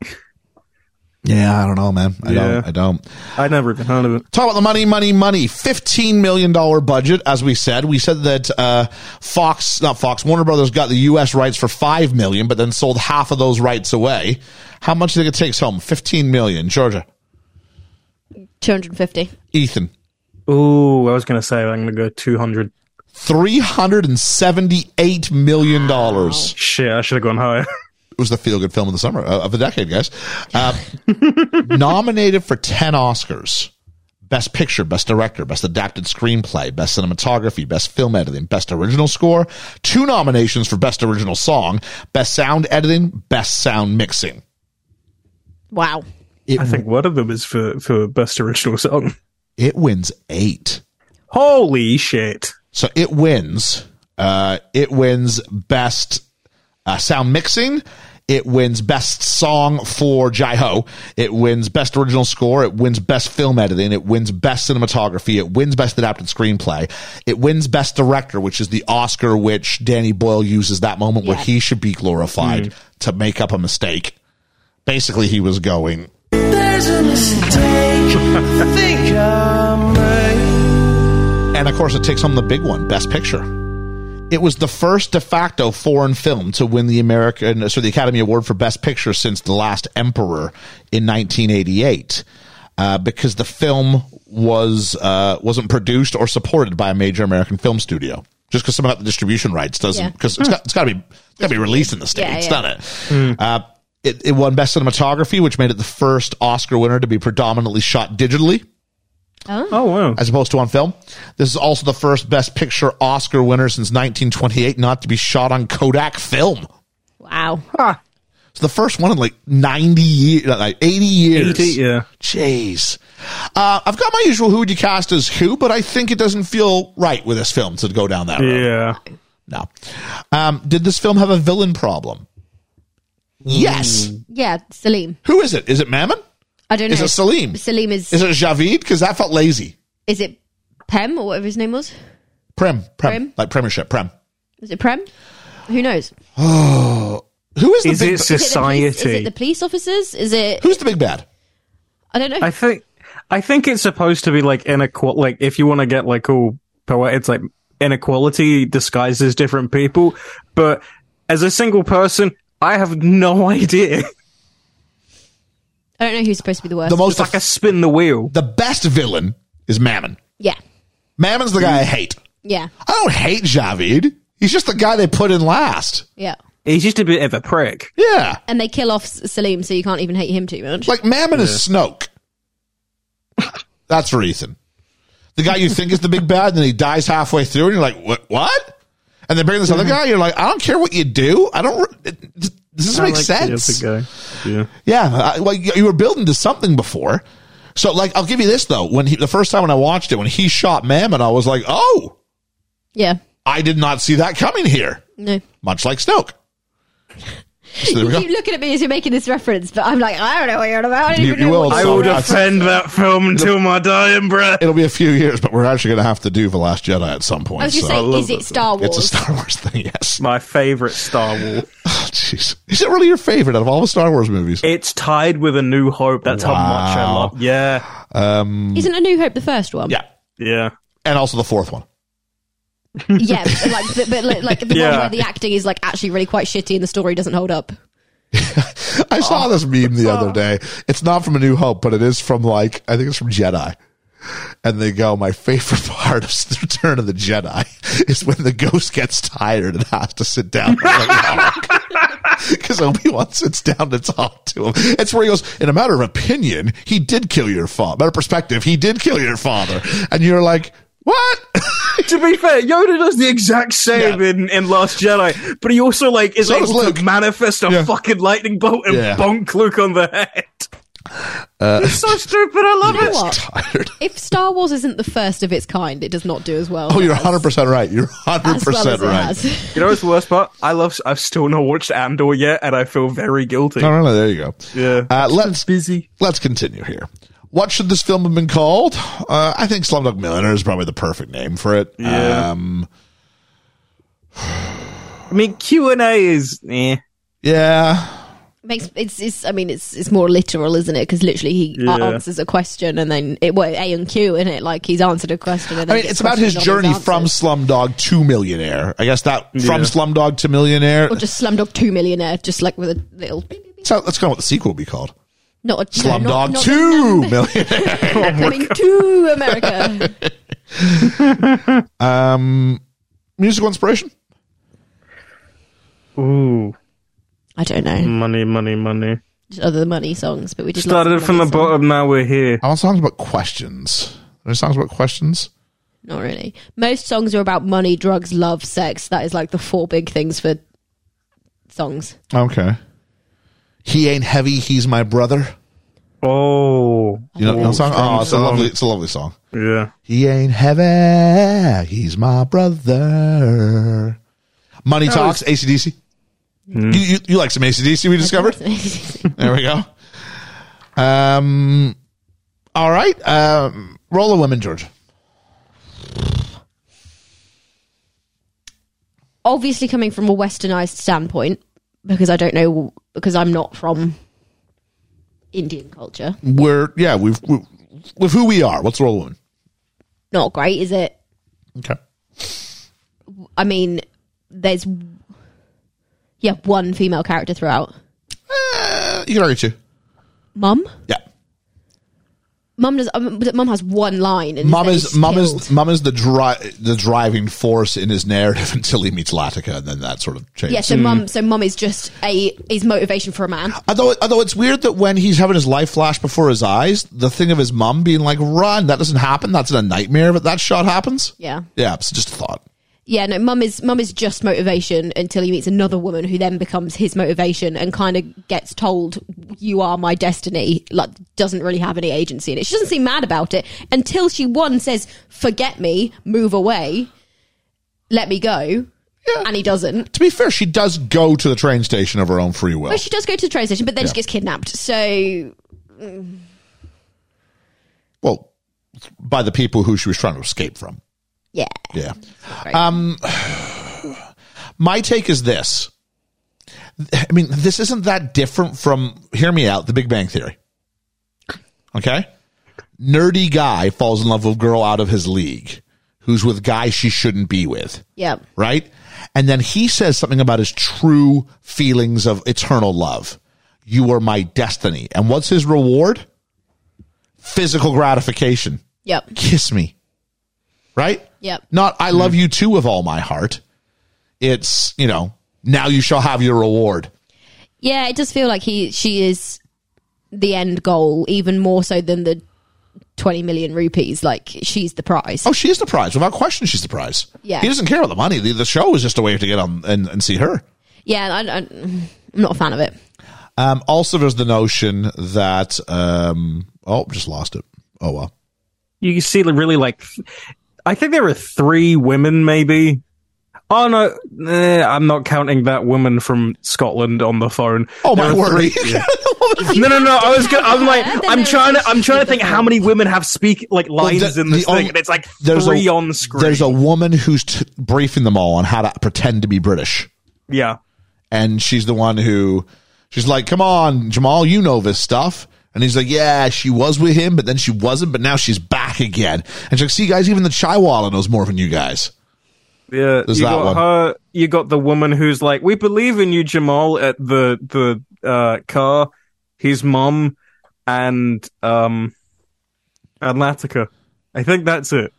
A: Yeah, I don't know, man. I
F: Yeah.
A: don't. I don't.
F: I never even heard of it.
A: Talk about the money, money, money. Fifteen million dollar budget, as we said. We said that uh, Fox, not Fox, Warner Brothers got the U.S. rights for five million, but then sold half of those rights away. How much do you think it takes home? Fifteen million, Georgia.
B: 250.
A: Ethan,
F: Ooh, I was gonna say I'm gonna go 200.
A: $378 million. dollars.
F: Shit, I should have gone higher. [LAUGHS]
A: it was the feel good film of the summer uh, of the decade, guys. Uh, [LAUGHS] nominated for 10 Oscars Best Picture, Best Director, Best Adapted Screenplay, Best Cinematography, Best Film Editing, Best Original Score, two nominations for Best Original Song, Best Sound Editing, Best Sound Mixing.
B: Wow.
A: It,
F: I think one of them is for for best original song.
A: it wins eight.
F: Holy shit!
A: So it wins. Uh, it wins best uh, sound mixing. It wins best song for Jai Ho. It wins best original score. It wins best film editing. It wins best cinematography. It wins best adapted screenplay. It wins best director, which is the Oscar which Danny Boyle uses that moment where
B: Yeah.
A: he should be glorified to make up a mistake. Basically, he was going,
G: There's a mistake. think
A: And of course, it takes home the big one, Best Picture. It was the first de facto foreign film to win the American, uh, so the Academy Award for Best Picture since The Last Emperor in 1988, uh, because the film was uh, wasn't produced or supported by a major American film studio. Just because someone got the distribution rights doesn't,
B: Yeah.
A: because it's got it's got to be it's got to be released in the states,
B: Yeah, yeah.
A: doesn't it? Uh, it? It won Best Cinematography, which made it the first Oscar winner to be predominantly shot digitally
F: Oh wow!
A: as opposed to on film. This is also the first Best Picture Oscar winner since 1928 not to be shot on Kodak film.
B: Wow.
F: Ah,
A: It's the first one in like 90 years, like 80 years.
F: 80, E yeah.
A: Jeez. Uh, I've got my usual who would you cast as who, but I think it doesn't feel right with this film to go down that road.
F: Yeah.
A: No. Um, did this film have a villain problem? Yes.
F: Hmm.
B: Yeah, Salim.
A: Who is it? Is it Mammon?
B: I don't know.
A: Is it Salim?
B: Salim is.
A: Is it Javid? Because that felt lazy.
B: is it Prem or whatever his name was?
A: Prem, Prem,
B: Prem?
A: like Premiership, Prem.
B: Is it Prem? Who knows?
A: Who is the big?
F: Is it
A: ba-
B: Is it the
F: society?
B: police- Is it the police officers? Is it?
A: who's the big bad?
B: I don't know.
F: I think I think it's supposed to be like inequal. Like if you want to get like all poet, it's like inequality disguises different people. But as a single person, I have no [LAUGHS] idea.
B: I don't know who's supposed to be the worst.
A: the most
F: It's like I spin the wheel.
A: the best villain is Mammon.
B: yeah.
A: Mammon's the
F: Mm.
A: guy I hate.
B: Yeah.
A: I don't hate Javid. He's just the guy they put in last.
B: Yeah.
F: He's just a bit of a prick.
A: Yeah.
B: And they kill off S- Salim, so you can't even hate him too much.
A: Like Mammon is Snoke. [LAUGHS] That's for Ethan. The guy you think is the big bad, and then he dies halfway through, and you're like, what? what? And they bring this other guy, you're like, I don't care what you do. I don't. Re- it- it- does this
F: I
A: make
F: like the other
A: sense?
F: guy. Yeah.
A: Yeah, I, well, you you were building to something before. So, like, I'll give you this though. When he, the first time when I watched it, when he shot Mammon, I was like, "Oh,
B: yeah.
A: I did not see that coming here."
B: No.
A: much like Snoke. So there
B: You
A: we go.
B: keep looking at me as you're making this reference, but I'm like, I don't know what you're on about. I don't
A: You-
B: even
A: you
B: know
A: will.
B: what
A: I
F: I
A: will
F: will
A: Sorry, I-
F: defend that film until my dying breath.
A: It'll be a few years, but we're actually going to have to do The Last Jedi at some point.
B: I was just
A: so-
B: saying, is it Star Wars?
A: It's a Star Wars thing, yes. [LAUGHS]
F: My favorite Star Wars.
A: Oh, Jeez. Is it really your favorite out of all the Star Wars movies?
F: It's tied with A New Hope. That's how much I
A: Wow.
F: love. Yeah.
B: Isn't A New Hope the first one?
A: yeah.
F: Yeah.
A: And also the fourth one.
B: yeah, but like, but, but like, like the
F: Yeah.
B: one where the acting is like actually really quite shitty and the story doesn't hold up.
A: I
B: Oh,
A: saw this meme the other day. It's not from A New Hope, but it is from like I think it's from Jedi. And they go, my favorite [LAUGHS] part of the Return of the Jedi is when the ghost gets tired and has to sit down [LAUGHS] because Obi Wan sits down to talk to him. It's where he goes, in a matter of opinion, he did kill your father. Matter of perspective, he did kill your father. And you're like, what? [LAUGHS]
F: to be fair, Yoda does the exact same
A: Yeah.
F: in, in Last Jedi, but he also like is
A: So does
F: able
A: Luke.
F: to manifest a
A: Yeah.
F: fucking lightning bolt and
A: Yeah. Uh,
F: bonk Luke on the head. [LAUGHS] it's so stupid. I
A: [LAUGHS]
F: love
B: You know
F: it.
B: what?
A: tired.
B: If Star Wars isn't the first of its kind, it does not do as well.
A: Oh, you're 100% right. You're 100%
B: as well as it
A: right.
B: [LAUGHS] has.
F: You know what's the worst part? I love. I've still not watched Andor yet, and I feel very guilty.
A: No, no, no, there you go.
F: Yeah.
A: Uh, let's
F: busy.
A: Let's continue here. What should this film have been called? Uh, I think Slumdog Millionaire is probably the perfect name for it.
F: Yeah.
A: Um,
F: I mean, Q and A is. Eh.
A: yeah.
B: Makes it's, it's I mean it's it's more literal, isn't it? Because literally he a-
F: Yeah.
B: answers a question and then it well, A and Q in it like he's answered a question. And
A: I
B: then
A: mean,
B: gets
A: it's about his
B: questioned on
A: journey from
B: answers.
A: Slumdog to Millionaire. I guess that from
F: Yeah.
A: Slumdog to Millionaire.
B: or just Slumdog Two Millionaire, just like with a little.
A: So that's kind of what the sequel will be called.
B: Not a no, not-
A: Slumdog
B: not
A: two [LAUGHS]
B: [LAUGHS]
A: million.
B: coming to America.
A: Musical inspiration?
F: Ooh,
B: I don't know.
F: money, money, money.
B: Just other than money songs, but we did.
F: Started
B: lots of
F: from the
B: money songs.
F: bottom, now we're here.
A: I want songs about questions. Are there songs about questions?
B: Not really. Most songs are about money, drugs, love, sex. That is like the four big things for songs.
A: Okay. He ain't heavy. He's my brother.
F: Oh,
A: You know, that song?
F: strong
A: Oh, it's a
F: song.
A: lovely, it's a lovely song.
F: yeah.
A: He ain't heavy. He's my brother. Money talks. ACDC. You, you you like some ACDC? We
B: [LAUGHS]
A: discovered. There we go. Um. All right. Um. Roller women, George.
B: Obviously, coming from a westernized standpoint, because I don't know, because I'm not from Indian culture.
A: We're yeah. We've, we with who we are. What's roller women?
B: Not great, is it?
A: Okay.
B: I mean, there's yeah one female character throughout.
A: Uh, you can argue two.
B: Mum,
A: Yeah.
B: mum does. Um, but mum has one line. And
A: Mum
B: then
A: is
B: he's
A: mum is
B: killed.
A: mum is the dri- the driving force in his narrative [LAUGHS] until he meets Latika, and then that sort of changes.
B: Yeah, so mum, so mum is just a is motivation for a man.
A: Although, although it's weird that when he's having his life flash before his eyes, the thing of his mum being like, "Run!" That doesn't happen. That's in a nightmare, but that shot happens.
B: Yeah,
A: Yeah, it's just a thought.
B: yeah. No, mum is mum is just motivation until he meets another woman who then becomes his motivation and kind of gets told you are my destiny. Like doesn't really have any agency in it. She doesn't seem mad about it until she one says, "Forget me, move away, let me go," and he doesn't.
A: To be fair, she does go to the train station of her own free will.
B: But she does go to the train station, but then she gets kidnapped. So
A: well, by the people who she was trying to escape from.
B: yeah,
A: Yeah. Um, [SIGHS] my take is this. I mean, this isn't that different from, hear me out, the Big Bang Theory. Okay? Nerdy guy falls in love with girl out of his league who's with guy she shouldn't be with
B: yeah,
A: right? And then he says something about his true feelings of eternal love. You are my destiny. And what's his reward? Physical gratification.
B: yep,
A: Kiss me. Right?
B: Yep.
A: Not I
F: Mm.
A: love you too with all my heart. It's, you know, now you shall have your reward.
B: yeah. It does feel like he she is the end goal, even more so than the twenty million rupees. Like she's the prize.
A: Oh, she is the prize. Without question, she's the prize.
B: Yeah.
A: He doesn't care about the money. The, the show is just a way to get on and, and see her.
B: Yeah, I, I, I'm not a fan of it.
A: Um, also, there's the notion that, um, oh, just lost it. Oh, well.
F: You see, the really like, I think there are three women, maybe. Oh no, eh, I'm not counting that woman from Scotland on the phone.
A: Oh,
F: There
A: my
F: are
A: word. [LAUGHS]
F: three- yeah. No, no, no! I was, go- I'm like,
B: Then
F: I'm
B: there's
F: trying to,
B: issues
F: I'm trying to
B: with
F: think
B: the
F: how many women have speak like lines
A: the-
F: in this
A: the
F: thing,
A: only-
F: and it's like
A: there's
F: three
A: a,
F: on screen.
A: There's a woman who's t- briefing them all on how to pretend to be British,
F: yeah,
A: and she's the one who she's like, "Come on, Jamal, you know this stuff." And he's like, "Yeah, she was with him, but then she wasn't, but now she's back again." And she's like, "See, guys, even the Chaiwala knows more than you guys."
F: yeah.
A: There's
F: you
A: that
F: got
A: one.
F: her. You got the woman who's like, "We believe in you, Jamal." At the the uh, car, his mum, and um, and Latika. I think that's it.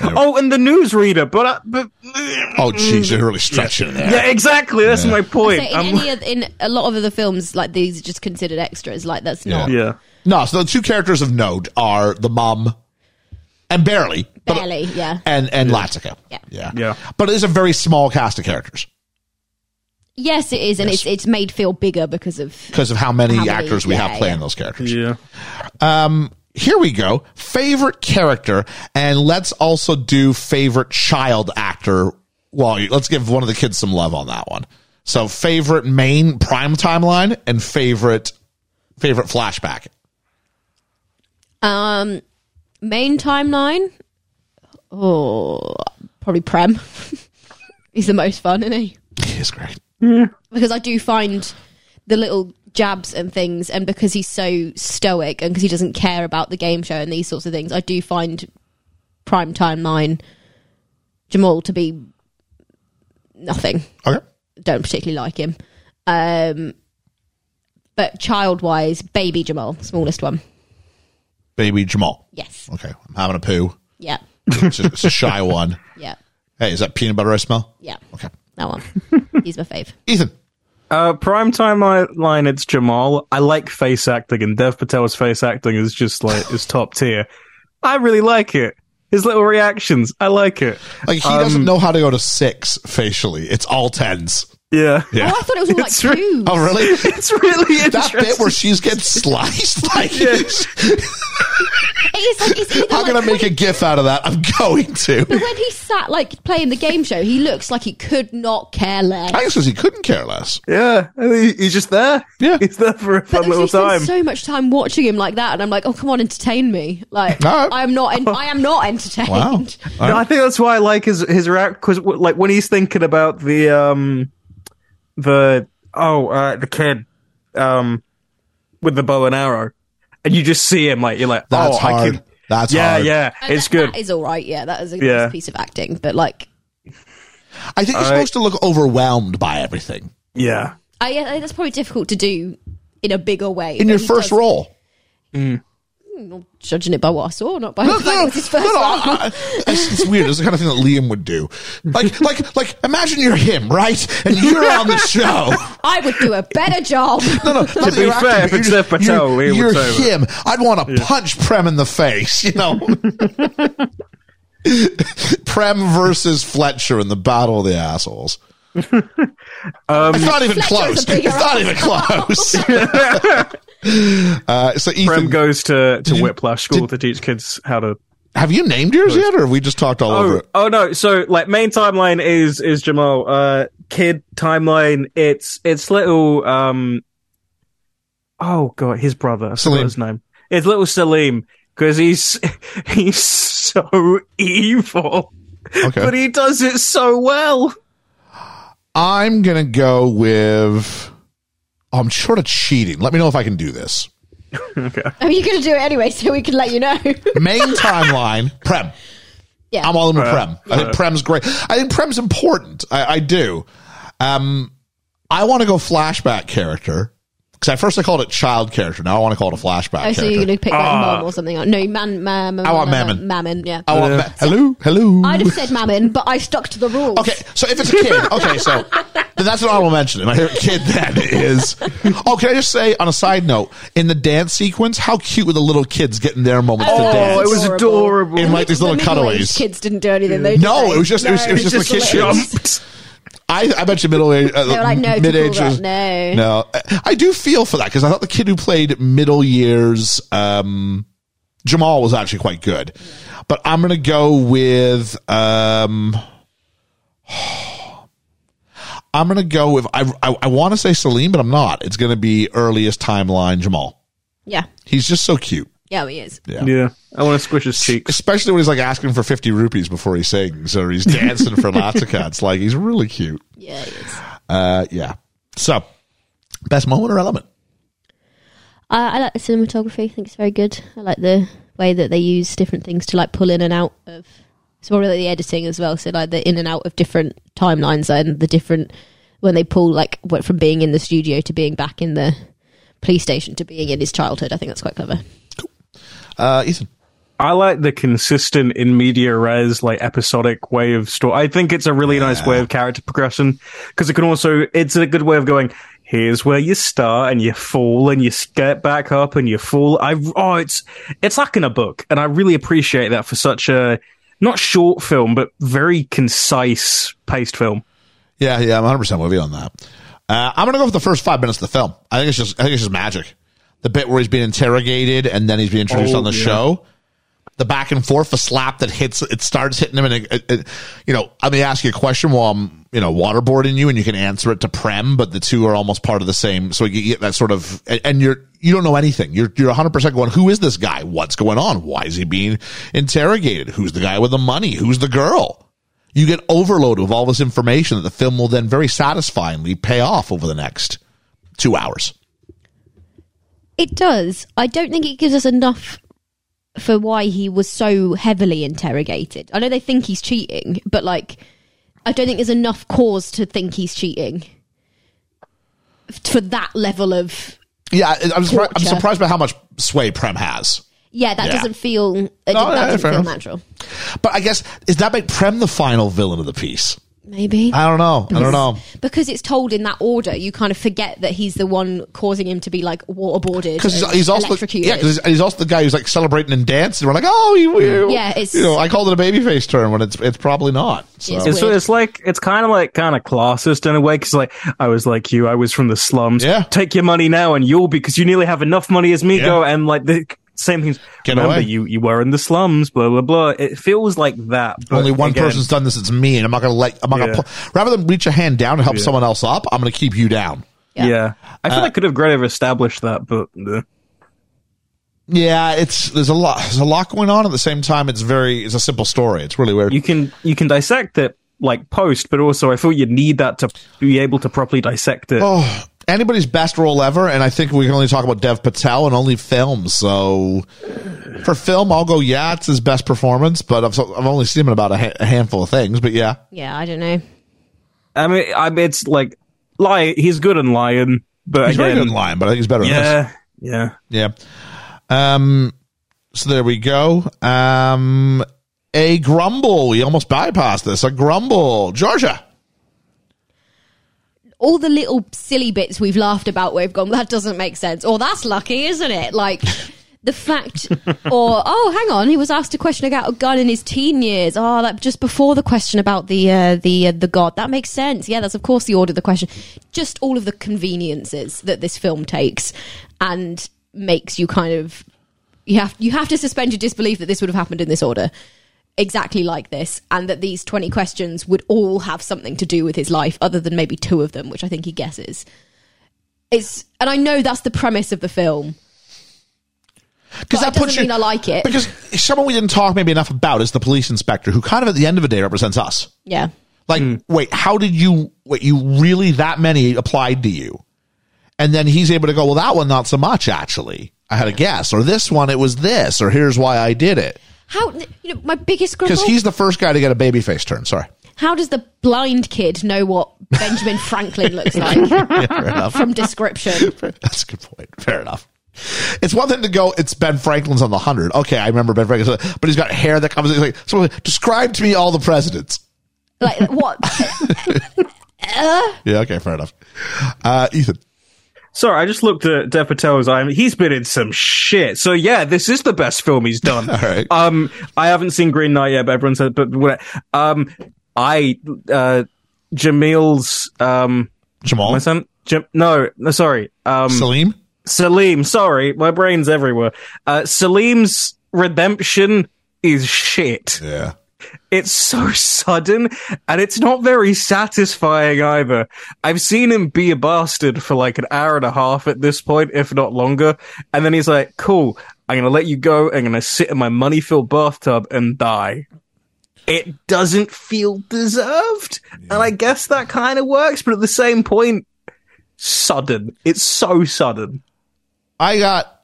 F: Oh, and the newsreader, but I, but
A: Oh,
B: Mm.
A: jeez, you're really stretching there.
F: yeah, exactly. That's my point.
B: So in
F: I'm-
B: any of, in a lot of the films, like these are just considered extras. Like that's not
F: yeah,
A: No, so the two characters of note are the mom and barely, but-
B: barely. yeah,
A: and and Latika.
B: Yeah.
A: yeah,
F: Yeah.
A: But it is a very small cast of characters.
B: yes, it is, and it's it's made feel bigger because of
A: because of how many
B: How many-
A: actors we
B: yeah,
A: have playing
B: yeah.
A: those characters.
F: yeah.
A: Here we go. Favorite character, and let's also do favorite child actor. Well, you- let's give one of the kids some love on that one. So, favorite main prime timeline and favorite favorite flashback.
B: Um, main timeline. Oh, probably Prem. [LAUGHS] He's the most fun, isn't he?
A: He's great.
B: Because I do find the little jabs and things, and because he's so stoic and because he doesn't care about the game show and these sorts of things, I do find prime timeline Jamal to be nothing.
A: Okay.
B: Don't particularly like him. Um, But child wise, baby Jamal, smallest one.
A: Baby Jamal.
B: Yes.
A: Okay. I'm having a poo.
B: Yeah.
A: It's a, it's a shy [LAUGHS] one.
B: Yeah.
A: Hey, is that peanut butter I smell?
B: Yeah.
A: Okay. [LAUGHS]
B: That one. He's my fave.
A: Ethan.
F: Uh, prime time li- line, it's Jamal. I like face acting, and Dev Patel's face acting is just like is top tier. I really like it. His little reactions, I like it.
A: Like he doesn't know how to go to six facially. It's all tens.
F: Yeah,
A: Yeah.
B: Oh, I thought it was all like
F: It's re-
B: two.
A: Oh really?
F: it's really
A: that
F: interesting.
A: bit where she's getting sliced [LAUGHS] like
B: It's like, it's either
A: how can I
B: like,
A: make a gif out of that? I'm going to.
B: when he sat like playing the game show, he looks like he could not care less.
A: I guess because he couldn't care less.
F: yeah, I mean, he's just there.
A: Yeah.
F: he's there for a
B: but
F: fun
B: there's
F: little
B: just been
F: time.
B: so much time watching him like that, and I'm like, oh come on, entertain me! Like
A: No.
B: I'm not, en- I am
A: [LAUGHS]
B: not entertained.
A: Wow.
F: [LAUGHS] No, Oh, I think that's why I like his his react because like when he's thinking about the um the oh uh, the kid um with the bow and arrow, and you just see him like you're like
A: That's
F: oh I
A: hard.
F: can
A: That's
F: yeah
A: hard.
F: yeah
B: And
F: it's
B: that-
F: good
B: That is all right. Yeah, that is a nice
F: Yeah.
B: piece of acting, but like,
A: I think you're
F: I-
A: supposed to look overwhelmed by everything
F: yeah
B: I, I think that's probably difficult to do in a bigger way.
A: in
B: but
A: your
B: he
A: first
B: does- [LAUGHS]
A: role.
B: judging it by what I saw, not [LAUGHS] by
A: No,
B: the fact it
A: no,
B: was his first
A: no, no,
B: role.
A: I- I- it's, it's weird. It's the kind of thing that Liam would do. Like, like, like. Imagine you're him, right? And you're on the show.
B: I would do a
A: [LAUGHS]
B: better job. [LAUGHS]
A: No, no. To
F: be fair, if it's Dev
A: you're,
F: Patel, Liam would
A: you're
F: say
A: him. I'd want to punch Prem in the face. You know, [LAUGHS] Prem versus Fletcher in the Battle of the
F: [LAUGHS]
A: Assholes.
F: Um,
A: it's not even
B: Fletcher was
A: close. It's
B: a bigger
A: not even close.
B: [LAUGHS]
A: [LAUGHS] uh, so, Ethan,
F: Prem goes to to
A: you-
F: Whiplash School to teach kids how to
A: have you named yours yet, or have we just talked all over
F: Oh,
A: it?
F: oh no! So like main timeline is is Jamal. Uh, kid timeline. It's it's little um. Oh god, his brother. I forgot
A: Salim.
F: his name. It's little Salim because he's [LAUGHS] he's so evil,
A: Okay,
F: but he does it so well.
A: I'm gonna go with. oh, I'm sort of cheating. Let me know if I can do this.
B: Are you going to do it anyway so we can let you know? [LAUGHS]
A: Main timeline, Prem.
B: yeah.
A: I'm all in with Prem. I think Prem's great. I think Prem's important. I, I do. Um, I want to go flashback character because at first I called it child character. Now I want to call it a flashback
B: oh, so
A: character.
B: you're going to pick like mom or something? No, man, man, man
A: Ah. I want
B: man-
A: Mammon.
B: Mammon, yeah.
A: I want ma- hello, hello.
B: I'd have said mammon, but I stuck to the
A: [LAUGHS]
B: rules.
A: okay, so if it's a kid, okay, so then that's an honorable mention. My favorite kid then is. Oh, can I just say on a side note in the dance sequence, how cute were the little kids getting their moments
B: Oh,
A: to
F: Oh,
A: dance?
F: it was
B: Adorable.
F: adorable.
A: in like these
B: The
A: little
B: middle-aged
A: cutaways.
B: Kids didn't do anything. Though, did
A: No,
B: they?
A: it was just- it was- it was
B: No,
A: just the
B: just
A: kids.
B: little-
F: jumped.
A: I, I bet you middle age. Uh,
B: They were like, no, too
A: mid
B: cool,
A: age was-
B: that,
A: no. I- I do feel for that because I thought the kid who played middle years, um, Jamal, was actually quite good. But I'm gonna go with. Um, [SIGHS] I'm gonna go with I I, I want to say Salim, but I'm not. It's gonna be earliest timeline Jamal.
B: [LAUGHS] Yeah.
A: He's just so cute,
B: Yeah, he is.
F: Yeah, I want to squish his cheeks.
A: especially when he's like asking for fifty rupees before he sings or he's dancing
B: [LAUGHS]
A: for Laticats. Like he's really cute.
B: Yeah, he is. Uh,
A: Uh, yeah. So, best moment or element?
B: Uh, I like the cinematography. I think it's very good. I like the way that they use different things to like pull in and out of. It's more like the editing as well. So like the in and out of different timelines and the different when they pull like what from being in the studio to being back in the police station to being in his childhood. I think that's quite clever.
A: Uh, Ethan.
F: I like the consistent in media res, like episodic way of story. I think it's a really nice way of character progression because it can also, it's a good way of going, here's where you start and you fall and you get back up and you fall. I, oh, it's, it's like in a book. And I really appreciate that for such a, not short film, but very concise paced film.
A: Yeah, yeah, I'm 100 percent with you on that. Uh, I'm gonna go with the first five minutes of the film. I think it's just, I think it's just magic. The bit where he's being interrogated and then he's being introduced
F: Oh,
A: on the
F: yeah.
A: show. The back and forth, the slap that hits, it starts hitting him, and it, it, it- you know, I may ask you a question while I'm, you know, waterboarding you, and you can answer it to Prem, but the two are almost part of the same. So you get that sort of, and- and you're, you don't know anything. You're, you're 100 percent going, who is this guy? What's going on? Why is he being interrogated? Who's the guy with the money? Who's the girl? you get overload of all this information that the film will then very satisfyingly pay off over the next two hours.
B: It does. I don't think it gives us enough for why he was so heavily interrogated. I know they think he's cheating, but like, I don't think there's enough cause to think he's cheating f- for that level of
A: Yeah, I- I'm, surpri- I'm
B: Torture.
A: surprised by how much sway Prem has.
B: Yeah, that
A: Yeah.
B: doesn't feel. It did-
A: No, yeah,
B: that doesn't
A: fair
B: feel
A: enough.
B: natural.
A: But I guess, does that make Prem the final villain of the piece?
B: Maybe
A: I don't know. I don't know.
B: because it's told in that order. You kind of forget that he's the one causing him to be like waterboarded
A: Because he's,
B: and
A: he's also the,
B: electrocuted.
A: yeah, 'cause he's, he's also the guy who's like celebrating and dancing. We're like, oh, you, you-
B: Yeah, it's-
A: you know, I called it a babyface turn when it's it's probably not. So.
B: It's
F: It's,
B: weird.
F: it's like it's kind of like kind of classist in a way because like I was like you, I was from the slums.
A: Yeah.
F: take your money now and you'll because you nearly have enough money as me.
A: Yeah.
F: Go and like the same things.
A: Get
F: Remember,
A: away.
F: you you were in the slums. Blah blah blah. It feels like that. but
A: Only one
F: again-
A: person's done this. It's me, and I'm not going to let. I'm not
F: Yeah.
A: going to. Rather than reach a hand down to help someone else up, I'm going to keep you down.
F: Yeah, I
A: Uh,
F: feel I could have greater established that, but uh,
A: Yeah, it's there's a lot. There's a lot going on at the same time. It's very. It's a simple story. It's really weird.
F: you can you can dissect it like post, but also I feel you need that to be able to properly dissect it.
A: oh, anybody's best role ever, and I think we can only talk about Dev Patel and only films. So for film, I'll go. Yeah, it's his best performance, but I've I've only seen him in about a, ha- a handful of things. But yeah,
B: yeah, I don't know.
F: I mean, I mean, it's like lie. He's good in lying, but
A: he's
F: again,
A: very good in line, but I think he's better. in this.
F: yeah, yeah.
A: Yeah. Um. So there we go. Um. A grumble. We almost bypassed this. A grumble. Georgia.
B: All the little silly bits we've laughed about, where we've gone, that doesn't make sense, or that's lucky, isn't it? Like the fact, or oh, hang on, he was asked a question about a gun in his teen years. Oh, that just before the question about the uh, the uh, the god, that makes sense. Yeah, that's of course the order of the question. Just all of the conveniences that this film takes and makes you kind of you have you have to suspend your disbelief that this would have happened in this order exactly like this and that these 20 questions would all have something to do with his life other than maybe two of them which i think he guesses it's and i know that's the premise of the film
A: Because
B: But it doesn't mean I like it.
A: Because someone we didn't talk maybe enough about is the police inspector, who kind of at the end of the day represents us.
B: yeah
A: Like, wait, how did you? Wait, you really that many applied to you, and then he's able to go. Well, that one not so much actually. I had a guess, or this one it was this, or here's why I did it.
B: how you know my biggest grumble
A: Because he's the first guy to get a babyface turn. Sorry.
B: how does the blind kid know what benjamin franklin looks
A: [LAUGHS]
B: like from description
A: That's a good point. Fair enough. It's one thing to go, it's Ben Franklin's on the 100. Okay, I remember Ben Franklin, but he's got hair that comes he's like, so describe to me all the presidents.
B: like what
A: Yeah, okay, fair enough. Uh, Ethan.
F: Sorry, I just looked at Dev Patel's. I mean, he's been in some shit. So yeah, this is the best film he's done.
A: right.
F: Um, I haven't seen Green Knight yet, but everyone said. But what- um, I uh, Jamil's um,
A: Jamal.
F: my son. Jam- no, no, sorry. Um,
A: Salim.
F: Salim. Sorry, my brain's everywhere. Uh, Salim's redemption is shit.
A: Yeah.
F: It's so [LAUGHS] sudden and it's not very satisfying either. I've seen him be a bastard for like an hour and a half at this point, if not longer. And then he's like, cool, I'm going to let you go. I'm going to sit in my money filled bathtub and die. It doesn't feel deserved. And I guess that kind of works, but at the same point, sudden. It's so sudden.
A: I got,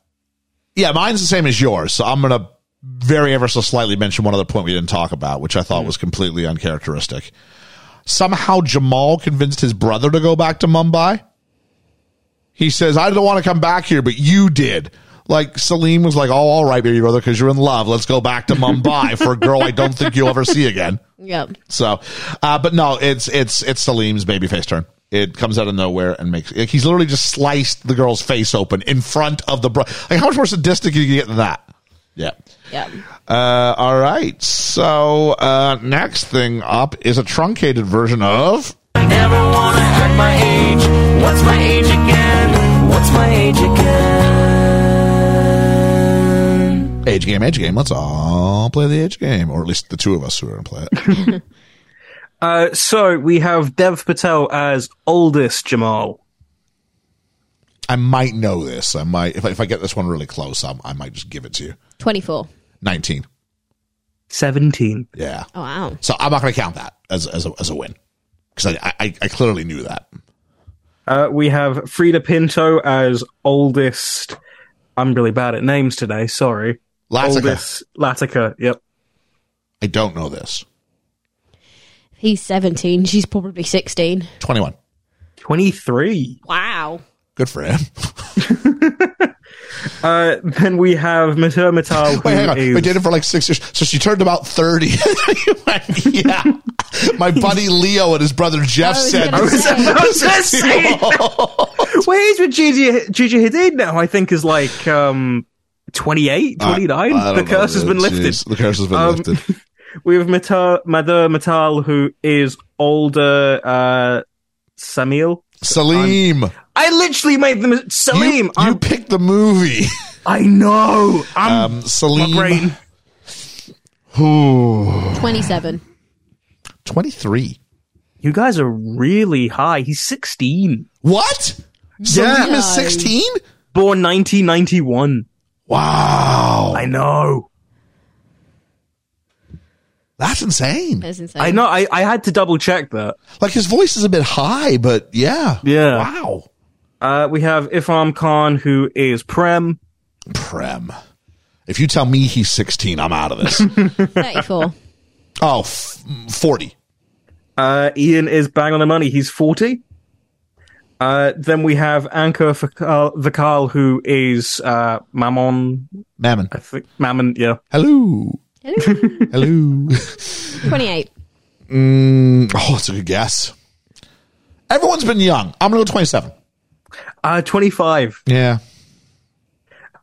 A: yeah, mine's the same as yours. So I'm going to very ever so slightly mention one other point we didn't talk about, which I thought was completely uncharacteristic. Somehow Jamal convinced his brother to go back to Mumbai. He says, I don't want to come back here, but you did. Like Salim was like, oh, all right, baby brother, because you're in love. Let's go back to [LAUGHS] Mumbai for a girl I don't think you'll ever see again.
B: yeah
A: So, uh, but no, it's it's it's Salim's babyface turn. It comes out of nowhere and makes like, he's literally just sliced the girl's face open in front of the bro. Like how much more sadistic can you get than that? Yeah.
B: yeah
A: Uh, all right. So uh, next thing up is a truncated version of.
G: I never wanna hurt my age. What's my age again? What's my age again?
A: Age game, age game. Let's all play the age game, or at least the two of us who are going to play it.
F: Uh, so we have Dev Patel as oldest Jamal.
A: I might know this. I might if I, if I get this one really close, I'm, I might just give it to you.
B: 24
A: Nineteen.
F: 17.
A: Yeah.
B: oh wow
A: So I'm not going to count that as as a, as a win because I, I I clearly knew that.
F: Uh, we have Frida Pinto as oldest. I'm really bad at names today. Sorry.
A: Latica.
F: Oldest Latica. Yep.
A: I don't know this.
B: he's 17 she's probably 16
A: 21.
F: 23.
B: wow
F: [LAUGHS]
A: Good for him.
F: Uh, then we have Miss Hermitage.
A: [LAUGHS] Wait, hang on.
F: who
A: We
F: is- [LAUGHS]
A: dated for like six years. So she turned about 30. [LAUGHS] yeah. My buddy Leo and his brother Jeff
B: I was
A: said.
B: gonna say.
A: [LAUGHS]
B: I
F: was gonna say. Where is with Gigi, Gigi Hadid now? I think is like um, 28,
A: I-
F: 29.
A: I don't
F: the
A: know,
F: curse has
A: man.
F: been lifted.
A: Jeez, The curse has been
F: Um, [LAUGHS]
A: lifted.
F: We have Mata- Mother Matal, who is older uh, Samil.
A: Salim.
F: I literally made them Salim.
A: You, you
F: I'm-
A: picked the movie.
F: I know. [LAUGHS] I'm
A: Um,
F: my
A: Salim.
F: brain.
A: Ooh.
B: 27.
A: 23.
F: You guys are really high. He's 16.
A: What? Salim
B: No.
A: is 16?
F: Born 1991.
A: Wow.
F: I know.
A: That's insane.
B: That's insane.
F: I know. I, I had to double check that.
A: Like his voice is a bit high, but yeah.
F: Yeah.
A: Wow.
F: Uh, we have Ifam Khan, who is Prem.
A: Prem. If you tell me he's 16, I'm out of this.
B: 34.
A: oh, f- 40.
F: Uh, Ian is bang on the money. He's 40. Uh, then we have Anchor Vakal, Vakal who is uh, Mammon.
A: Mammon.
F: I think Mammon, yeah.
A: Hello.
B: Hello.
A: Hello. [LAUGHS]
B: 28.
A: oh, that's a good guess. Everyone's been young. I'm going to go 27.
F: Uh, 25.
A: Yeah.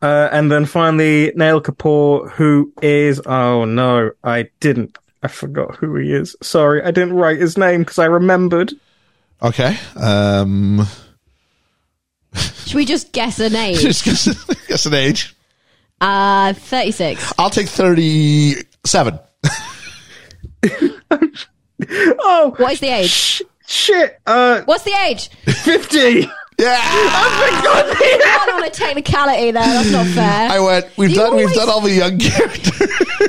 F: Uh, and then finally, Nail Kapoor, who is. Oh no, I didn't. I forgot who he is. Sorry, I didn't write his name because I remembered.
A: Okay. Um, [LAUGHS]
B: Should we just guess an age?
A: just guess, guess an age.
B: Uh, 36.
A: I'll take 37.
F: Oh,
B: What is the age?
F: sh- shit. Uh,
B: What's the age?
F: 50. [LAUGHS]
A: Yeah.
B: Not on a technicality there. That's not fair.
A: I went, we've
B: You
A: done, we've
B: always-
A: done all the young characters.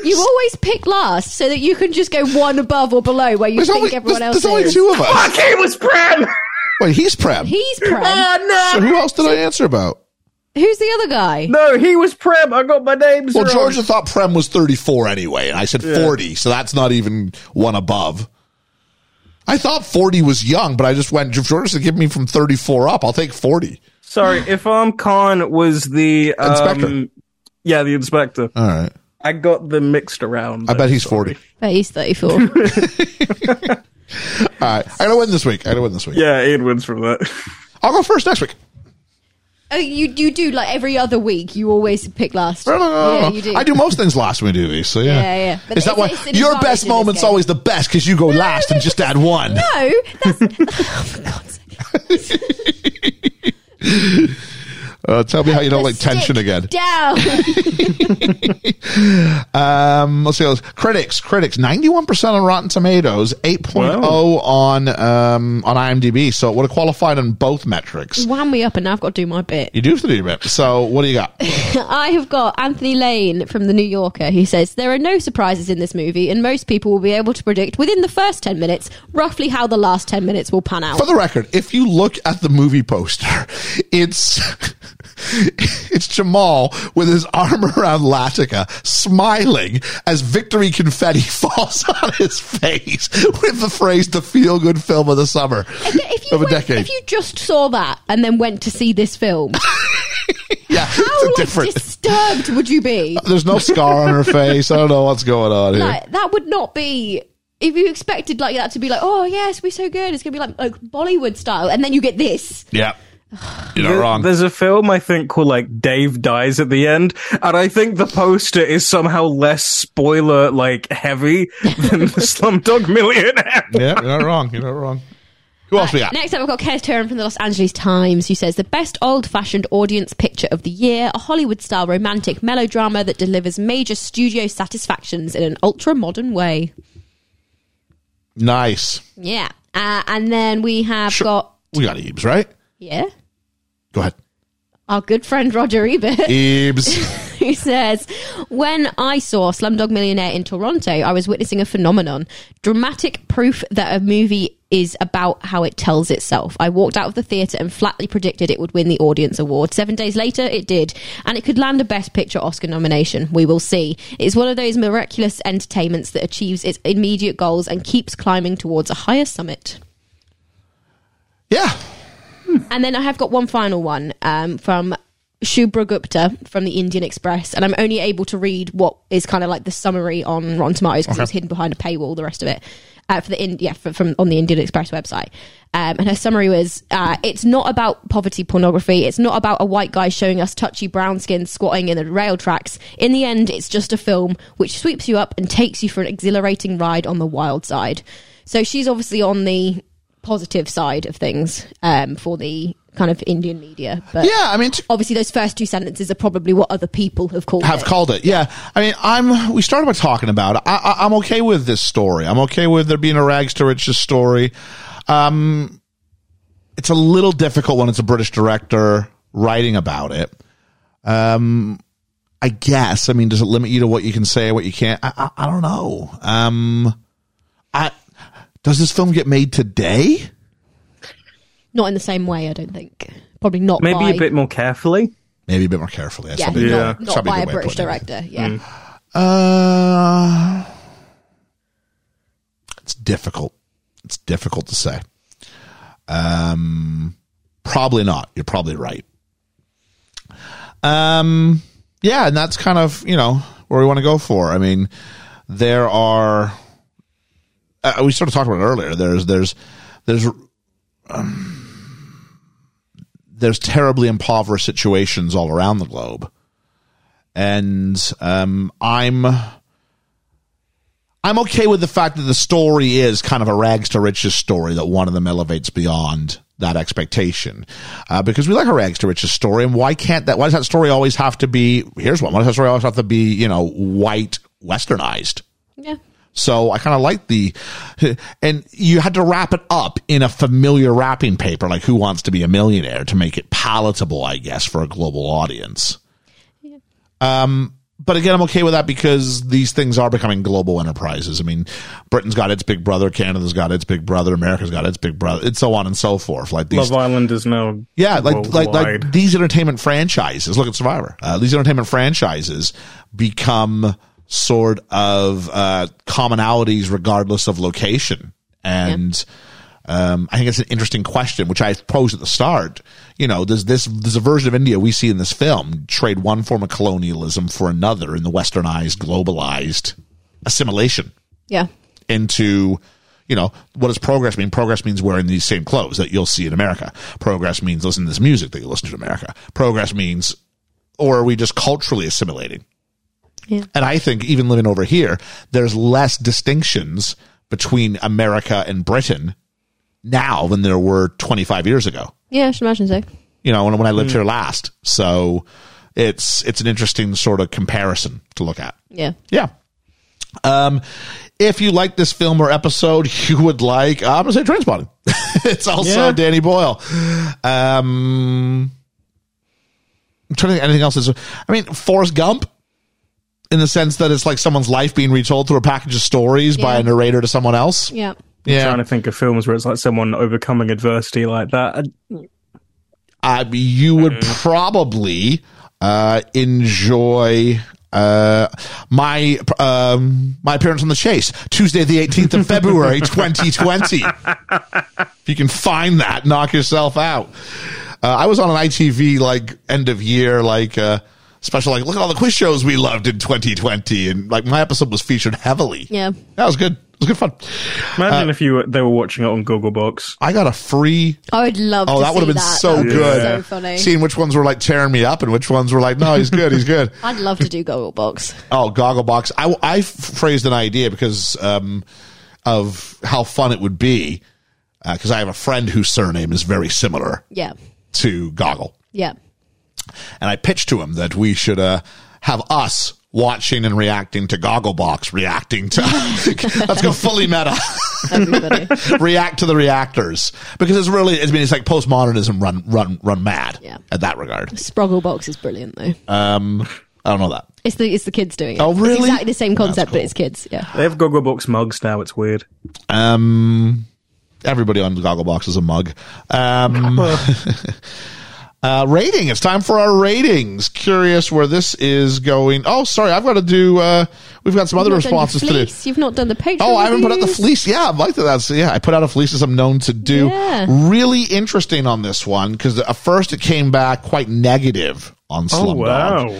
B: you always pick last so that you can just go one above or below where you
A: There's
B: think
A: only,
B: everyone
A: there's,
B: else
A: there's only
B: is.
A: two of
B: [LAUGHS]
A: us.
F: Fuck, it was Prem.
A: Wait, he's Prem.
B: He's
A: [LAUGHS]
B: Prem.
A: So who else did I answer about?
B: Who's the other guy?
F: No, he was Prem. I got my names
A: Well,
F: wrong.
A: Georgia thought Prem was 34 anyway, and I said 40, so that's not even one above. I thought 40 was young, but I just went, if Georgia said give me from 34 up, I'll take 40.
F: Sorry, if um Khan was the um,
A: Inspector.
F: Yeah, the inspector.
A: All right.
F: I got them mixed around.
A: I bet he's 40.
B: But he's
A: [LAUGHS]
B: 34.
A: All right. I gotta win this week. I gotta win this week.
F: Yeah, Ian wins from that. [LAUGHS]
A: I'll go first next week.
B: oh, you, you do, like, every other week, you always
A: [LAUGHS]
B: pick last.
A: No, no, no, no,
B: yeah,
A: no.
B: you do.
A: I do most things last when we do these, so yeah.
B: Yeah, yeah. But
A: Is that
B: it's-
A: why
B: it's an
A: your
B: advantage
A: best
B: in this
A: moment's
B: game.
A: always the best because you go last and just add
B: [LAUGHS]
A: one?
B: No, that's...
A: [LAUGHS]
B: oh, for God's sake.
A: Uh, tell me how you don't
B: The
A: like tension
B: stick
A: again.
B: Down. [LAUGHS]
A: Um, let's see. how this- Critics, critics, ninety-one percent on Rotten Tomatoes, eight oh on um, on IMDb. So it would have qualified on both metrics.
B: Wham me up and now I've got to do my bit.
A: You do have to do your bit. So what do you got?
B: I have got Anthony Lane from The New Yorker who says there are no surprises in this movie, and most people will be able to predict within the first 10 minutes roughly how the last 10 minutes will pan out.
A: For the record, if you look at the movie poster, [LAUGHS] it's it's Jamal with his arm around Latika, smiling as victory confetti [LAUGHS] falls on his face with the phrase "the feel-good film of the summer
B: if you,
A: of a
B: went-
A: decade."
B: if you just saw that and then went to see
A: [LAUGHS]
B: this film,
A: yeah,
B: how
A: it's a
B: like,
A: different.
B: disturbed would you
A: [LAUGHS]
B: be?
A: There's no scar on her face. I don't know what's going on here.
B: Like that would not be. If you expected like that to be like, oh yes, we're so good, it's gonna be like, like Bollywood style, and then you get this.
A: Yeah. You're not
F: There-
A: wrong.
F: There's a film I think called like Dave Dies at the End, and I think the poster is somehow less spoiler like heavy [LAUGHS] than the Slumdog [LAUGHS] Millionaire.
A: yeah, you're not wrong. You're not wrong. Who else we got?
B: Next up, we've got Kenneth Turan from the Los Angeles Times, who says the best old-fashioned audience picture of the year: a Hollywood-style romantic melodrama that delivers major studio satisfactions in an ultra-modern way.
A: Nice.
B: Yeah, uh, and then we have
A: Sure.
B: got
A: We got Ebes, right?
B: yeah
A: Go ahead.
B: our good friend Roger Ebert. [LAUGHS]
A: Ebes.
B: who says, When I saw Slumdog Millionaire in Toronto, I was witnessing a phenomenon. Dramatic proof that a movie is about how it tells itself. I walked out of the theatre and flatly predicted it would win the audience award. Seven days later, it did. And it could land a Best Picture Oscar nomination. We will see. It's one of those miraculous entertainments that achieves its immediate goals and keeps climbing towards a higher summit.
A: Yeah.
B: And then I have got one final one um, from Shubhragupta from the Indian Express, and I'm only able to read what is kind of like the summary on Rotten Tomatoes because it was hidden behind a paywall. The rest of it uh, for the in- yeah for, from on the Indian Express website. Um, and her summary was: uh, It's not about poverty pornography. It's not about a white guy showing us touchy brown skin squatting in the rail tracks. In the end, it's just a film which sweeps you up and takes you for an exhilarating ride on the wild side. So she's obviously on the positive side of things um, for the kind of Indian media. But
A: Yeah, I mean, t-
B: obviously those first two sentences are probably what other people have called
A: have
B: it.
A: called it. Yeah, I mean, I'm. We started by talking about it. I, I, I'm okay with this story. I'm okay with there being a rags to riches story. Um, it's a little difficult when it's a British director writing about it. Um, I guess. I mean, does it limit you to what you can say, what you can't? I, I, I don't know. Um, I does this film get made today?
B: not in the same way I don't think probably not
F: Maybe
B: by,
F: a bit more carefully.
A: Maybe a bit more carefully. That's
B: yeah,
A: probably-
F: Yeah.
B: not,
A: that's
B: not
A: probably
B: by
A: good
B: a
A: way of
B: British
A: putting it.
B: director yeah
A: Mm. Uh, it's difficult. It's difficult to say. Um, probably not. You're probably right. Um, yeah, and that's kind of you know where we want to go for. I mean, there are. Uh, we sort of talked about it earlier. There's there's there's um, there's terribly impoverished situations all around the globe and um, I'm I'm okay with the fact that the story is kind of a rags to riches story that one of them elevates beyond that expectation uh, because we like a rags to riches story and why can't that why does that story always have to be here's one why does that story always have to be you know white westernized
B: yeah
A: so I kind of like the, and you had to wrap it up in a familiar wrapping paper, like Who Wants to Be a Millionaire, to make it palatable, I guess, for a global audience. Um, but again, I'm okay with that because these things are becoming global enterprises. I mean, Britain's got its big brother, Canada's got its big brother, America's got its big brother, and so on and so forth. Like these,
F: Love Island is now
A: yeah, like, like
F: worldwide.
A: like these entertainment franchises. Look at Survivor. Uh, these entertainment franchises become sort of uh, commonalities regardless of location, and um, I think it's an interesting question, which I posed at the start. You know, does this there's a version of India we see in this film trade one form of colonialism for another in the westernized, globalized assimilation?
B: yeah
A: into you know what does progress mean progress means wearing these same clothes that you'll see in america progress means listening to this music that you listen to in america progress means or are we just culturally assimilating
B: Yeah.
A: and i think even living over here there's less distinctions between america and britain now than there were 25 years ago
B: yeah I should imagine so
A: you know when, when i lived here last so it's it's an interesting sort of comparison to look at
B: yeah
A: yeah. Um, if you like this film or episode, [LAUGHS] you would like, I'm going to say Trainspotting. [LAUGHS] it's also
F: Yeah.
A: Danny Boyle. Um, I'm trying to think of anything else. Is, I mean, Forrest Gump, in the sense that it's like someone's life being retold through a package of stories by
B: Yeah.
A: a narrator to someone else.
B: yeah
A: Yeah.
F: Trying to think of films where it's like someone overcoming adversity like that. I-
A: I, Uh, you would probably uh, enjoy uh, my um, my appearance on the chase Tuesday the eighteenth of February twenty twenty. If you can find that, knock yourself out. Uh, I was on an ITV like end of year like uh, special like look at all the quiz shows we loved in twenty twenty and like my episode was featured heavily.
B: Yeah.
A: that was good. It was good fun. Uh,
F: Imagine if you were, they were watching it on Google Box.
A: I got a free
B: I would love
A: Oh,
B: to
A: that would have
B: see
A: been
B: that.
A: so
B: That would be
A: good.
B: so funny
A: Seeing which ones were like tearing me up and which ones were like, no, he's good, he's good.
B: [LAUGHS] I'd love to do Google Box
A: Oh, Gogglebox. I, I phrased an idea because um, of how fun it would be. Because I have a friend whose surname is very similar
B: yeah
A: to Goggle.
B: yeah
A: And I pitched to him that we should uh, have us watching and reacting to Gogglebox, reacting to. [LAUGHS] let's go fully meta. [LAUGHS]
B: that'd be funny
A: react to the reactors. Because it's really, I mean, it's like postmodernism run, run, run mad
B: Yeah.
A: at that regard.
B: Sproggle Box is brilliant though
A: Um, I don't know that.
B: it's the it's the kids doing it
A: Oh, really?
B: it's exactly the same concept
A: cool.
B: but it's kids yeah
F: They have Google Box mugs now. It's weird.
A: Um, everybody on Gogglebox is a mug.
F: [LAUGHS]
A: Um, uh, rating. It's time for our ratings. Curious where this is going. Oh, sorry, I've got to do. Uh, we've got some other
B: You've not done your
A: responses to do.
B: fleece. you've not done the Patreon
A: Oh, I haven't put out the
B: reviews.
A: fleece. Yeah, I like that. That's yeah. I put out a fleece as I'm known to do.
B: Yeah.
A: Really interesting on this one because at first it came back quite negative on
F: Oh,
A: Slumdog.
F: wow.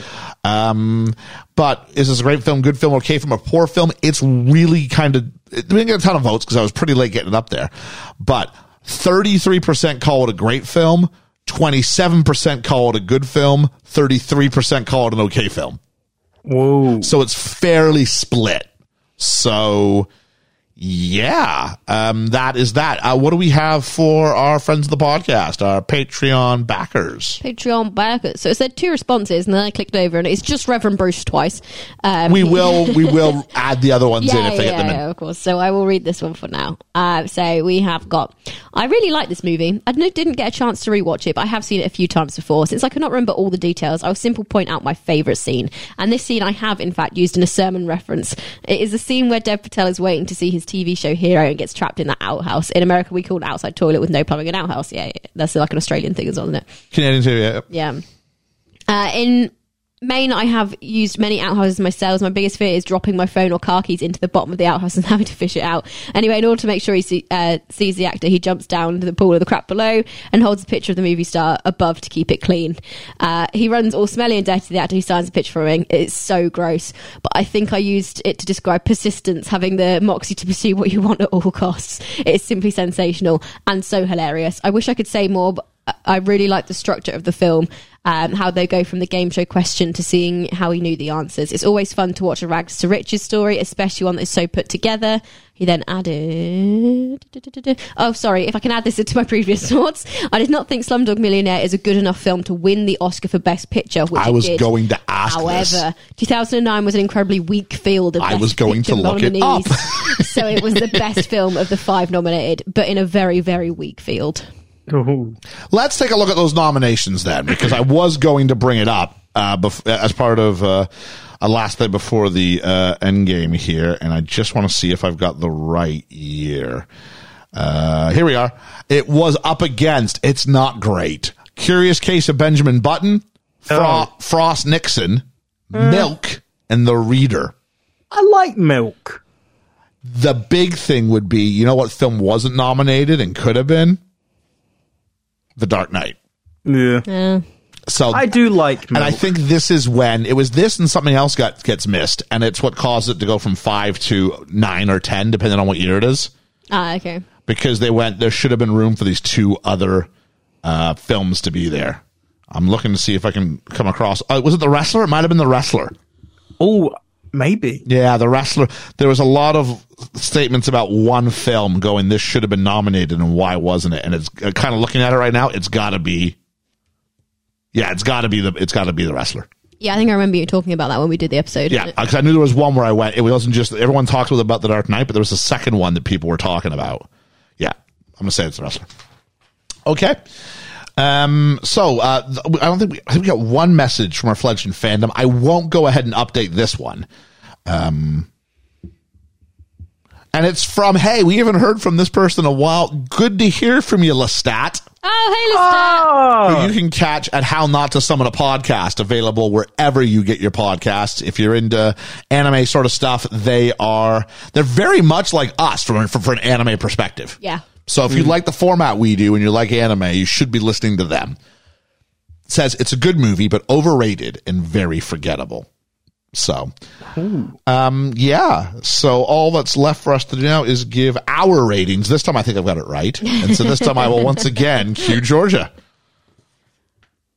A: Um, but is this a great film, good film, okay from a poor film? It's really kind of, it didn't get a ton of votes because I was pretty late getting it up there, but 33% call it a great film, 27% call it a good film, 33% call it an okay film.
F: Whoa.
A: So it's fairly split. So yeah, um, that is that. Uh, what do we have for our friends of the podcast, our Patreon backers?
B: Patreon backers. So it said two responses, and then I clicked over, and it's just Reverend Bruce twice. Um,
A: We will we
B: [LAUGHS]
A: will add the other ones in
B: yeah,
A: if they
B: yeah,
A: get them in.
B: yeah, of course. So I will read this one for now. Uh, so we have got. I really like this movie. I no- didn't get a chance to rewatch it, but I have seen it a few times before. Since I could not remember all the details, I'll simply point out my favourite scene. And this scene I have, in fact, used in a sermon reference. It is the scene where Dev Patel is waiting to see his TV show Hero and gets trapped in that outhouse. In America, we call it outside toilet with no plumbing and outhouse. Yeah, yeah. that's like an Australian thing as well, isn't it?
A: Canadian too, yeah.
B: Yeah. Uh, in Maine, I have used many outhouses myself. My biggest fear is dropping my phone or car keys into the bottom of the outhouse and [LAUGHS] having to fish it out. Anyway, in order to make sure he see, uh, sees the actor, he jumps down into the pool of the crap below and holds a picture of the movie star above to keep it clean. Uh, he runs all smelly and dirty to the actor who signs a picture for him. It's so gross. But I think I used it to describe persistence, having the moxie to pursue what you want at all costs. It's simply sensational and so hilarious. I wish I could say more, but I really like the structure of the film, um, how they go from the game show question to seeing how he knew the answers. It's always fun to watch a rags to riches story, especially one that's so put together. He then added, oh, sorry, if I can add this into my previous [LAUGHS] thoughts, I did not think Slumdog Millionaire is a good enough film to win the Oscar for Best Picture. Which
A: I
B: it
A: was
B: did.
A: going to ask
B: However,
A: this.
B: 2009 was an incredibly weak field of
A: I
B: Best
A: was going to
B: Picture
A: look it
B: nominees, [LAUGHS] so it was the best film of the five nominated, but in a very, very weak field.
F: Ooh.
A: Let's take a look at those nominations then, because I was going to bring it up uh, bef- as part of uh, a last day before the uh, end game here, and I just want to see if I've got the right year. Uh, here we are. It was up against. It's not great. Curious Case of Benjamin Button, Fro-
F: Oh.
A: Frost Nixon, Milk, and The Reader.
F: I like milk.
A: The big thing would be, you know, what film wasn't nominated and could have been? The Dark Knight.
F: Yeah.
A: So
F: I do like milk.
A: And I think this is when it was this and something else got gets missed, and it's what caused it to go from five to nine or ten, depending on what year it is,
B: Ah, okay.
A: because they went there should have been room for these two other uh, films to be there. I'm looking to see if I can come across. Uh, was it the wrestler? It might have been the wrestler.
F: oh, maybe.
A: Yeah, the wrestler. There was a lot of statements about one film going. This should have been nominated, and why wasn't it? And it's uh, kind of looking at it right now. It's got to be. Yeah, it's got to be the. It's got to be the wrestler.
B: Yeah, I think I remember you talking about that when we did the episode.
A: Yeah, because I knew there was one where I went. It wasn't just everyone talked about the Dark Knight, but there was a second one that people were talking about. Yeah, I'm gonna say it's the wrestler. Okay. Um. So, uh, th- I don't think we I think we got one message from our fledgling fandom. I won't go ahead and update this one. Um. And it's from hey, we haven't heard from this person in a while. Good to hear from you, Lestat
B: Oh, hey, Lestat.
F: Ah!
A: who you can catch at How Not to Summon a Podcast, available wherever you get your podcasts. If you're into anime sort of stuff, they are they're very much like us from from, from an anime perspective.
B: Yeah.
A: So if you like the format we do and you like anime, you should be listening to them. It says it's a good movie, but overrated and very forgettable. So, um, yeah. So all that's left for us to do now is give our ratings. This time, I think I've got it right, and so this time I will once again cue Georgia.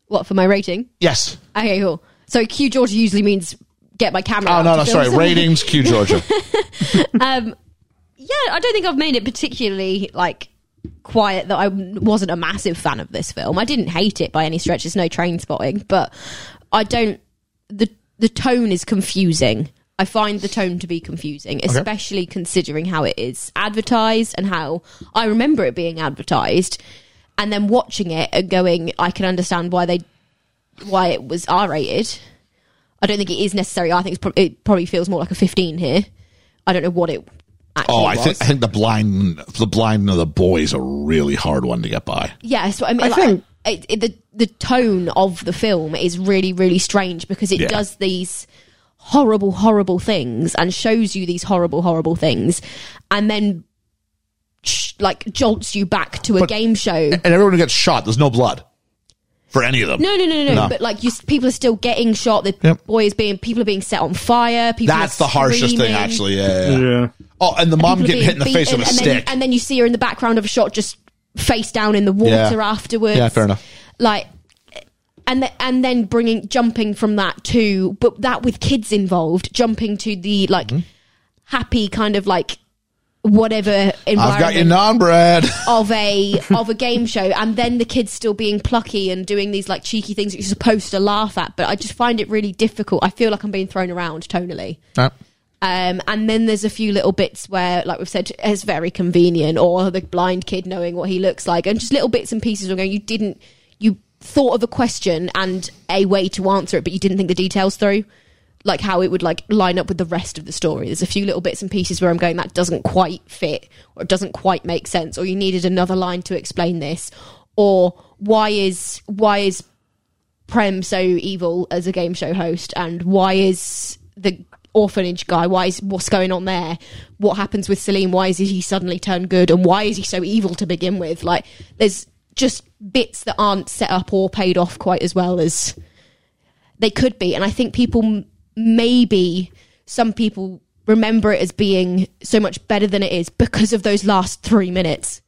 B: What, for my rating?
A: Yes.
B: Okay, cool. So Q Georgia usually means get my camera.
A: Oh
B: out
A: no,
B: to
A: no,
B: film
A: sorry.
B: something.
A: Ratings, Q Georgia.
B: Yeah, I don't think I've made it particularly, like, quiet that I wasn't a massive fan of this film. I didn't hate it by any stretch. It's no train spotting, but I don't. The, the tone is confusing. I find the tone to be confusing, especially considering how it is advertised and how I remember it being advertised. And then watching it and going, I can understand why they why it was R rated. I don't think it is necessary. I think it's prob- it probably feels more like a 15 here. I don't know what it actually
A: Oh, I
B: was.
A: think I think the blind the blind of the boy is a really hard one to get by.
B: yeah, so I mean,
F: I
B: like,
F: think-
B: it, it, the the tone of the film is really really strange because it
A: Yeah.
B: does these horrible horrible things and shows you these horrible horrible things, and then sh- like jolts you back to a
A: But- eh,
B: game show.
A: And everyone who gets shot, there's no blood. for any of them.
B: No, no, no, no,
A: No.
B: no. But like, you, s- people are still getting shot. The
A: Yep.
B: boy is being, people are being set on fire. People
A: That's
B: are
A: the harshest thing,
B: screaming.
A: actually. Yeah, yeah, yeah.
F: Yeah.
A: Oh, and the mom
B: People are
A: getting hit in
B: being
A: the face with
B: beaten,
A: a
B: and
A: stick.
B: Then, and then you see her in the background of a shot, just face down in the water
A: Yeah.
B: afterwards.
A: Yeah, fair enough.
B: Like, and the, and then bringing jumping from that to, but that with kids involved, jumping to the like
A: Mm-hmm.
B: happy kind of like whatever environment
A: I've got your non bread.
B: of a of a game show and then the kids still being plucky and doing these like cheeky things that you're supposed to laugh at but i just find it really difficult i feel like i'm being thrown around tonally um, and then there's a few little bits where, like we've said, it's very convenient, or the blind kid knowing what he looks like, and just little bits and pieces. Where going, you didn't, you thought of a question and a way to answer it, but you didn't think the details through, like how it would like line up with the rest of the story. There's a few little bits and pieces where I'm going that doesn't quite fit, or it doesn't quite make sense, or you needed another line to explain this, or why is why is Prem so evil as a game show host, and why is the orphanage guy? Why is what's going on there? What happens with Salim? Why is he suddenly turned good, and why is he so evil to begin with? Like, there's just bits that aren't set up or paid off quite as well as they could be, and I think people m- maybe some people remember it as being so much better than it is because of those last three minutes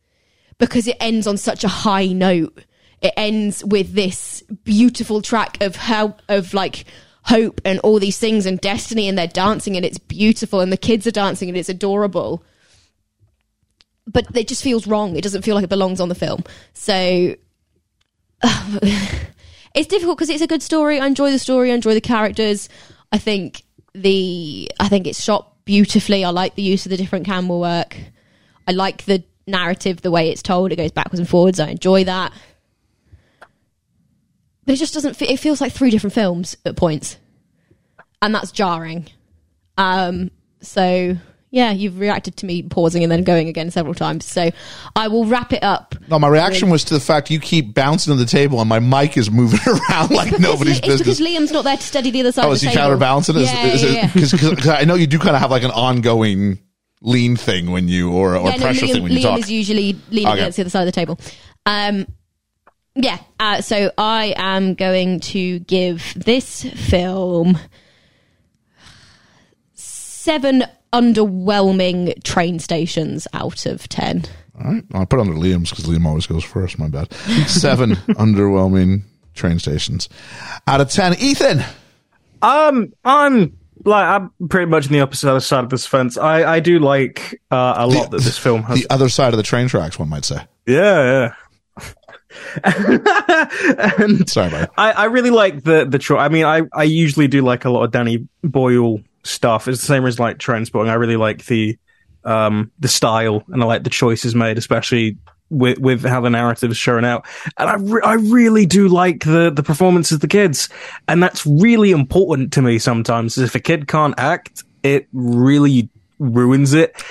B: because it ends on such a high note. It ends with this beautiful track of how of like hope and all these things and destiny and they're dancing and it's beautiful and the kids are dancing and it's adorable. But it just feels wrong. It doesn't feel like it belongs on the film. So [SIGHS] it's difficult because it's a good story. I enjoy the story. I enjoy the characters. I think the I think it's shot beautifully. I like the use of the different camera work. I like the narrative, the way it's told. It goes backwards and forwards. I enjoy that. But it just doesn't. Fit, it feels like three different films at points, and that's jarring. Um. So yeah, you've reacted to me pausing and then going again several times. So I will wrap it up.
A: No, my reaction was to the fact you keep bouncing on the table and my mic is moving [LAUGHS] around like
B: Because
A: nobody's
B: Li- it's
A: business.
B: because Liam's not there to study the other side.
A: Oh,
B: of
A: is
B: the
A: he
B: table.
A: counterbalancing it? Is-
B: Yeah,
A: is
B: yeah,
A: it-
B: yeah.
A: Because I know you do kind of have like an ongoing lean thing when you, or, or
B: Yeah, no,
A: pressure
B: Liam,
A: thing when you
B: Liam
A: talk.
B: is usually leaning
A: Okay.
B: against the other side of the table. Um, yeah, uh, so I am going to give this film seven underwhelming train stations out of ten.
A: All right. I'll put it under Liam's because Liam always goes first. My bad. [LAUGHS] Seven underwhelming train stations out of 10. Ethan.
F: Um, I'm like I'm pretty much on the opposite side of this fence. I I do like uh, a lot that this film has.
A: The uh, other side of the train tracks, one might say.
F: yeah, yeah. and
A: Sorry, buddy.
F: I, I really like the the choice. I mean, I, I usually do like a lot of Danny Boyle stuff. It's the same as like Transporting. I really like the um the style and I like the choices made, especially with with how the narrative is shown out. And I re- I really do like the the performances of the kids, and that's really important to me sometimes. Is if a kid can't act, it really ruins it.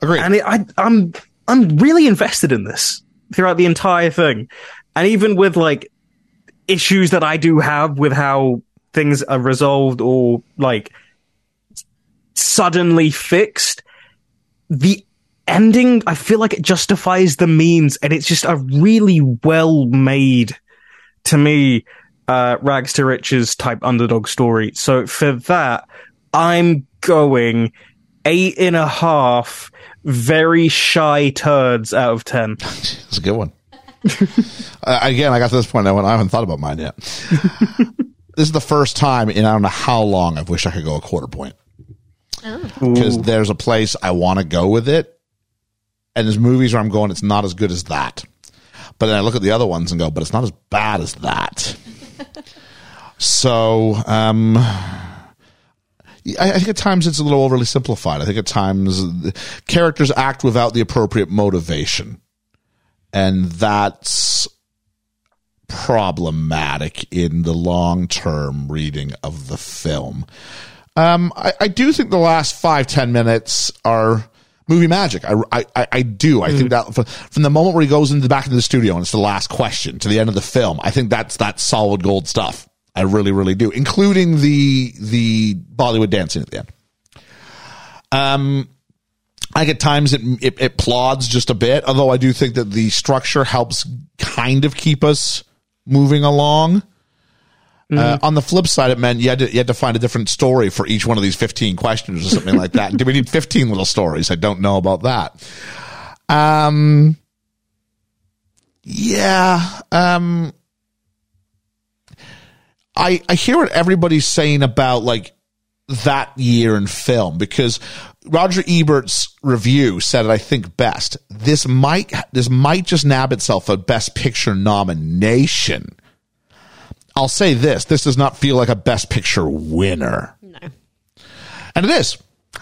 A: Agree.
F: And it, I, I'm I'm really invested in this throughout the entire thing, and even with like issues that I do have with how things are resolved or like suddenly fixed, the ending I feel like it justifies the means, and it's just a really well made to me uh, rags to riches type underdog story. So for that, I'm going eight and a half very shy turds out of ten.
A: It's a good one. [LAUGHS] uh, again, I got to this point. I went, I haven't thought about mine yet. this is the first time in I don't know how long I've wished I could go a quarter point because there's a place I want to go with it, and there's movies where I'm going, it's not as good as that. But then I look at the other ones and go, but it's not as bad as that. so, um, I, I think at times it's a little overly simplified. I think at times the characters act without the appropriate motivation. And that's problematic in the long term reading of the film. Um, I, I do think the last five, ten minutes are movie magic. I, I, I- I do. I think that from, from the moment where he goes into the back into the studio and it's the last question to the end of the film, I think that's that's solid gold stuff. I really, really do, including the the Bollywood dancing at the end. Um, I think at times it, it it plods just a bit, although I do think that the structure helps kind of keep us moving along. Uh, on the flip side, it meant you had, to, you had to find a different story for each one of these 15 questions or something like that. [LAUGHS] Do we need 15 little stories? I don't know about that. Um, yeah. Um, I, I hear what everybody's saying about like that year in film because Roger Ebert's review said it, I think, best. This might this might just nab itself a Best Picture nomination. I'll say this: this does not feel like a Best Picture winner,
B: No.
A: and it is,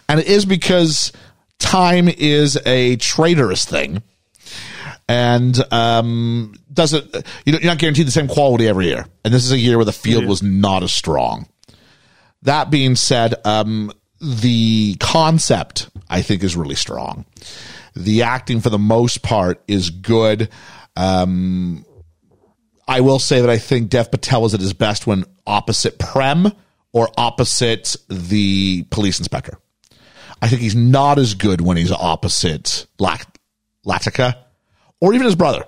A: and it is because time is a traitorous thing, and um, doesn't you know, you're not guaranteed the same quality every year. And this is a year where the field was not as strong. That being said, um, the concept I think is really strong. The acting, for the most part, is good. Um, I will say that I think Dev Patel is at his best when opposite Prem or opposite the police inspector. I think he's not as good when he's opposite Lat- Latika or even his brother,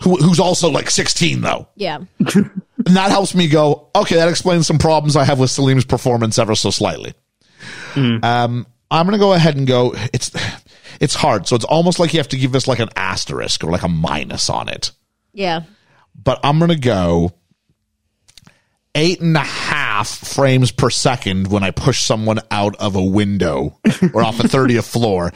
A: who, who's also like 16, though.
B: Yeah.
A: And that helps me go, okay, that explains some problems I have with Salim's performance ever so slightly. Um, I'm going to go ahead and go, it's, it's hard. So it's almost like you have to give this like an asterisk or like a minus on it.
B: Yeah.
A: But I'm going to go eight and a half frames per second when I push someone out of a window or off a 30th [LAUGHS] floor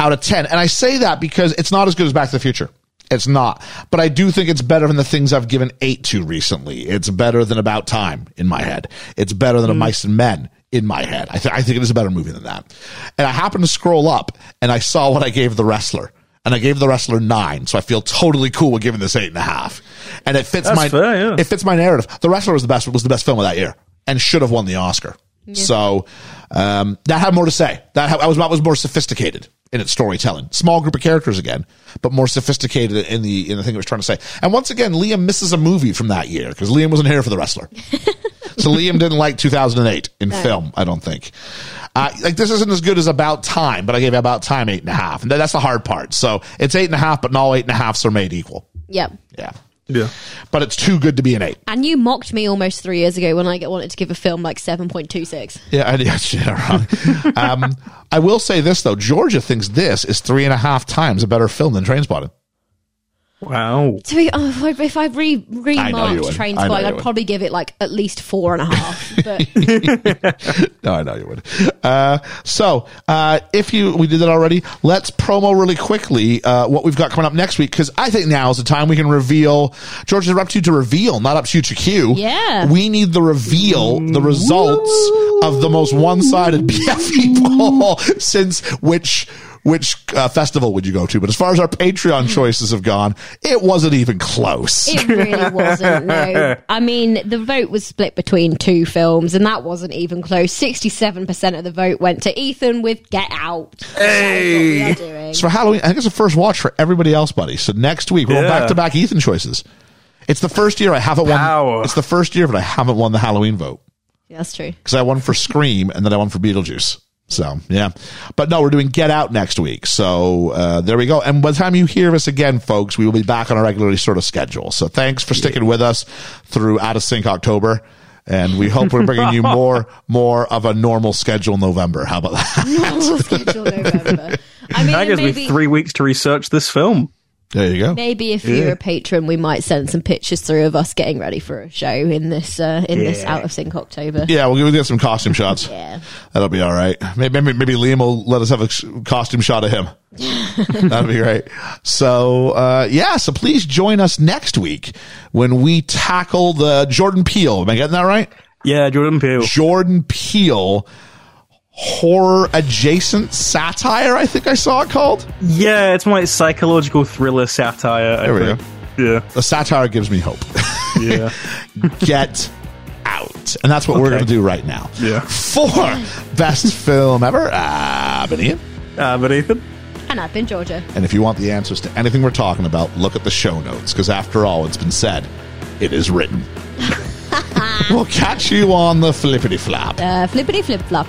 A: out of 10. And I say that because it's not as good as Back to the Future. It's not. But I do think it's better than the things I've given eight to recently. It's better than About Time in my head. It's better
F: Mm.
A: than A Mice and Men in my head. I, th- I think it is a better movie than that. And I happened to scroll up and I saw what I gave The Wrestler. And I gave The Wrestler nine. So I feel totally cool with giving this eight and a half. And it fits
F: That's
A: my,
F: fair, yeah.
A: it fits my narrative. The Wrestler was the best was the best film of that year and should have won the Oscar. So um, that had more to say. That had, I was that was more sophisticated in its storytelling. Small group of characters again, but more sophisticated in the in the thing it was trying to say. And once again, Liam misses a movie from that year because Liam wasn't here for the Wrestler. so Liam didn't like 2008 in film. I don't think. Uh, like this isn't as good as About Time, but I gave About Time eight and a half, and that- that's the hard part. So it's eight and a half, but not all eight and a halves are made equal.
B: Yeah.
A: Yeah,
F: Yeah.
A: but it's too good to be an eight.
B: And you mocked me almost three years ago when I wanted to give a film like 7.26.
A: Yeah, I, [LAUGHS] yeah, yeah, wrong. um, I will say this though: Georgia thinks this is three and a half times a better film than Trainspotting.
F: Wow.
B: To be, oh, if I- if I re
A: I know you
B: remarked
A: would.
B: Train
A: I know
B: Spotting,
A: you
B: I'd
A: would.
B: probably give it like at least four and a half. But
A: No, I know you would. Uh, so, uh, if you we did that already, let's promo really quickly uh, what we've got coming up next week because I think now is the time we can reveal. Georgia, we're up to you to reveal, not up to you to cue.
B: Yeah.
A: we need the reveal, the results of the most one-sided [LAUGHS] BFE poll since which. Which uh, festival would you go to? But as far as our Patreon choices have gone, it wasn't even close.
B: It really wasn't.
F: [LAUGHS]
B: No, I mean the vote was split between two films, and that wasn't even close. Sixty-seven percent of the vote went to Ethan with Get Out. Hey, what we are doing.
A: It's for Halloween. I think it's the first watch for everybody else, buddy. So next week we're on
F: Yeah.
A: back to back Ethan choices. It's the first year I haven't won.
F: Power.
A: It's the first year, but I haven't won the Halloween vote
B: Yeah, that's [LAUGHS] true.
A: because I won for Scream and then I won for Beetlejuice. So yeah, but no, we're doing Get Out next week. So uh, there we go. And by the time you hear us again, folks, we will be back on a regularly sort of schedule. So thanks for sticking with us through Out of Sync October. And we hope we're bringing
F: [LAUGHS]
A: you more, more of a normal schedule in November. How about that? [LAUGHS]
B: Normal schedule November. I mean,
F: That
B: and
F: gives
B: maybe
F: me three weeks to research this film.
A: There you go.
B: maybe if you're a patron, we might send some pictures through of us getting ready for a show in this uh, in this out of sync October.
A: Yeah, we'll we'll get some costume shots.
B: Yeah.
A: That'll be all right. Maybe, maybe maybe Liam will let us have a s- costume shot
F: [LAUGHS]
A: of him. That'd be great. So uh, yeah, so please join us next week when we tackle the Jordan Peele. Am I getting that right?
F: Yeah, Jordan Peele.
A: Jordan Peele horror adjacent satire. I think I saw it called.
F: Yeah, it's my psychological thriller satire. I
A: There we
F: think. Yeah.
A: The satire gives me hope. [LAUGHS]
F: [LAUGHS] Yeah.
A: Get out, and that's what we're
F: Okay.
A: going to do right now.
F: Yeah.
A: For best film ever, uh, been Ian.
F: uh, but Ethan.
B: And I've been Georgia.
A: And if you want the answers to anything we're talking about, look at the show notes, because after all, it's been said, it is written. we'll catch you on the flippity flap.
B: Uh, flippity flip flop.